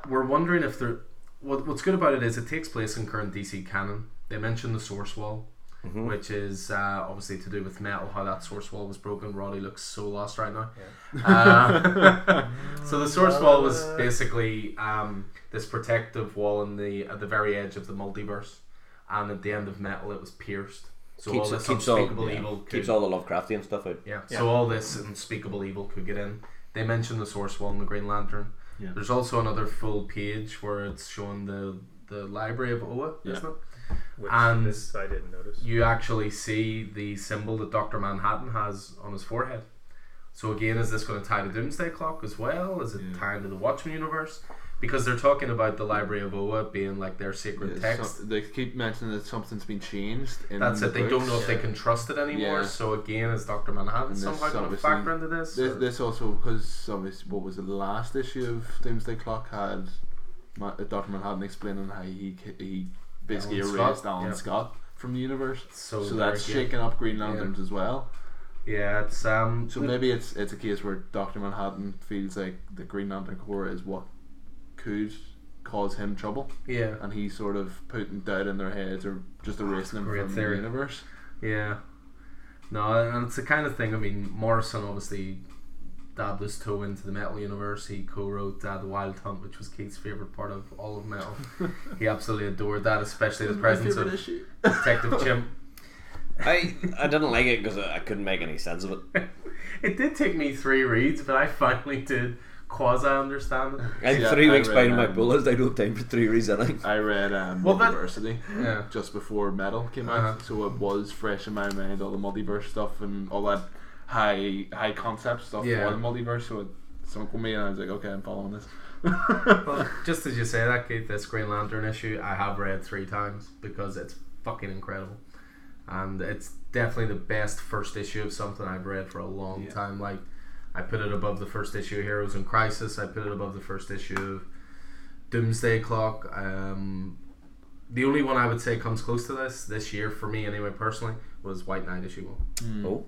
We're wondering if there. What, what's good about it is it takes place in current DC canon. They mention the source wall, Mm-hmm. which is uh, obviously to do with metal, how that source wall was broken. Roddy looks so lost right now. Uh, so the source wall was basically um, this protective wall in the at the very edge of the multiverse, and at the end of metal, it was pierced. So all this unspeakable yeah, evil could- keeps all the Lovecraftian stuff out. yeah. So all this unspeakable evil could get in. They mention the source wall and the Green Lantern. Yeah. There's also another full page where it's showing the the library of Oa, isn't Yeah. it? Which And- this I didn't notice. You actually see the symbol that Doctor Manhattan has on his forehead. So again, is this going to tie to Doomsday Clock as well? Is it Yeah. tying to the Watchmen universe? Because they're talking about the Library of Oa being like their Yeah, sacred some- text. they keep mentioning that something's been changed. In That's the it. They don't books. know if they can trust it anymore. Yeah. So again, is Doctor Manhattan And this somehow going to obviously- factor into this? This, or- this also because obviously what was the last issue of Doomsday Clock had Ma- uh, Doctor Manhattan explaining how he ca- he basically Alan erased Scott, Alan yeah. Scott from the universe. So So, there that's again. shaking up Green Lanterns as well. Yeah, it's um. So maybe it's it's a case where Doctor Manhattan feels like the Green Lantern Corps is what could cause him trouble, yeah, and he's sort of putting doubt in their heads or just erasing them Great from theory. the universe. yeah. No, and it's the kind of thing. I mean, Morrison obviously dabbed his toe into the metal universe. He co-wrote uh, the Wild Hunt, which was Keith's favorite part of all of metal. he absolutely adored that, especially the presence of issue. Detective Chimp. I I didn't like it because I, I couldn't make any sense of it. It did take me three reads, but I finally did quasi understand it. I'm Yeah, three I weeks read, behind my um, bullets. I don't have time for three reads. I think. I read um, Well, that- Multiversity Yeah. just before Metal came Uh-huh. out, so it was fresh in my mind. All the multiverse stuff and all that high high concept stuff Yeah. for the multiverse. So it sunk with me, and I was like, okay, I'm following this. Well, just as you say that, Keith, this Green Lantern issue I have read three times because it's fucking incredible, and it's definitely the best first issue of something I've read for a long Yeah. time. Like, I put it above the first issue of Heroes in Crisis. I put it above the first issue of Doomsday Clock. Um, the only one I would say comes close to this this year for me, anyway, personally, was White Knight issue one. Oh,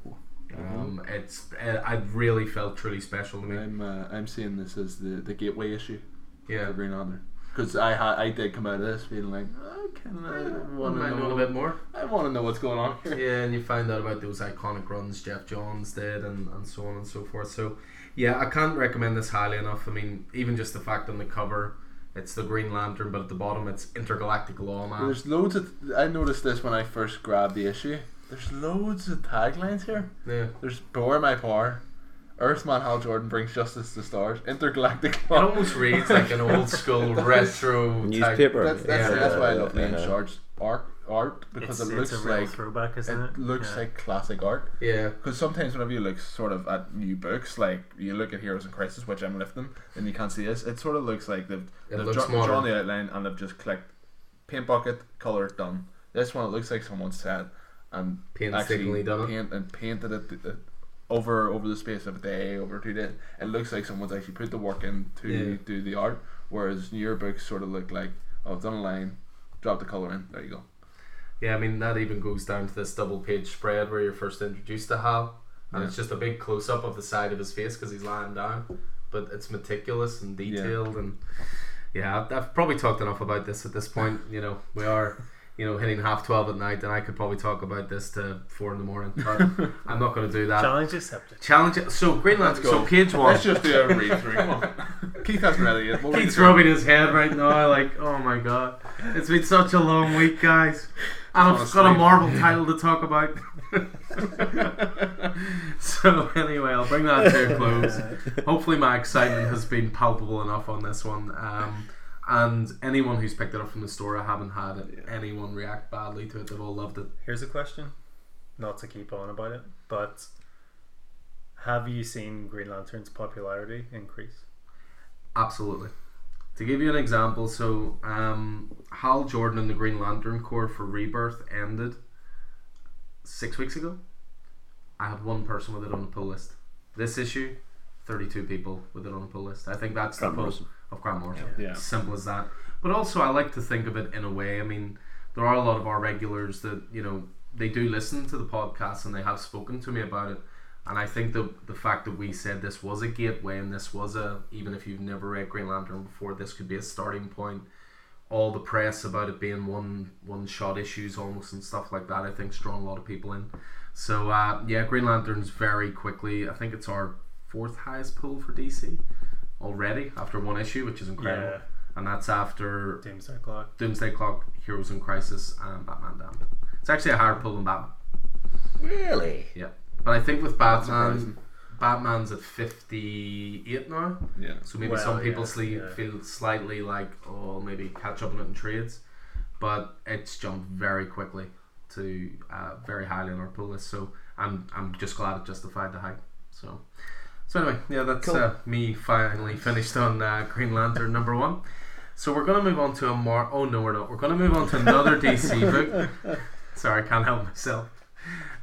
Um, it's uh, I really felt truly special to me. I'm uh, I'm seeing this as the, the gateway issue Yeah, for Green Lantern because I ha- I did come out of this feeling like I kind of want want to know a bit more. I want to know what's going on here. Yeah, and you find out about those iconic runs Jeff Johns did and, and so on and so forth. So, yeah, I can't recommend this highly enough. I mean, even just the fact on the cover, it's the Green Lantern, but at the bottom, it's Intergalactic Lawman. There's loads of I noticed this when I first grabbed the issue. There's loads of taglines here. Yeah. There's Power My Power. Earthman Hal Jordan brings justice to stars. Intergalactic. It almost reads like an old school retro Type. newspaper. That's, that's, Yeah, that's why I love yeah, Liam yeah. Sharp's art, art because It's, it it's looks a real like throwback, isn't it? it looks Yeah. like classic art. Yeah. Because sometimes whenever you look sort of at new books, like you look at Heroes and Crisis, which I'm lifting, and you can't see this, it sort of looks like they've, It they've looks dra- modern. drawn the outline and they've just clicked paint bucket, color done. This one it looks like someone sat and Painstakingly actually done it. paint and painted it uh, over over the space of a day, over two days. It looks like someone's actually put the work in to Yeah. do the art. Whereas your books sort of look like oh, I've done a line, drop the color in, there you go. Yeah, I mean that even goes down to this double page spread where you're first introduced to Hal, and Yeah. it's just a big close up of the side of his face because he's lying down, but it's meticulous and detailed and yeah, I've, I've probably talked enough about this at this point. You know, we are you know hitting half twelve at night, and I could probably talk about this to four in the morning, but I'm not going to do that. Challenge accepted. Challenge. So Green Lantern. Let's go. So page one. Let's just do a read through. Come on. Keith hasn't read it yet. We'll read Keith's it through. rubbing his head right now, like, oh my god, it's been such a long week, guys. And I've got a Honestly. Marvel title to talk about. so anyway, I'll bring that to a close. Hopefully, my excitement has been palpable enough on this one. Um, and anyone who's picked it up from the store, I haven't had it. anyone react badly to it. They've all loved it. Here's a question. Not to keep on about it, but have you seen Green Lantern's popularity increase? Absolutely. To give you an example, so um, Hal Jordan and the Green Lantern Corps for Rebirth ended six weeks ago. I had one person with it on the pull list. This issue, 32 people with it on the pull list. I think that's Grant the pull Morrison. of Grant Morrison. Yeah. Yeah. Simple as that. But also, I like to think of it in a way. I mean, there are a lot of our regulars that, you know, they do listen to the podcast and they have spoken to me about it. And I think the the fact that we said this was a gateway and this was a even if you've never read Green Lantern before, this could be a starting point. All the press about it being one one shot issues almost and stuff like that, I think's drawn a lot of people in. So uh, yeah, Green Lantern's very quickly. I think it's our fourth highest pull for DC already after one issue, which is incredible. Yeah. And that's after Doomsday Clock. Doomsday Clock, Heroes in Crisis, and Batman Damned. It's actually a higher pull than Batman. Really? Yeah, but I think with Batman, surprising. Batman's at fifty-eight now, Yeah. so maybe Well, some people yeah, sli- yeah. feel slightly like, oh, maybe catch up on it in trades, but it's jumped very quickly to uh, very highly on our pull list. So I'm I'm just glad it justified the hype. So. So anyway, yeah, that's Cool. uh, me finally finished on uh, Green Lantern number one. So we're gonna move on to a more. Oh no, we're not. We're gonna move on to another DC book. Sorry, I can't help myself.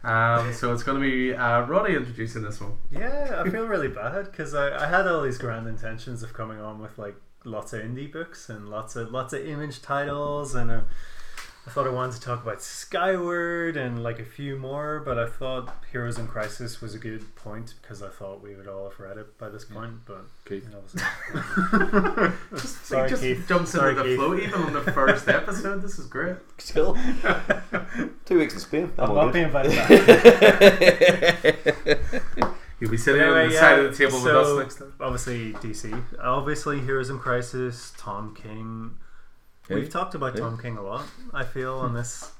Um, so it's going to be uh, Roddy introducing this one. Yeah, I feel really bad because I, I had all these grand intentions of coming on with like lots of indie books and lots of lots of image titles and uh, I thought I wanted to talk about Skyward and like a few more, but I thought Heroes in Crisis was a good point because I thought we would all have read it by this point, but Keith. you know, obviously- Just, Sorry, he just Keith. jumps Sorry, into the Keith. flow even on the first episode. This is great. Cool. Two weeks in Spain. I'm all not good. being invited back. You'll be sitting on Anyway, the side yeah, of the table with so- us next time. obviously DC. Obviously, Heroes in Crisis, Tom King. Who? We've talked about Who? Tom King a lot. I feel on Hmm. this.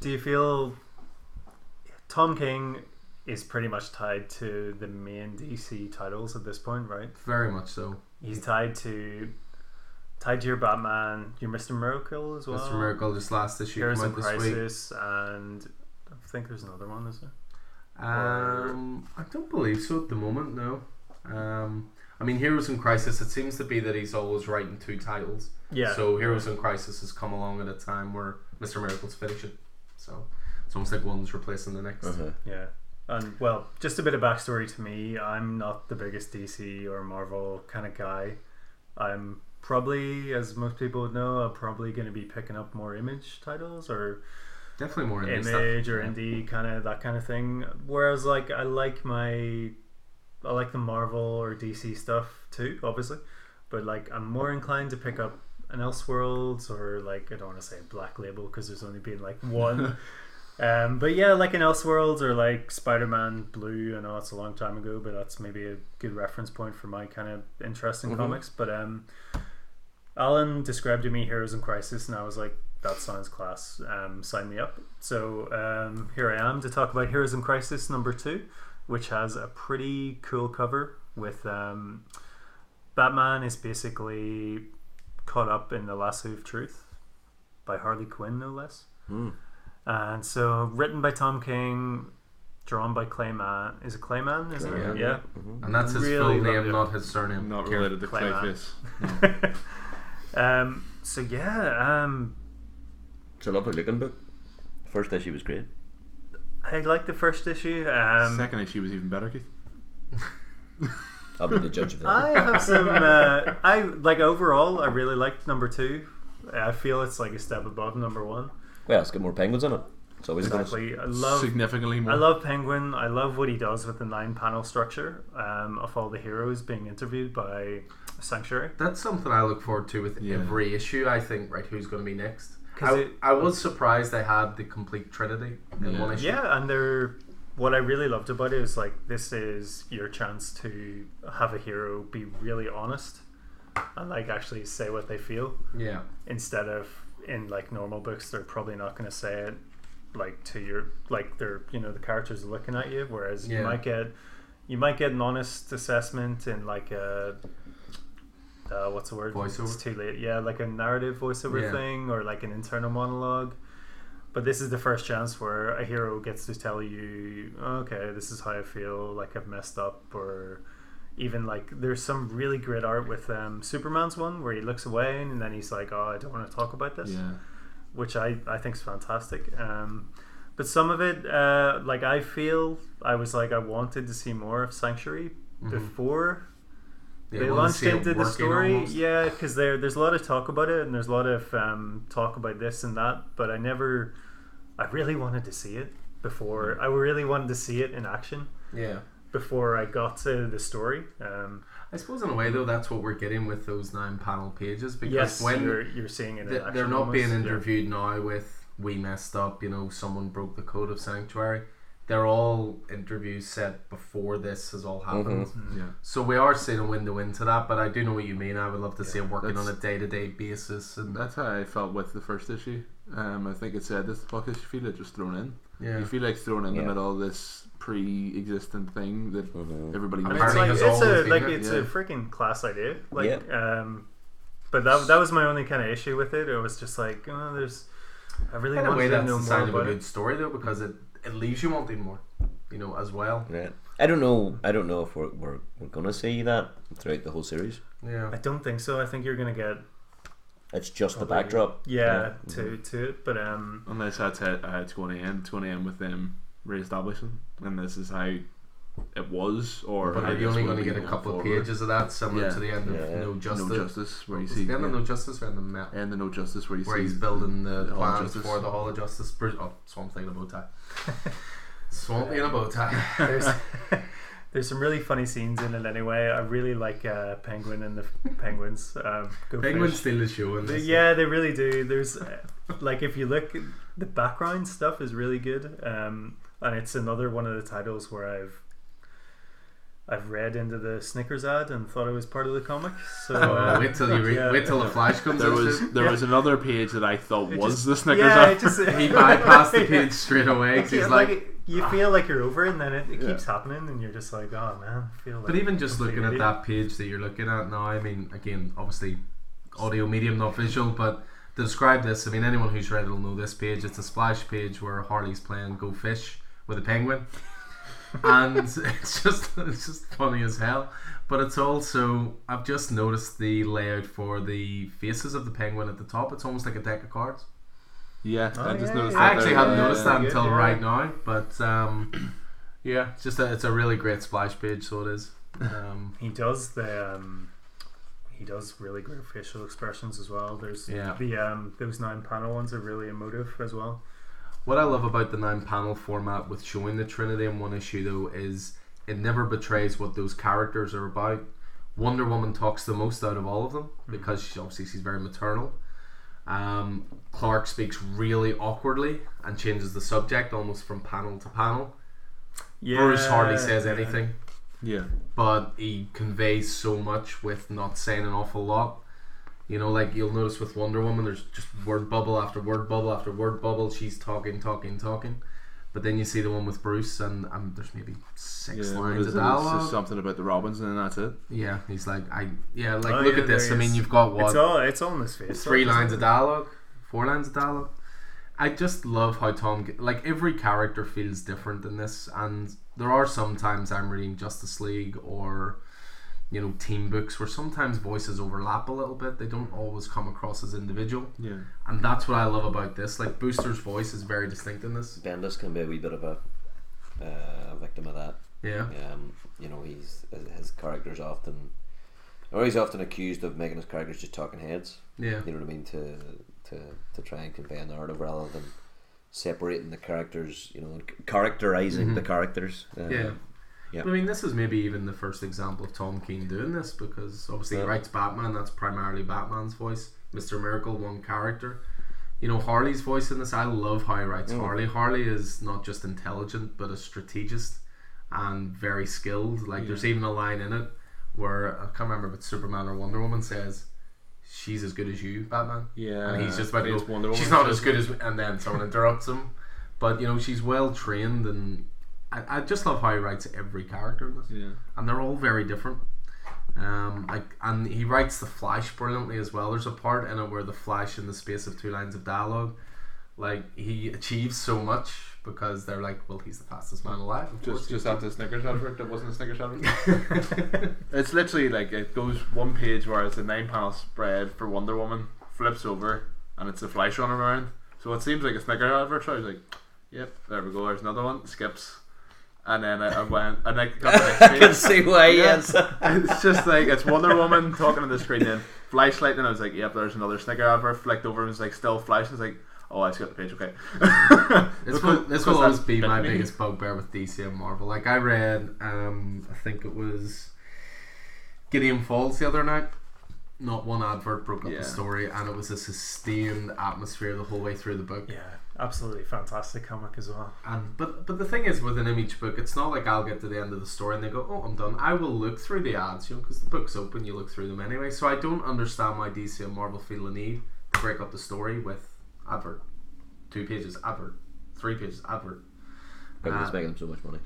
Do you feel Tom King is pretty much tied to the main DC titles at this point, right? Very much so. He's tied to tied to your Batman, your Mister Miracle as well. Mr. Miracle just last issue Heroes came in out this week. Crisis, and I think there's another one, is there? Um, I don't believe so at the moment. No. Um, I mean, Heroes in Crisis. It seems to be that he's always writing two titles. Yeah. So Heroes in Crisis has come along at a time where Mr. Miracle's finishing. So it's almost like one's replacing the next. Uh-huh. Yeah. And well, just a bit of backstory to me. I'm not the biggest DC or Marvel kind of guy. I'm probably, as most people would know, I'm probably going to be picking up more image titles or Definitely more indie stuff. image or indie kind of that kind of thing. Whereas, like, I like my, I like the Marvel or DC stuff too, obviously. But like, I'm more inclined to pick up an Elseworlds or like I don't want to say Black Label because there's only been like one. um, but yeah, like an Elseworlds or like Spider-Man Blue. I know that's a long time ago, but that's maybe a good reference point for my kind of interest Mm-hmm. in comics. But um, Alan described to me Heroes in Crisis, and I was like, that sounds class. Um, sign me up. So um, here I am to talk about Heroes in Crisis number two, which has a pretty cool cover with um, Batman is basically caught up in the lasso of truth by Harley Quinn, no less. And so, written by Tom King, drawn by Clayman. Is it Clayman? Is Clayman, it? yeah. Yeah. And that's his Really full lovely. name, not his surname. Not Kieran. related to Clayman. Clayface. Um, so yeah, um, It's a lovely looking book. First issue was great. I like the first issue. Um, Second issue was even better, Keith. I'll be the judge of that. I have some. Uh, I like overall. I really liked number two. I feel it's like a step above number one. Well, it's got more penguins in it. It's always nice. Exactly. I love significantly more. I love Penguin. I love what he does with the nine panel structure um, of all the heroes being interviewed by Sanctuary. That's something I look forward to with Yeah. every issue. I think right, who's going to be next? 'Cause I, it- I was surprised they had the complete trinity in Yeah. one issue. Yeah, and they're. What I really loved about it is like this is your chance to have a hero be really honest and like actually say what they feel yeah, instead of in like normal books they're probably not going to say it like to your like they're you know the characters are looking at you whereas Yeah. you might get you might get an honest assessment in like a uh, what's the word Voiceover? it's too late yeah like a narrative voiceover Yeah. thing or like an internal monologue but this is the first chance where a hero gets to tell you okay this is how i feel like i've messed up or even like there's some really great art with um, superman's one where he looks away and then he's like oh i don't want to talk about this Yeah. which I, I think is fantastic. Um, but some of it, uh, like I feel, I was like, I wanted to see more of Sanctuary Mhm. before Yeah, they I wanna launched see it into the working story. almost. Yeah, because there there's a lot of talk about it and there's a lot of um, talk about this and that. But I never, I really wanted to see it before. Mm-hmm. I really wanted to see it in action yeah. before I got to the story. Um, I suppose in a way though, that's what we're getting with those nine panel pages because yes, when you're you're seeing it. In Th- action they're not being almost, yeah. interviewed now with we messed up you know someone broke the code of sanctuary they're all interviews set before this has Mm-hmm. all happened Yeah. so we are seeing a window into that but i do know what you mean i would love to see it working on a that's- day-to-day basis and That's how I felt with the first issue. Um, I think it said this podcast. You feel it just thrown in. yeah You feel like thrown in Yeah. the middle of this pre-existent thing that Mhm. everybody. And And knows. it's Apparently like has it's always a been like there, it's yeah. a freaking class idea. Like um, but that that was my only kind of issue with it. It was just like oh, there's I really in a way wanted to that's the know more sign of a about good it. story though because it, it leaves you wanting more you know as well Yeah. I don't know. I don't know if we're we're, we're gonna see that throughout the whole series. yeah I don't think so. I think you're gonna get It's just the Probably. backdrop. yeah, to to it, but um, Unless that's how it, how it's going to end. It's going to end with them re-establishing, and this is how it was, or but how are you it's only gonna going to be get a going couple of forward. pages of that similar Yeah. to the end of Yeah. no justice no justice, where you It's see the end of yeah. no justice and the Met. and the no justice, where you where see he's building the, the Hall of plans Justice. for the Hall of Justice. Bru- Oh, Swamp Thing in a bow tie. Swamp Thing in a bow tie. there's there's some really funny scenes in it anyway. I really like uh, Penguin and the Penguins. Um, go Penguin fish. still the show in They- this. Yeah, they really do. There's uh, like if you look, the background stuff is really good, um, and it's another one of the titles where I've I've read into the Snickers ad and thought it was part of the comic. So Oh, uh, wait till you re- yeah. wait till the Flash comes. There out was soon. there Yeah. was another page that I thought It was just- the Snickers. yeah, ad. it just he bypassed the page straight away Like, 'cause he's like, like. you feel like you're over, it and then it, it Yeah. keeps happening, and you're just like, oh man, I feel like. But even just complete looking at idiot. that page that you're looking at now, I mean, again, obviously, audio medium, not visual, but to describe this, I mean, anyone who's read it will know this page. It's a splash page where Harley's playing Go Fish with a penguin. and it's just it's just funny as hell. But it's also I've just noticed the layout for the faces of the penguin at the top. It's almost like a deck of cards. yeah, I Oh, just noticed. yeah, yeah, that I actually there. hadn't yeah, noticed yeah, that yeah, until yeah. right now, but um, yeah, it's just a, it's a really great splash page. So it is. Um, He does the um, he does really great facial expressions as well. There's Yeah. the um, those nine panel ones are really emotive as well. What I love about the nine panel format with showing the Trinity in one issue, though, is it never betrays what those characters are about. Wonder Woman talks the most out of all of them because she, obviously she's very maternal. Um, Clark speaks really awkwardly and changes the subject almost from panel to panel. Yeah, Bruce hardly says anything, Yeah, but he conveys so much with not saying an awful lot. You know, like you'll notice with Wonder Woman, there's just word bubble after word bubble after word bubble. She's talking, talking, talking. But then you see the one with Bruce, and um, there's maybe six yeah. what lines of is it? It's dialogue. just something about the Robins, and then that's it. yeah, he's like, I yeah, like Oh, look yeah, at this. I there he mean, is. you've got It's what all it's all in his face. three isn't lines it? of dialogue, four lines of dialogue. I just love how Tom, g- like every character feels different in this, and there are sometimes I'm reading Justice League or you know team books where sometimes voices overlap a little bit. They don't always come across as individual, Yeah, and that's what I love about this. Like Booster's voice is very distinct in this. Bendis can be a wee bit of a uh, victim of that. Yeah, Um, you know, he's his characters often, or he's often accused of making his characters just talking heads. yeah, You know what I mean? To to, to try and convey a narrative rather than separating the characters, you know, and characterizing the Mhm. characters. Uh, Mm-hmm. Yeah. Yeah. I mean, this is maybe even the first example of Tom Keane doing this because obviously Yeah. he writes Batman, that's primarily Batman's voice. Mr. Miracle, one character. You know, Harley's voice in this, I love how he writes Mm. Harley. Harley is not just intelligent, but a strategist and very skilled. Like, there's even a line in it where I can't remember if it's Superman or Wonder Woman says, She's as good as you, Batman. Yeah, and he's just about to it's go, Wonder she's Woman. not as good as and then someone interrupts him but you know she's well trained and I, I just love how he writes every character in this Yeah, and they're all very different um, like and he writes the Flash brilliantly as well there's a part in it where the Flash in the space of two lines of dialogue like he achieves so much because they're like well he's the fastest man alive of course just he just is. after the Snickers advert that wasn't a Snickers advert. it's literally like it goes one page where it's a nine panel spread for Wonder Woman, flips over, and it's the Flash running around. So it seems like a Snickers advert. So I was like, "Yep, there we go. There's another one." Skips, and then I, I went and I got the next I page. can see why, Yeah. yes. it's just like it's Wonder Woman talking to the screen then flashlight and I was like, Yep, there's another Snicker advert flicked over and it's like still flashing. It's like, Oh I just got the page, okay. This Because- will, this because will always that's be bit my me. biggest bugbear with DC and Marvel. Like I read, um, I think it was Gideon Falls the other night. Not one advert broke up Yeah. the story, and it was a sustained atmosphere the whole way through the book. Yeah, absolutely fantastic comic as well. And but but the thing is, with an image book, it's not like I'll get to the end of the story and they go, "Oh, I'm done." I will look through the ads, you know, because the book's open. You look through them anyway. So I don't understand why DC and Marvel feel the need to break up the story with advert, two pages advert, three pages advert. Maybe it's Uh, making them so much money.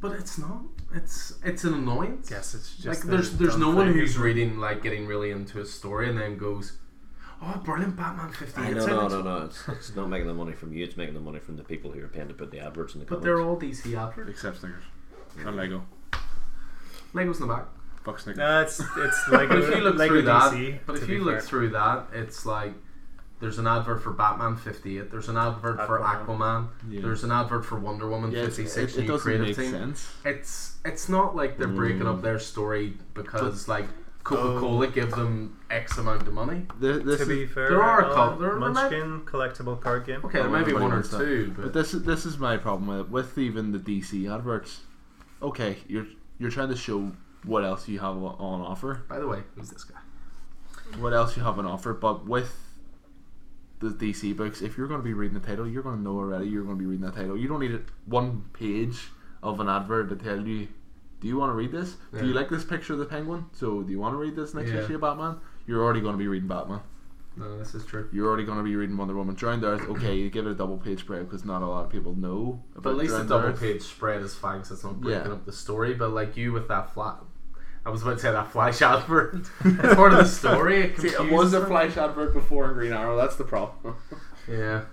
But it's not. It's it's an annoyance. Yes, it's just Like a there's there's dumb no one thing, who's isn't it? reading like getting really into a story and then goes, "Oh, brilliant Batman 58." No, It's- no, no, no. It's, it's not making the money from you. It's making the money from the people who are paying to put the adverts in the But comics. they're all DC adverts. Except Snickers. And Lego. Legos in the back. Fuck Snickers. No, it's it's like But if you look through DC, that, but to if be you look fair. through that, it's like there's an advert for Batman 58. There's an advert for Aquaman. Aquaman. Yeah. There's an advert for Wonder Woman Yeah, it's- 56. it, it new doesn't creative make team. sense. Mm. It's it's not like they're breaking up their story because like Coca Cola give them X amount of money. Th- This, to is, be fair, there are a uh, couple- there- there might- Munchkin collectible card game. Okay, there Oh, might be everybody one or wants that. two, but, but this is this is my problem with it. with even the DC adverts. Okay, you're you're trying to show what else you have on on offer. by the way, who's this guy? what else you have on offer, but with the DC books, if you're going to be reading the title, you're going to know already you're going to be reading that title. You don't need one page of an advert to tell you, do you want to read this? Do you Yeah. like this picture of the penguin? So, do you want to read this next Yeah. issue of Batman? You're already going to be reading Batman. No, this is true. You're already going to be reading Wonder Woman. Drowned Earth, okay, you give it a double page spread because not a lot of people know about But at least a Drowned double Earth. page spread is fine because it's not breaking Yeah. up the story. But like you with that flat, I was about to say that flash advert. it's part of the story. It See, it confuses was a me. flash advert before Green Arrow, that's the problem. Yeah,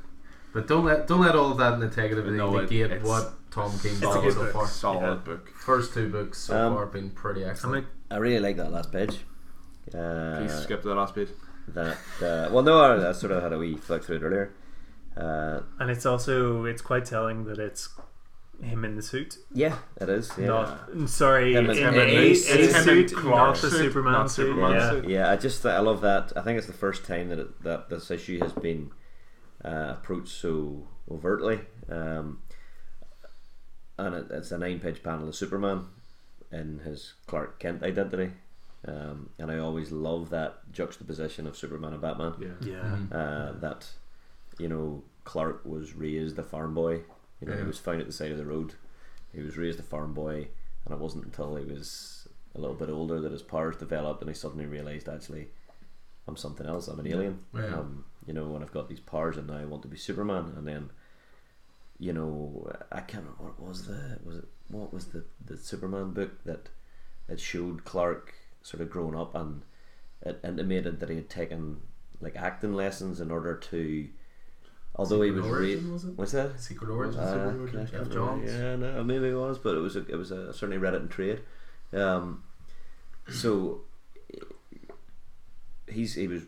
but don't let don't let all of that negativity No, it- negate it's- what Tom King a does good so book. far. Solid Yeah. book. First two books so Um, far have been pretty I'm excellent. like, I really like that last page. Uh, Please skip to the last page. that uh, well no I, I sort of had a wee flick through it earlier uh, and it's also it's quite telling that it's him in the suit. yeah it is yeah Not mm, sorry, Him in in- a, him in the a suit. suit, Him in not Clark's the suit, Superman not suit. Superman yeah. suit. yeah I just I love that I think it's the first time that it, that this issue has been uh, approached so overtly um, and it, it's a nine page panel of Superman in his Clark Kent identity um, and I always love that juxtaposition of Superman and Batman Yeah. uh, that you know Clark was raised a farm boy. You know, he Yeah. was found at the side of the road. He was raised a farm boy, and it wasn't until he was a little bit older that his powers developed, and he suddenly realized actually, I'm something else. I'm an alien. Yeah. Um, you know, and I've got these powers, and now I want to be Superman. And then, you know, I can't remember what was the was it what was the the Superman book that it showed Clark sort of grown up and it intimated that he had taken like acting lessons in order to although he was Secret Origin, ra- was it? what's that Secret Origins. Uh, Secret Origins, can I- Jeff Johns. yeah no maybe it was but it was a, it was a, I certainly read it in trade um, so he's he was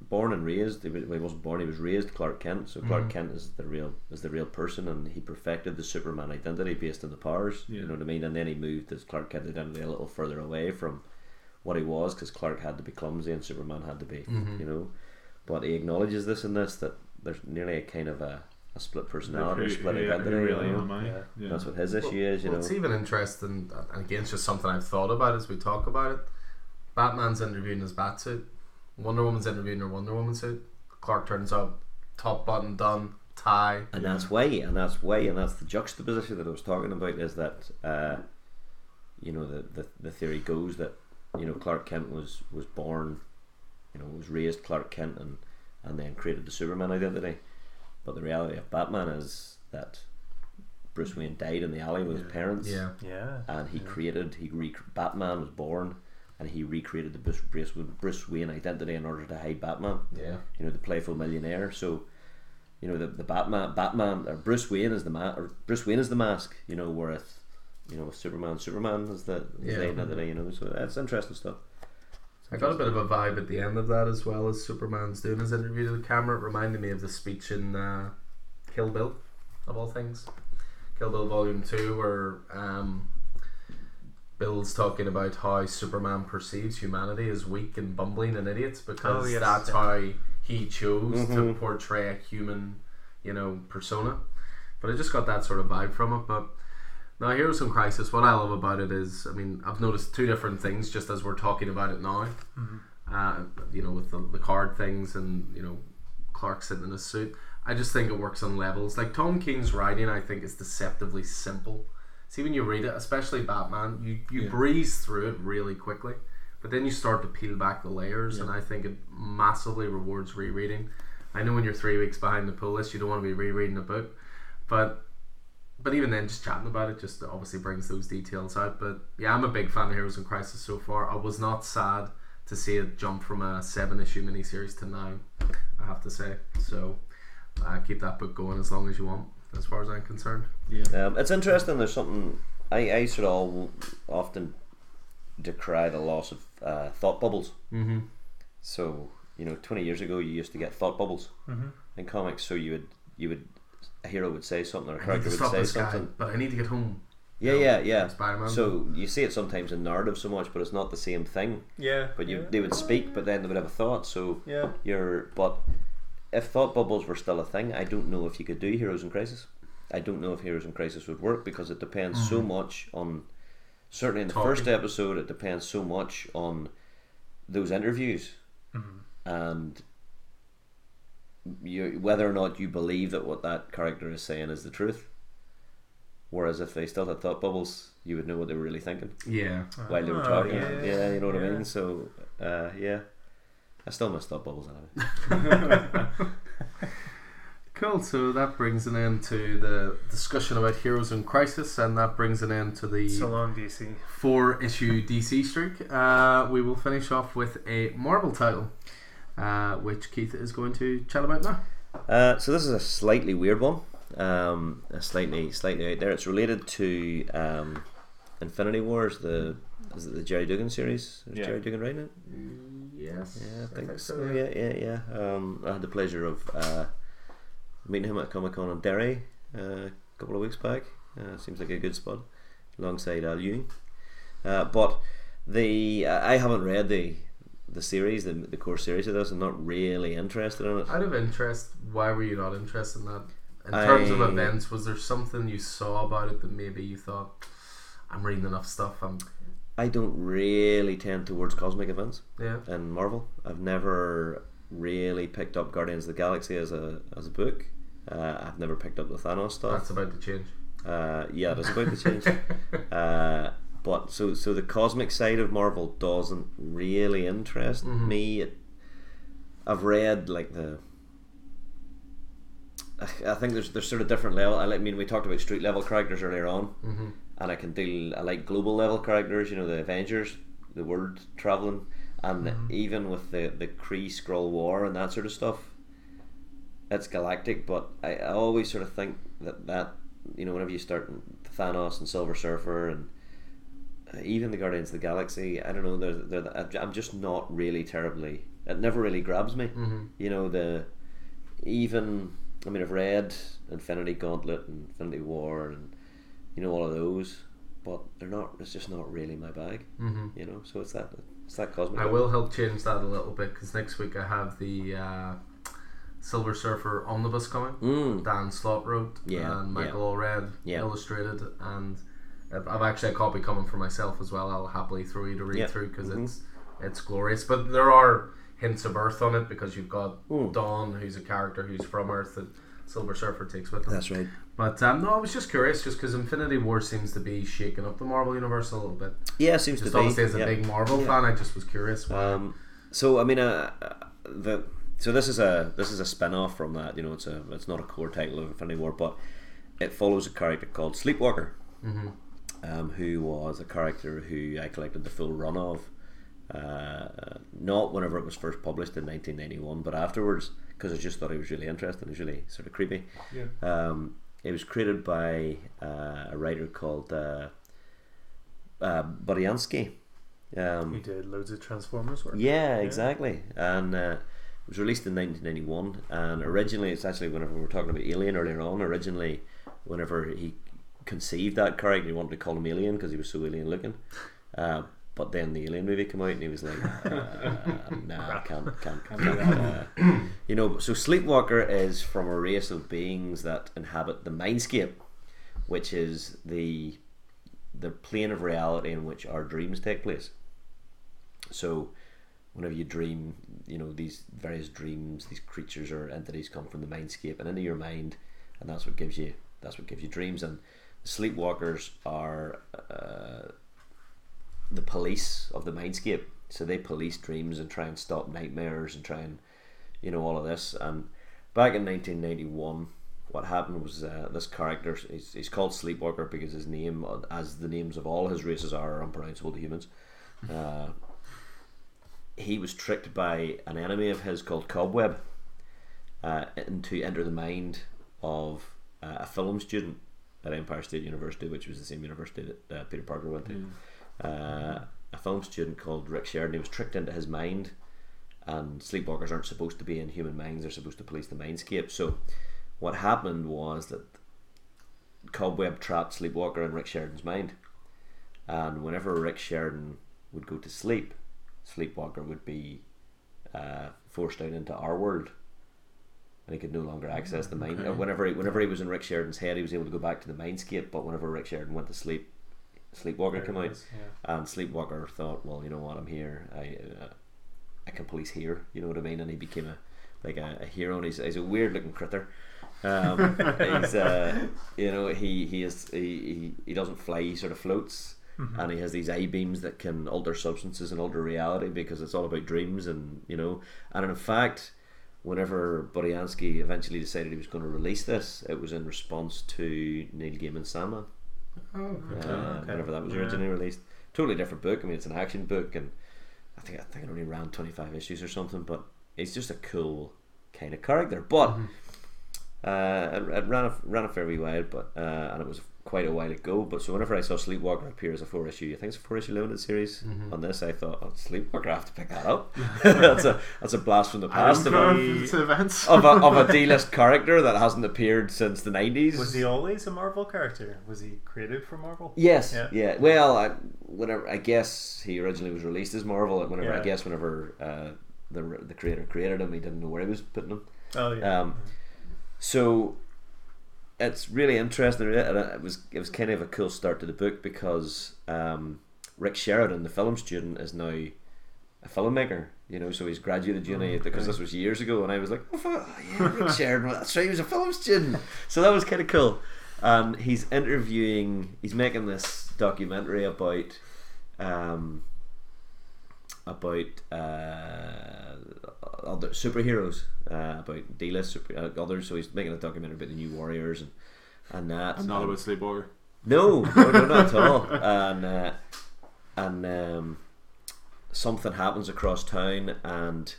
born and raised he, was, well, he wasn't born he was raised Clark Kent so Mm-hmm. Clark Kent is the real is the real person and he perfected the Superman identity based on the powers you Yeah. know what I mean and then he moved his Clark Kent identity a little Mm-hmm. further away from what he was because Clark had to be clumsy and Superman had to be you know But he acknowledges this in this that there's nearly a kind of a, a split personality, or split identity. you really know? am I? Yeah. Yeah. That's what his issue is, you Well, know. it's even interesting, and again, it's just something I've thought about as we talk about it. Batman's interviewing his bat suit. Wonder Woman's interviewing her Wonder Woman suit. Clark turns up, top button done, tie. and that's why, and that's why, and that's the juxtaposition that I was talking about is that uh, you know the, the the theory goes that you know Clark Kent was was born, you know was raised Clark Kent and and then created the Superman identity, but the reality of Batman is that Bruce Wayne died in the alley with his parents, Yeah. Yeah. and he Yeah. created he re- Batman was born, and he recreated the Bruce, Bruce Bruce Wayne identity in order to hide Batman Yeah. you know the playful millionaire so you know the, the Batman Batman or Bruce Wayne is the ma- or Bruce Wayne is the mask you know whereas you know Superman Superman is the is the Yeah. identity you know so that's interesting stuff I got a bit of a vibe at the end of that as well as Superman's doing his interview to the camera. It reminded me of the speech in uh, Kill Bill, of all things. Kill Bill Volume 2, where um, Bill's talking about how Superman perceives humanity as weak and bumbling and idiots because Oh, yes. that's Yeah. how he chose to Mhm. portray a human, you know, persona. But I just got that sort of vibe from it. But now, Heroes in Crisis, what I love about it is, I mean, I've noticed two different things just as we're talking about it now. Uh, you know, with the, the card things and, you know, Clark sitting in his suit. I just think it works on levels. Like, Tom King's writing, I think, is deceptively simple. See, when you read it, especially Batman, you, you Yeah. breeze through it really quickly. But then you start to peel back the layers, and I think it massively rewards rereading. I know when you're three weeks behind the pull list, you don't want to be rereading a book, but but even then, just chatting about it just obviously brings those details out. But yeah, I'm a big fan of Heroes in Crisis so far. I was not sad to see it jump from a seven issue miniseries to nine. I have to say. So uh, keep that book going as long as you want, as far as I'm concerned. um, it's interesting there's something I, I sort of often decry the loss of uh, thought bubbles Mm-hmm. so you know 20 years ago you used to get thought bubbles Mm-hmm. in comics so you would you would a hero would say something I or a need character to would stop say this guy, something but I need to get home. yeah yeah yeah Spider-Man. so you see it sometimes in narrative so much but it's not the same thing Yeah. But you, yeah. they would speak, but then they would have a thought. So Yeah. you're, but if thought bubbles were still a thing, I don't know if you could do Heroes in Crisis. I don't know if Heroes in Crisis would work because it depends Mm-hmm. so much on. Certainly in the first Talking. episode, it depends so much on those interviews Mm-hmm. and you, whether or not you believe that what that character is saying is the truth. Whereas if they still had thought bubbles, you would know what they were really thinking Yeah. while they were Oh, talking. yeah, Yeah, you know what yeah. I mean. So, uh, yeah, I still miss thought bubbles anyway. Cool. So that brings an end to the discussion about Heroes in Crisis, and that brings an end to the So long, DC. four issue DC streak. Uh, we will finish off with a Marvel title, uh, which Keith is going to chat about now. Uh, so this is a slightly weird one, um, a slightly slightly out there. It's related to um, Infinity Wars, the is it the Jerry Dugan series? Is Yeah. Jerry Dugan writing it? Yes. Yeah, I think so. Yeah, yeah, yeah. Um, I had the pleasure of uh, meeting him at Comic Con in Derry uh, a couple of weeks back. Uh, seems like a good spot, alongside Al Ewing. Uh, but the I haven't read the the series, the, the core series of this. I'm not really interested in it. Out of interest, why were you not interested in that? In terms of I- events, was there something you saw about it that maybe you thought, I'm reading enough stuff. I'm I don't really tend towards cosmic events. yeah. in Marvel. I've never really picked up Guardians of the Galaxy as a as a book. Uh, I've never picked up the Thanos That's stuff. about to change. Uh, yeah, that's about to change. uh, but so so the cosmic side of Marvel doesn't really interest Mhm. me. It, I've read like the. I- I think there's there's sort of different level. I mean, we talked about street level characters earlier on hmm and I can deal. I like global level characters, you know, the Avengers, the world traveling, and even with the the Kree Skrull War and that sort of stuff. It's galactic, but I, I always sort of think that that you know whenever you start in Thanos and Silver Surfer and uh, even the Guardians of the Galaxy, I don't know, they're, they're, I'm just not really terribly. It never really grabs me. Mhm. You know the even I mean I've read Infinity Gauntlet and Infinity War and you know all of those, but they're not. It's just not really my bag. hmm You know, so it's that. It's It's that cosmic. Mm. I will help change that a little bit because next week I have the uh, Silver Surfer omnibus coming. Mm. Dan Slot wrote Yeah, and Michael yeah. Allred Yeah. illustrated, and I've I've actually a copy coming for myself as well. I'll happily throw you to read Yeah. Mm-hmm. through because it's it's glorious. But there are hints of Earth on it because you've got Mm. Dawn, who's a character who's from Earth that Silver Surfer takes with him. That's right. But um, no, I was just curious, just because Infinity War seems to be shaking up the Marvel universe a little bit. Yeah, seems Just to be. obviously as a yeah. big Marvel Yeah. fan, I just was curious. why- Um, so I mean, uh, uh, the so this is a this is a spin off from that. You know, it's a it's not a core title of Infinity War, but it follows a character called Sleepwalker, um, who was a character who I collected the full run of. Uh, not whenever it was first published in 1991, but afterwards, because I just thought it was really interesting. It was really sort of creepy. Yeah. Um, it was created by uh, a writer called uh, uh, Boryansky. Um, He did loads of Transformers work. yeah, exactly. And uh, it was released in 1991. And originally, it's actually whenever we were talking about Alien earlier on, originally, whenever he conceived that character, he wanted to call him Alien because he was so alien looking. Uh, but then the Alien movie came out, and he was like, uh, "Nah, can't, can't, can't." uh, you know, so Sleepwalker is from a race of beings that inhabit the mindscape, which is the the plane of reality in which our dreams take place. So, whenever you dream, you know, these various dreams, these creatures or entities come from the mindscape and into your mind, and that's what gives you that's what gives you dreams. And sleepwalkers are uh, the police of the mindscape, so they police dreams and try and stop nightmares and try and you know all of this. And back in 1991. What happened was uh, this character, he's, he's called Sleepwalker because his name, uh, as the names of all his races are, are unpronounceable to humans. Uh, he was tricked by an enemy of his called Cobweb uh, into enter the mind of uh, a film student at Empire State University, which was the same university that uh, Peter Parker went to. Uh, a film student called Rick Sheridan. He was tricked into his mind, and sleepwalkers aren't supposed to be in human minds. They're supposed to police the mindscape. So, what happened was that Cobweb trapped Sleepwalker in Rick Sheridan's mind, and whenever Rick Sheridan would go to sleep, Sleepwalker would be uh, forced out into our world, and he could no longer access Ah, the mind. uh Whenever he, whenever he was in Rick Sheridan's head, he was able to go back to the mindscape. But whenever Rick Sheridan went to sleep, Sleepwalker There came it out, is, yeah. and Sleepwalker thought, well, you know what, I'm here. I uh, I can police here. You know what I mean? And he became a like a, a hero. And he's, he's a weird looking critter. Um, he's uh, you know he he is he, he, he doesn't fly. He sort of floats, and he has these eye beams that can alter substances and alter reality because it's all about dreams and you know. And in fact, whenever Boryansky eventually decided he was going to release this, it was in response to Neil Gaiman's Sandman Oh, uh, Okay. whenever that was Yeah. originally released. Totally different book. I mean, it's an action book, and I think I think it only ran twenty five issues or something. But it's just a cool kind of character. But Mm-hmm. uh, it, it ran a, ran a fair wee while, but uh, and it was quite a while ago. But so whenever I saw Sleepwalker appear as a four issue, I think it's a four issue limited series Mm-hmm. on this, I thought, oh, Sleepwalker, I have to pick that up. that's a that's a blast from the past of a, Going to events. of a of a D list character that hasn't appeared since the nineties. Was he always a Marvel character? Was he created for Marvel? Yes. Yeah. Yeah. Well, I, whenever I guess he originally was released as Marvel. Whenever I Yeah. guess whenever uh, the the creator created him, he didn't know where he was putting him. Oh yeah. Um, so it's really interesting. and It was it was kind of a cool start to the book because um, Rick Sheridan, the film student, is now a filmmaker. You know, so he's graduated uni because this was years ago, and I was like, oh, fuck, yeah, Rick Sheridan. That's right, he was a film student. So that was kind of cool. And he's interviewing. He's making this documentary about. Um, about uh, other superheroes, uh, about D-list super, uh, others. So he's making a documentary about the New Warriors and and that. I'm not about Sleepwalker. No, no, no, not at all. And uh, and um, something happens across town, and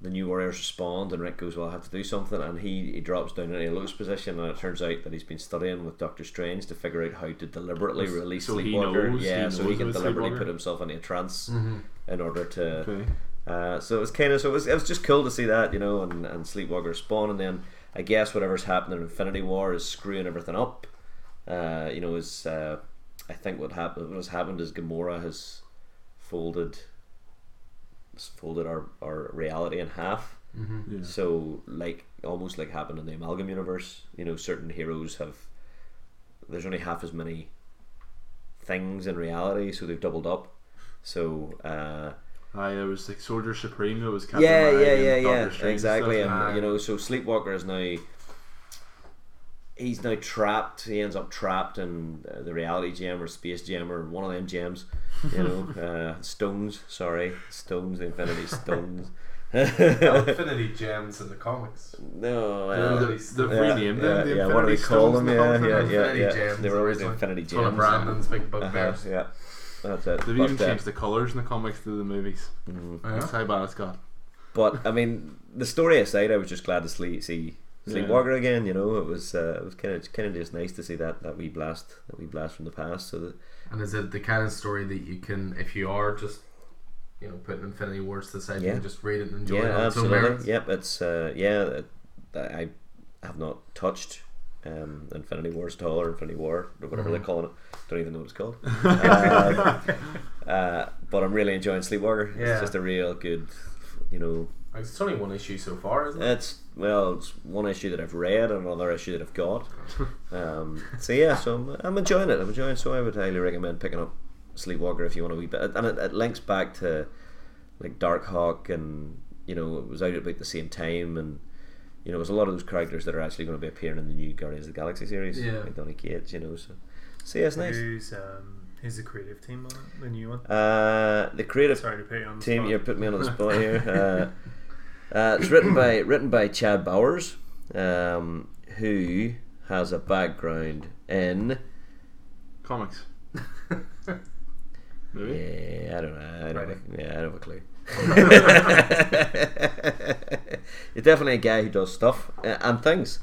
the new warriors respond, and Rick goes, "Well, I have to do something," and he he drops down into a lotus position, and it turns out that he's been studying with Doctor Strange to figure out how to deliberately release so he Sleepwalker. knows- he yeah, so he knows can about deliberately Sleepwalker? Mm-hmm. put himself in a trance in order to. Okay. Uh, so it was kind of so it was, it was just cool to see that you know and, and Sleepwalker spawn and then I guess whatever's happening in Infinity War is screwing everything up. Uh, you know is uh, I think what happened what has happened is Gamora has folded folded our, our reality in half. Mm-hmm. Yeah. So, like, almost like happened in the Amalgam universe, you know, certain heroes have. There's only half as many things in reality, so they've doubled up. So, uh, Aye, it was like Soldier Supreme. It was Captain yeah, America yeah, and yeah, Doctor yeah, Strange and exactly. stuff. And, you know, so Sleepwalker is now. He's now trapped. He ends up trapped in uh, the reality gem or space gem or one of them gems, you know, uh, stones. Sorry, stones, the Infinity Stones. Infinity Gems in the comics. no, They're- uh, they're- they've renamed yeah, them. the yeah, Infinity what do they call Stones them? and Yeah, all yeah, that. yeah, Infinity yeah. Gems, They were always originally. Infinity It's one of Gems. Brandon's big Uh-huh, bugbears. yeah, that's it. They've But, even uh, changed the colours in the comics to the movies. mm. Yeah. That's how bad it's got. But I mean, the story aside, I was just glad to sle- see Yeah. Sleepwalker again. You know, it was uh, it was kind of kind of just nice to see that that wee blast that wee blast from the past. So that, And is it the kind of story that you can, if you are just, you know, putting Infinity Wars to the side, you Yeah. can just read it and enjoy yeah, it on its own merits? absolutely. Yep, it's uh, yeah. It, I I have not touched um, Infinity Wars at all or Infinity War or whatever Mm-hmm. they're calling it. Don't even know what it's called. uh, uh, but I'm really enjoying Sleepwalker. Yeah. It's just a real good, you know, Like, It's only one issue so far, isn't it? It's well, it's one issue that I've read, and another issue that I've got. Um, so yeah, so I'm, I'm enjoying it. I'm enjoying. it. So I would highly recommend picking up Sleepwalker if you want to wee bit, and it, it links back to like Darkhawk, and you know it was out at about the same time, and you know there's a lot of those characters that are actually going to be appearing in the new Guardians of the Galaxy series, Yeah. like Donny Cates, you know. So, so yeah, it's nice. Who's um, who's the creative team on it? The new one. Uh, the creative Sorry to put you on the Team, spot. you're putting me on the spot here. Uh, uh, it's written by written by Chad Bowers, um, who has a background in. Comics. Movie? Yeah, I don't know. I don't Writing. have, yeah, I don't have a clue. You're definitely a guy who does stuff uh, and things.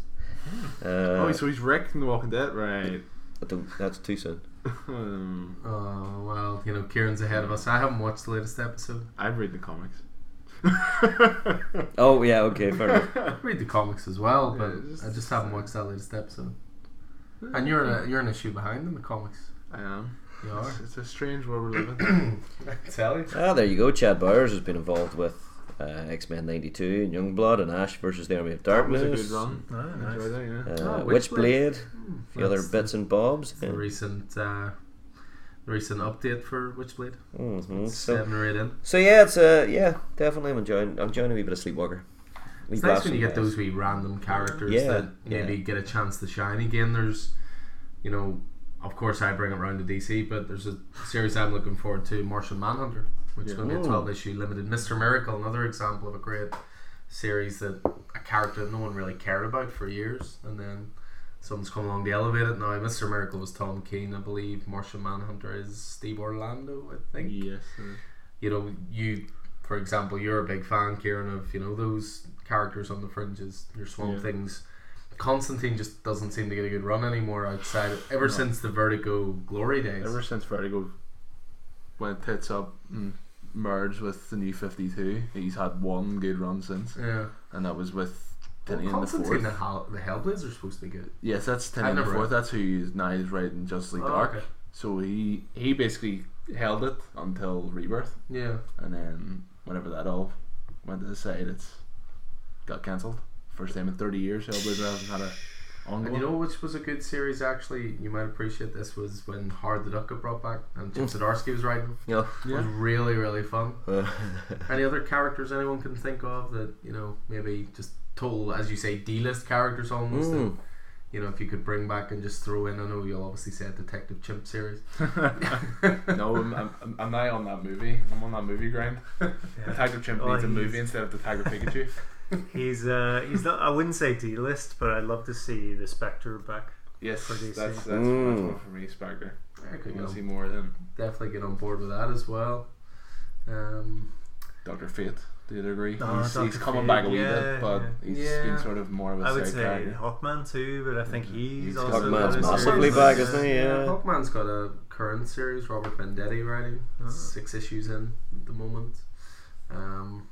Uh, oh, so he's Rick in The Walking Dead, right? I don't- that's too soon. Um, Oh, well, you know, Kieran's ahead of us. I haven't watched the latest episode. I'd read the comics. Oh yeah, okay, fair enough. I read the comics as well, but Yeah, just- I just haven't watched that latest episode. And you're a, you're an issue behind in the comics. I am. You are. It's, it's a strange world we're living. I can tell you. Ah, there you go. Chad Bowers has been involved with uh, X Men '92 and Youngblood and Ash versus the Army of That was Darkness. a good run. Oh, I nice. enjoyed that, yeah. Uh, Oh, Witchblade, Witchblade. the other Hmm, That's bits and bobs. The recent uh, the recent update for Witchblade. hmm So, Seven or eight in. so yeah, it's uh, yeah, definitely. I'm enjoying. I'm enjoying a wee bit of Sleepwalker. Wee It's blast nice when you from get the those wee random characters Yeah, that maybe yeah. get a chance to shine again. There's, you know, of course I bring it round to DC, but there's a series I'm looking forward to, Martian Manhunter, which is Yeah. going to be a Ooh. 12 issue limited. Mr. Miracle, another example of a great series that a character that no one really cared about for years, and then someone's come along to elevate it. Now, Mr. Miracle was Tom Keane, I believe. Martian Manhunter is Steve Orlando, I think Yes. uh, you know, you, for example, you're a big fan, Kieran, of you know those characters on the fringes, your Swamp Yeah. Things. Constantine just doesn't seem to get a good run anymore outside. Of, ever since the Vertigo glory days, Ever since Vertigo went tits up and merged with the new 52, he's had one good run since, yeah. and that was with Well, Tinian the Constantine Fourth. the, Hell, the Hellblazer are supposed to be good. Yes, that's Tinian I've the never Fourth. read. That's who is now is writing Justly Dark. okay. So he he basically held it until Rebirth, Yeah, and then whenever that all went to the side, it's got cancelled. First time in 30 years, Hellblazer hasn't had a and ongoing. you know which was a good series actually. You might appreciate this was when Hard the Duck got brought back and Chip Zdarsky was writing. Mm. Yeah. It was yeah. really really fun. Uh, Any other characters anyone can think of that you know maybe just total as you say D-list characters almost. that mm. you know, if you could bring back and just throw in, I know you'll obviously say a Detective Chimp series. no, I'm, I'm, I'm not on that movie. I'm on that movie grind. Yeah. Detective Chimp Oh, needs a he's- movie instead of Detective Pikachu. He's uh, he's not. I wouldn't say D list, but I'd love to see the Spectre back. Yes, For that's DC. that's, that's Mm. one for me, Spectre. I We're could gonna go. see more of them. definitely get on board with that as well. Um, Doctor Fate, do you agree? Oh, he's he's Dr. coming Fate, back a wee yeah, bit, but yeah. he's Yeah. been sort of more of a I would side say character. Hawkman too, but I think he's, He's also Hawkman's got a massively series. back, isn't he? yeah, Yeah. Hawkman's got a current series, Robert Vendetti writing, Ah. six issues in at the moment. Um,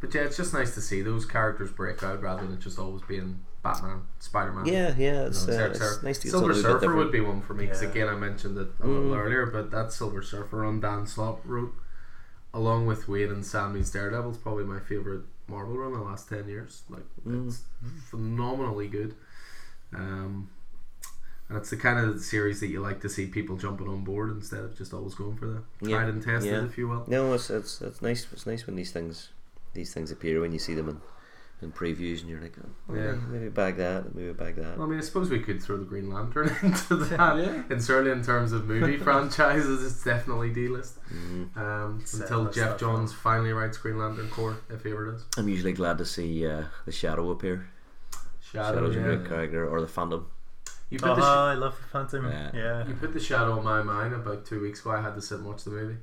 but yeah, it's just nice to see those characters break out rather than it just always being Batman, Spider Man. yeah, yeah. No, It's, it's uh, Eric it's Serra. nice to get uh, Silver something a bit Surfer would different. be one for me because Yeah. again I mentioned it a little Mm. earlier, but that Silver Surfer on Dan Slott wrote along with Wade and Sammy's Daredevil, is probably my favorite Marvel run in the last ten years. Like Mm. it's phenomenally good. Um, and it's the kind of series that you like to see people jumping on board instead of just always going for the Yeah, tried and tested, yeah. if you will. No, it's, it's it's nice. It's nice when these things these things appear when you see them in, in previews and you're like, oh, Yeah. maybe, maybe bag that, maybe bag that. Well, I mean, I suppose we could throw the Green Lantern into that. Yeah. And certainly in terms of movie franchises, it's definitely D list. Mhm. Um, Set until that Jeff stuff Johns finally writes Green Lantern Corps, if he ever does. I'm usually glad to see uh, the Shadow appear. Shadow, Shadow's a yeah. great character, or the Phantom. You put, Oh, the Uh-huh. sh- I love the Phantom. Yeah. Yeah. you put the shadow on my mind about two weeks ago. I had to sit and watch the movie.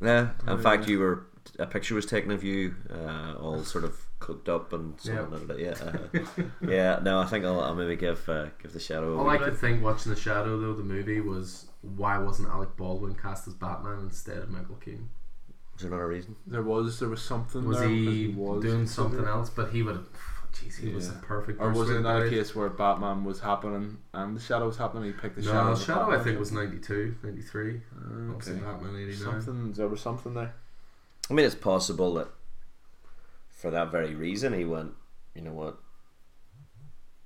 Oh, Yeah. In Mm. fact, you were a picture was taken of you, uh, all sort of cooked up and Yeah. something. like that. Yeah. Uh, yeah. No, I think I'll, I'll maybe give uh, give the Shadow. A All wee- I could think watching the shadow though, the movie was why wasn't Alec Baldwin cast as Batman instead of Michael Keaton? Is there not a reason? There was there was something. Was there, he, because was doing something considered. else? But he would have. Jeez, he was a Yeah. perfect. Or Bruce was it Wayne another died. case where Batman was happening and the Shadow was happening? He picked the no, Shadow, Shadow. as Batman? I think was 92, 93. Uh, Obviously, okay. Batman 89. Something there was something there. I mean, it's possible that for that very reason he went. You know what?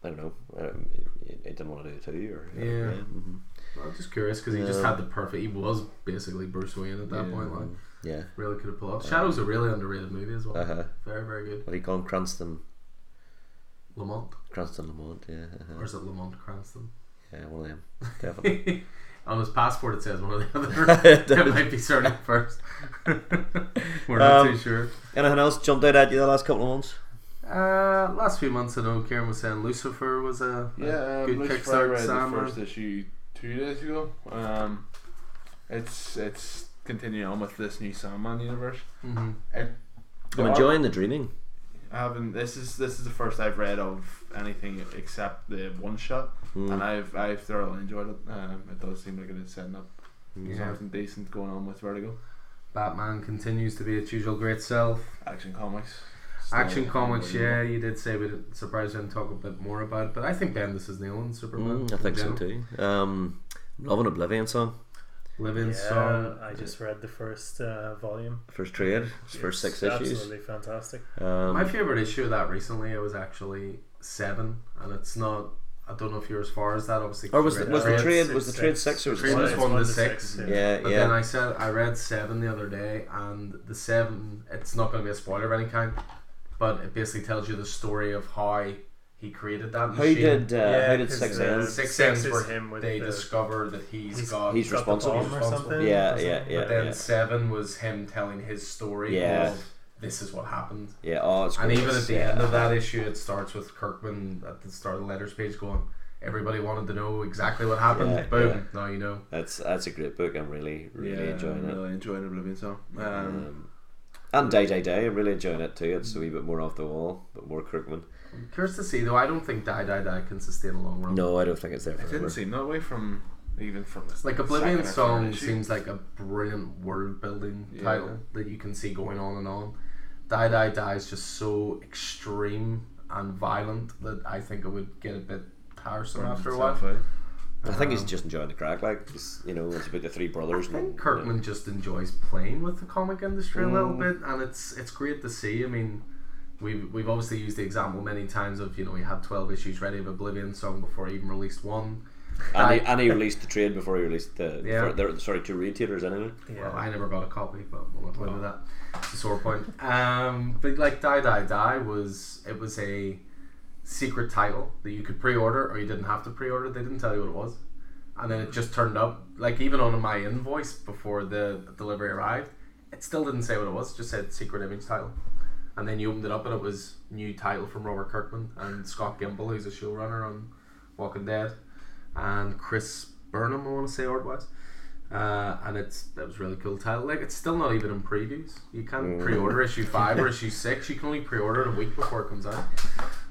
I don't know. Um, he, he didn't want to do it too, or Yeah. mhm. I'm just curious because he just Yeah. had the perfect. He was basically Bruce Wayne at that Yeah. point. Like, yeah. really could have pulled off. Shadow's a really underrated movie as well. Uh huh. Very, very good. What do you call him? Cranston. Lamont, Cranston Lamont. Yeah. or Uh-huh. is it Lamont Cranston? Yeah. One of them. Definitely. On his passport, it says one of the other. it might be surname first. We're not Um, too sure. Anything else jumped out at you the last couple of months? Uh, last few months, I know Karen was saying Lucifer was a, a Yeah, um, good Lucifer I Kickstarter. read Sam the first issue two days ago. Um, it's it's continuing on with this new Sandman universe. hmm I'm enjoying the dreaming. I haven't. This is this is the first I've read of anything except the one shot, Mm. and I've I've thoroughly enjoyed it. Um, it does seem like it is setting up Yeah. something decent going on with Vertigo. Batman continues to be its usual great self. Action Comics. Action Still Comics, yeah, unbelievable. you did say we'd surprise you and talk a bit more about it, but I think Bendis is nailing Superman. Mm, I think so in general. too. Um, loving Oblivion song, Living Yeah, Song. I just read the first uh, volume. first trade, first It's six issues. Absolutely fantastic. My Um, favorite issue of that recently, it was actually Seven, and it's not. I don't know if you're as far as that. Obviously, or was the, Red was the Hood. It's- trade was the it's trade six. six or was Trade it was one? one to six. Yeah, But then yeah. I said I read Seven the other day, and the Seven. It's not going to be a spoiler of any kind, but it basically tells you the story of how he created that How machine. did uh, how did 'cause six the end? Six ends is where him with They the, discover that He's- got He's got the responsible. bomb or something. Yeah, or yeah, something. yeah, But then yeah. seven was him telling his story Yeah. of this is what happened. Yeah, oh, it's And great. even at the yeah. end of that issue, it starts with Kirkman at the start of the letters page going, Everybody wanted to know exactly what happened. Yeah, Boom. Now you know. That's that's a great book. I'm really really yeah, enjoying I'm it. Really enjoying Oblivion Song. Um, Um, and day day day, I'm really enjoying it too. It's a wee bit more off the wall, but more Kirkman. I'm curious to see, though. I don't think Die Die Die can sustain a long run. No, I don't think it's there it forever. didn't seem that way from even from this. Like Oblivion second or third Song issue. seems like a brilliant world building Yeah. title that you can see going on and on. Die Die Die is just so extreme and violent that I think it would get a bit tiresome Burns after a while. itself out. I think he's Um, just enjoying the crack. Like he's- you know, it's about the three brothers. I and, think you know. Kirkman just enjoys playing with the comic industry a little Mm. bit, and it's it's great to see. I mean, we've we've obviously used the example many times of you know he had twelve issues ready of Oblivion Song before he even released one. And he, and he released the trade before he released the. Yeah. Yeah. there, sorry, two retailers anyway. Yeah. Well, I never got a copy, but we'll not go into that. It's a sore point. Um, but like Die Die Die was it was a secret title that you could pre-order or you didn't have to pre-order. They didn't tell you what it was, and then it just turned up. Like even on my invoice before the delivery arrived, it still didn't say what it was. It just said secret image title, and then you opened it up and it was new title from Robert Kirkman and Scott Gimble, who's a showrunner on Walking Dead, and Chris Burnham. I want to say art wise. Uh, and it's that was a really cool title. Like it's still not even in previews. You can't Mm. pre-order issue five or issue six. You can only pre-order it a week before it comes out.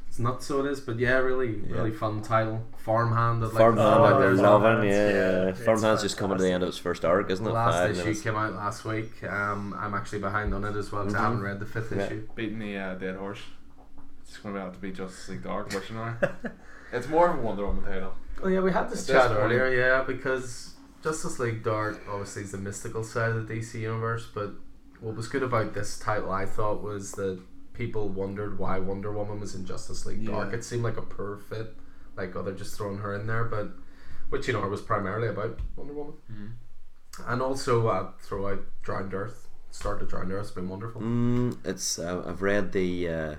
It's not so it is, but yeah, really, Yeah. really fun title. Farmhand. I'd Farmhand, like Oh, to I'm there's Farmhand. loving. Yeah, yeah, yeah. it's Farmhand's just coming to the end of its first arc, isn't the it? last Five issue minutes. came out last week. Um, I'm actually behind on it as well because Mhm. I haven't read the fifth Yeah. issue. beating the uh, dead horse. It's going to have to be Justice League Dark version now. it's more of a Wonder Woman title. Well, Oh, yeah, we had this At chat this point- earlier, yeah, because Justice League Dark obviously is the mystical side of the DC universe, but What was good about this title, I thought, was that people wondered why Wonder Woman was in Justice League Dark. Yeah. It seemed like a poor fit. Like, oh, they're just throwing her in there, but which you know was primarily about Wonder Woman. Mhm. And also uh, throw out Drowned Earth. Start to Drowned Earth's been wonderful. Mm, it's uh, I've read the uh,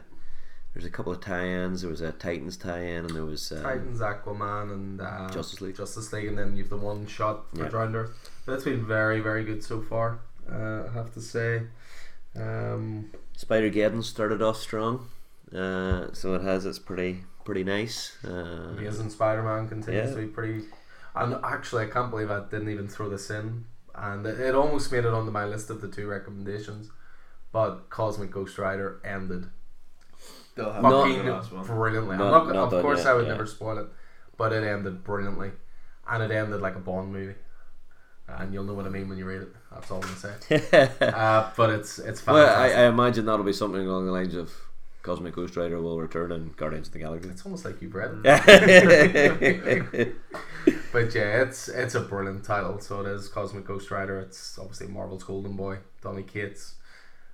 there's a couple of tie-ins. There was a Titans tie-in, and there was uh, Titans, Aquaman, and uh, Justice League. Justice League, and then you've the one shot for Yeah. Drowned Earth. That's been very, very good so far. Uh, I have to say. Um, Spider Geddon started off strong, uh, so it has its pretty pretty nice. Uh, Amazing Spider-Man continues Yeah. to be pretty. And actually, I can't believe I didn't even throw this in, and it, it almost made it onto my list of the two recommendations. But Cosmic Ghost Rider ended They'll have Not- to do fucking the last one. brilliantly. Not- I'm not, not of done course, yet, I would yeah. never spoil it, but it ended brilliantly, and it ended like a Bond movie. And you'll know what I mean when you read it. That's all I'm gonna say. Uh, but it's it's well, I, fantastic. I imagine that'll be something along the lines of Cosmic Ghost Rider will return and Guardians of the Galaxy. it's almost like you've read it. yeah, But yeah, it's it's a brilliant title. So it is Cosmic Ghost Rider. It's obviously Marvel's Golden Boy, Donny Cates,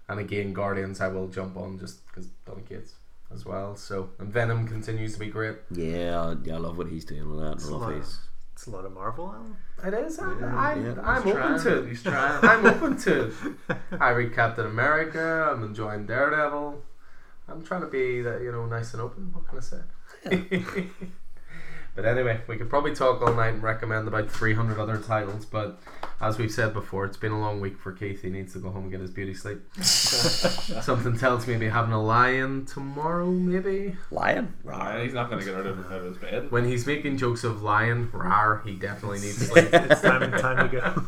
and again Guardians. I will jump on just because Donny Cates as well. So and Venom continues to be great. yeah, I love what he's doing with that. I love his- It's a lot of Marvel. Alan. It is. I, Yeah, I'm, yeah. I'm He's open trying, to it. he's trying. I'm open to it. I read Captain America. I'm enjoying Daredevil. I'm trying to be that you know nice and open. What can I say? but anyway, we could probably talk all night and recommend about 300 other titles. But as we've said before, it's been a long week for Keith. He needs to go home and get his beauty sleep. Something tells me maybe having a lion tomorrow, maybe Lion. Nah, he's not going to get out of, out of his bed. when he's making jokes of lion. Rar, he definitely needs sleep. It's time time to go.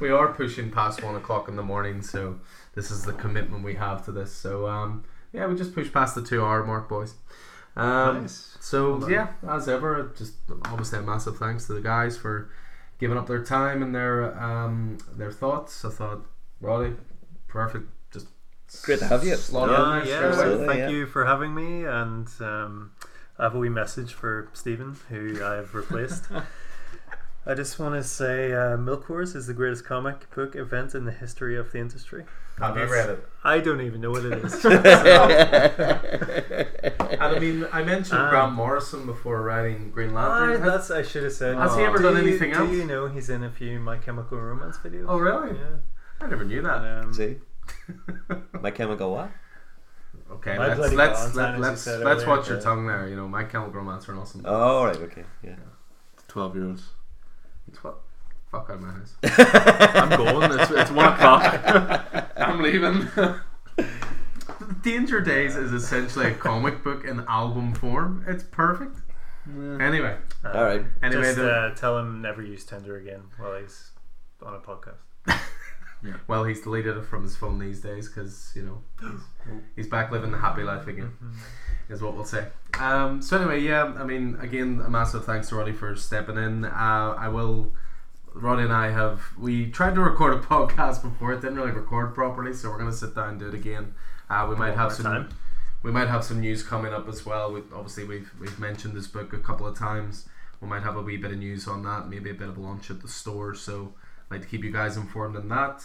we are pushing past one o'clock in the morning, so this is the commitment we have to this. So um, yeah, we just push past the two hour mark, boys. Um, Nice. So Well done. yeah, as ever, just obviously a massive thanks to the guys for giving up their time and their um, their thoughts. I thought Roddy, perfect, just Great to have you. slotted Uh, in there yeah, straight away. absolutely, thank yeah. you for having me, and um, I have a wee message for Stephen, who I've replaced. I just want to say uh, Milk Wars is the greatest comic book event in the history of the industry. Have you That's- read it? I don't even know what it is. And I mean, I mentioned Um, Grant Morrison before writing Green Ah, Lantern. that's I should have said. Has he ever Do done you- anything else? Do you know he's in a few My Chemical Romance videos? oh really? Yeah. I never knew that. And, um, See, my chemical what? Okay, My let's Bloody let's Valentine, as let, you let's said let's earlier, watch your yeah. tongue there. You know, my chemical romance are an awesome. Oh, all right, okay, yeah. 12 year olds. It's what? Fuck out of my house. I'm going. It's, it's 1 o'clock. I'm leaving. Danger Days is essentially a comic book in album form. It's perfect. Anyway, uh, All right. anyway, just the- uh, tell him never use Tinder again while he's on a podcast. well, he's deleted it from his phone these days because you know he's, he's back living the happy life again. Mm-hmm. is what we'll say. Um, so anyway, yeah, I mean, again, a massive thanks to Roddy for stepping in. Uh, I will. Roddy and I have we tried to record a podcast before. It didn't really record properly, so we're gonna sit down and do it again. Uh, we might One have more some. time. We might have some news coming up as well. We, obviously, we've we've mentioned this book a couple of times. We might have a wee bit of news on that. Maybe a bit of a launch at the store. So, I'd like to keep you guys informed on that.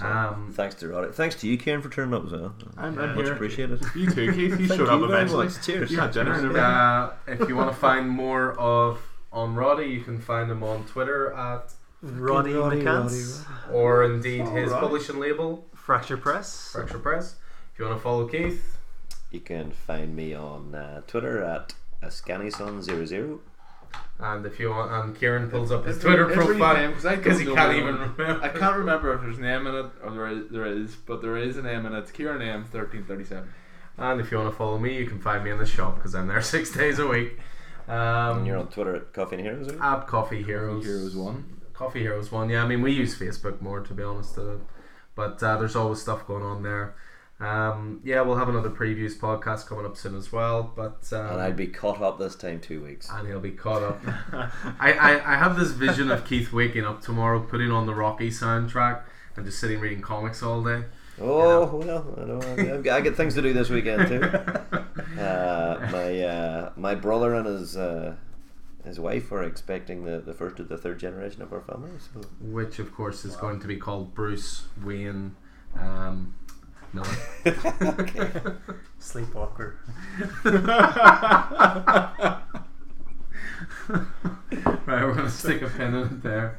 Um, Thanks to Roddy. Thanks to you, Kieran, for turning up as well. I'm, Yeah. I'm Much here. appreciated. You too, Keith. You Thank showed up you very eventually. much. Cheers. You had dinner and everything. Uh, if you want to find more of on Roddy, you can find him on Twitter at, Roddy Roddy, McCants, or indeed his Alright. publishing label, Fracture Press. Fracture Press. If you want to follow Keith, You can find me on uh, Twitter at ascanison00. and if you want, and Kieran pulls up his Twitter profile because because he can't even remember. I can't remember if there's an M in it or there is, there is but there is an M in it. It's Kieran M 1337. And if you want to follow me, you can find me in the shop because I'm there six days a week. Um, And you're on Twitter at Coffee and Heroes. Right? at Coffee Heroes. Heroes one. Coffee Heroes one. Yeah, I mean we use Facebook more to be honest, uh, but uh, there's always stuff going on there. Um, yeah, we'll have another previews podcast coming up soon as well. But um, And I'd be caught up this time two weeks. and he'll be caught up. I, I I have this vision of Keith waking up tomorrow, putting on the Rocky soundtrack, and just sitting reading comics all day. Oh well, I know I've got, I get things to do this weekend too. Uh, my uh, my brother and his uh, his wife are expecting the, the first of the third generation of our family. So which of course is going to be called Bruce Wayne Um, no. Sleepwalker. right, we're gonna stick a pin in it there.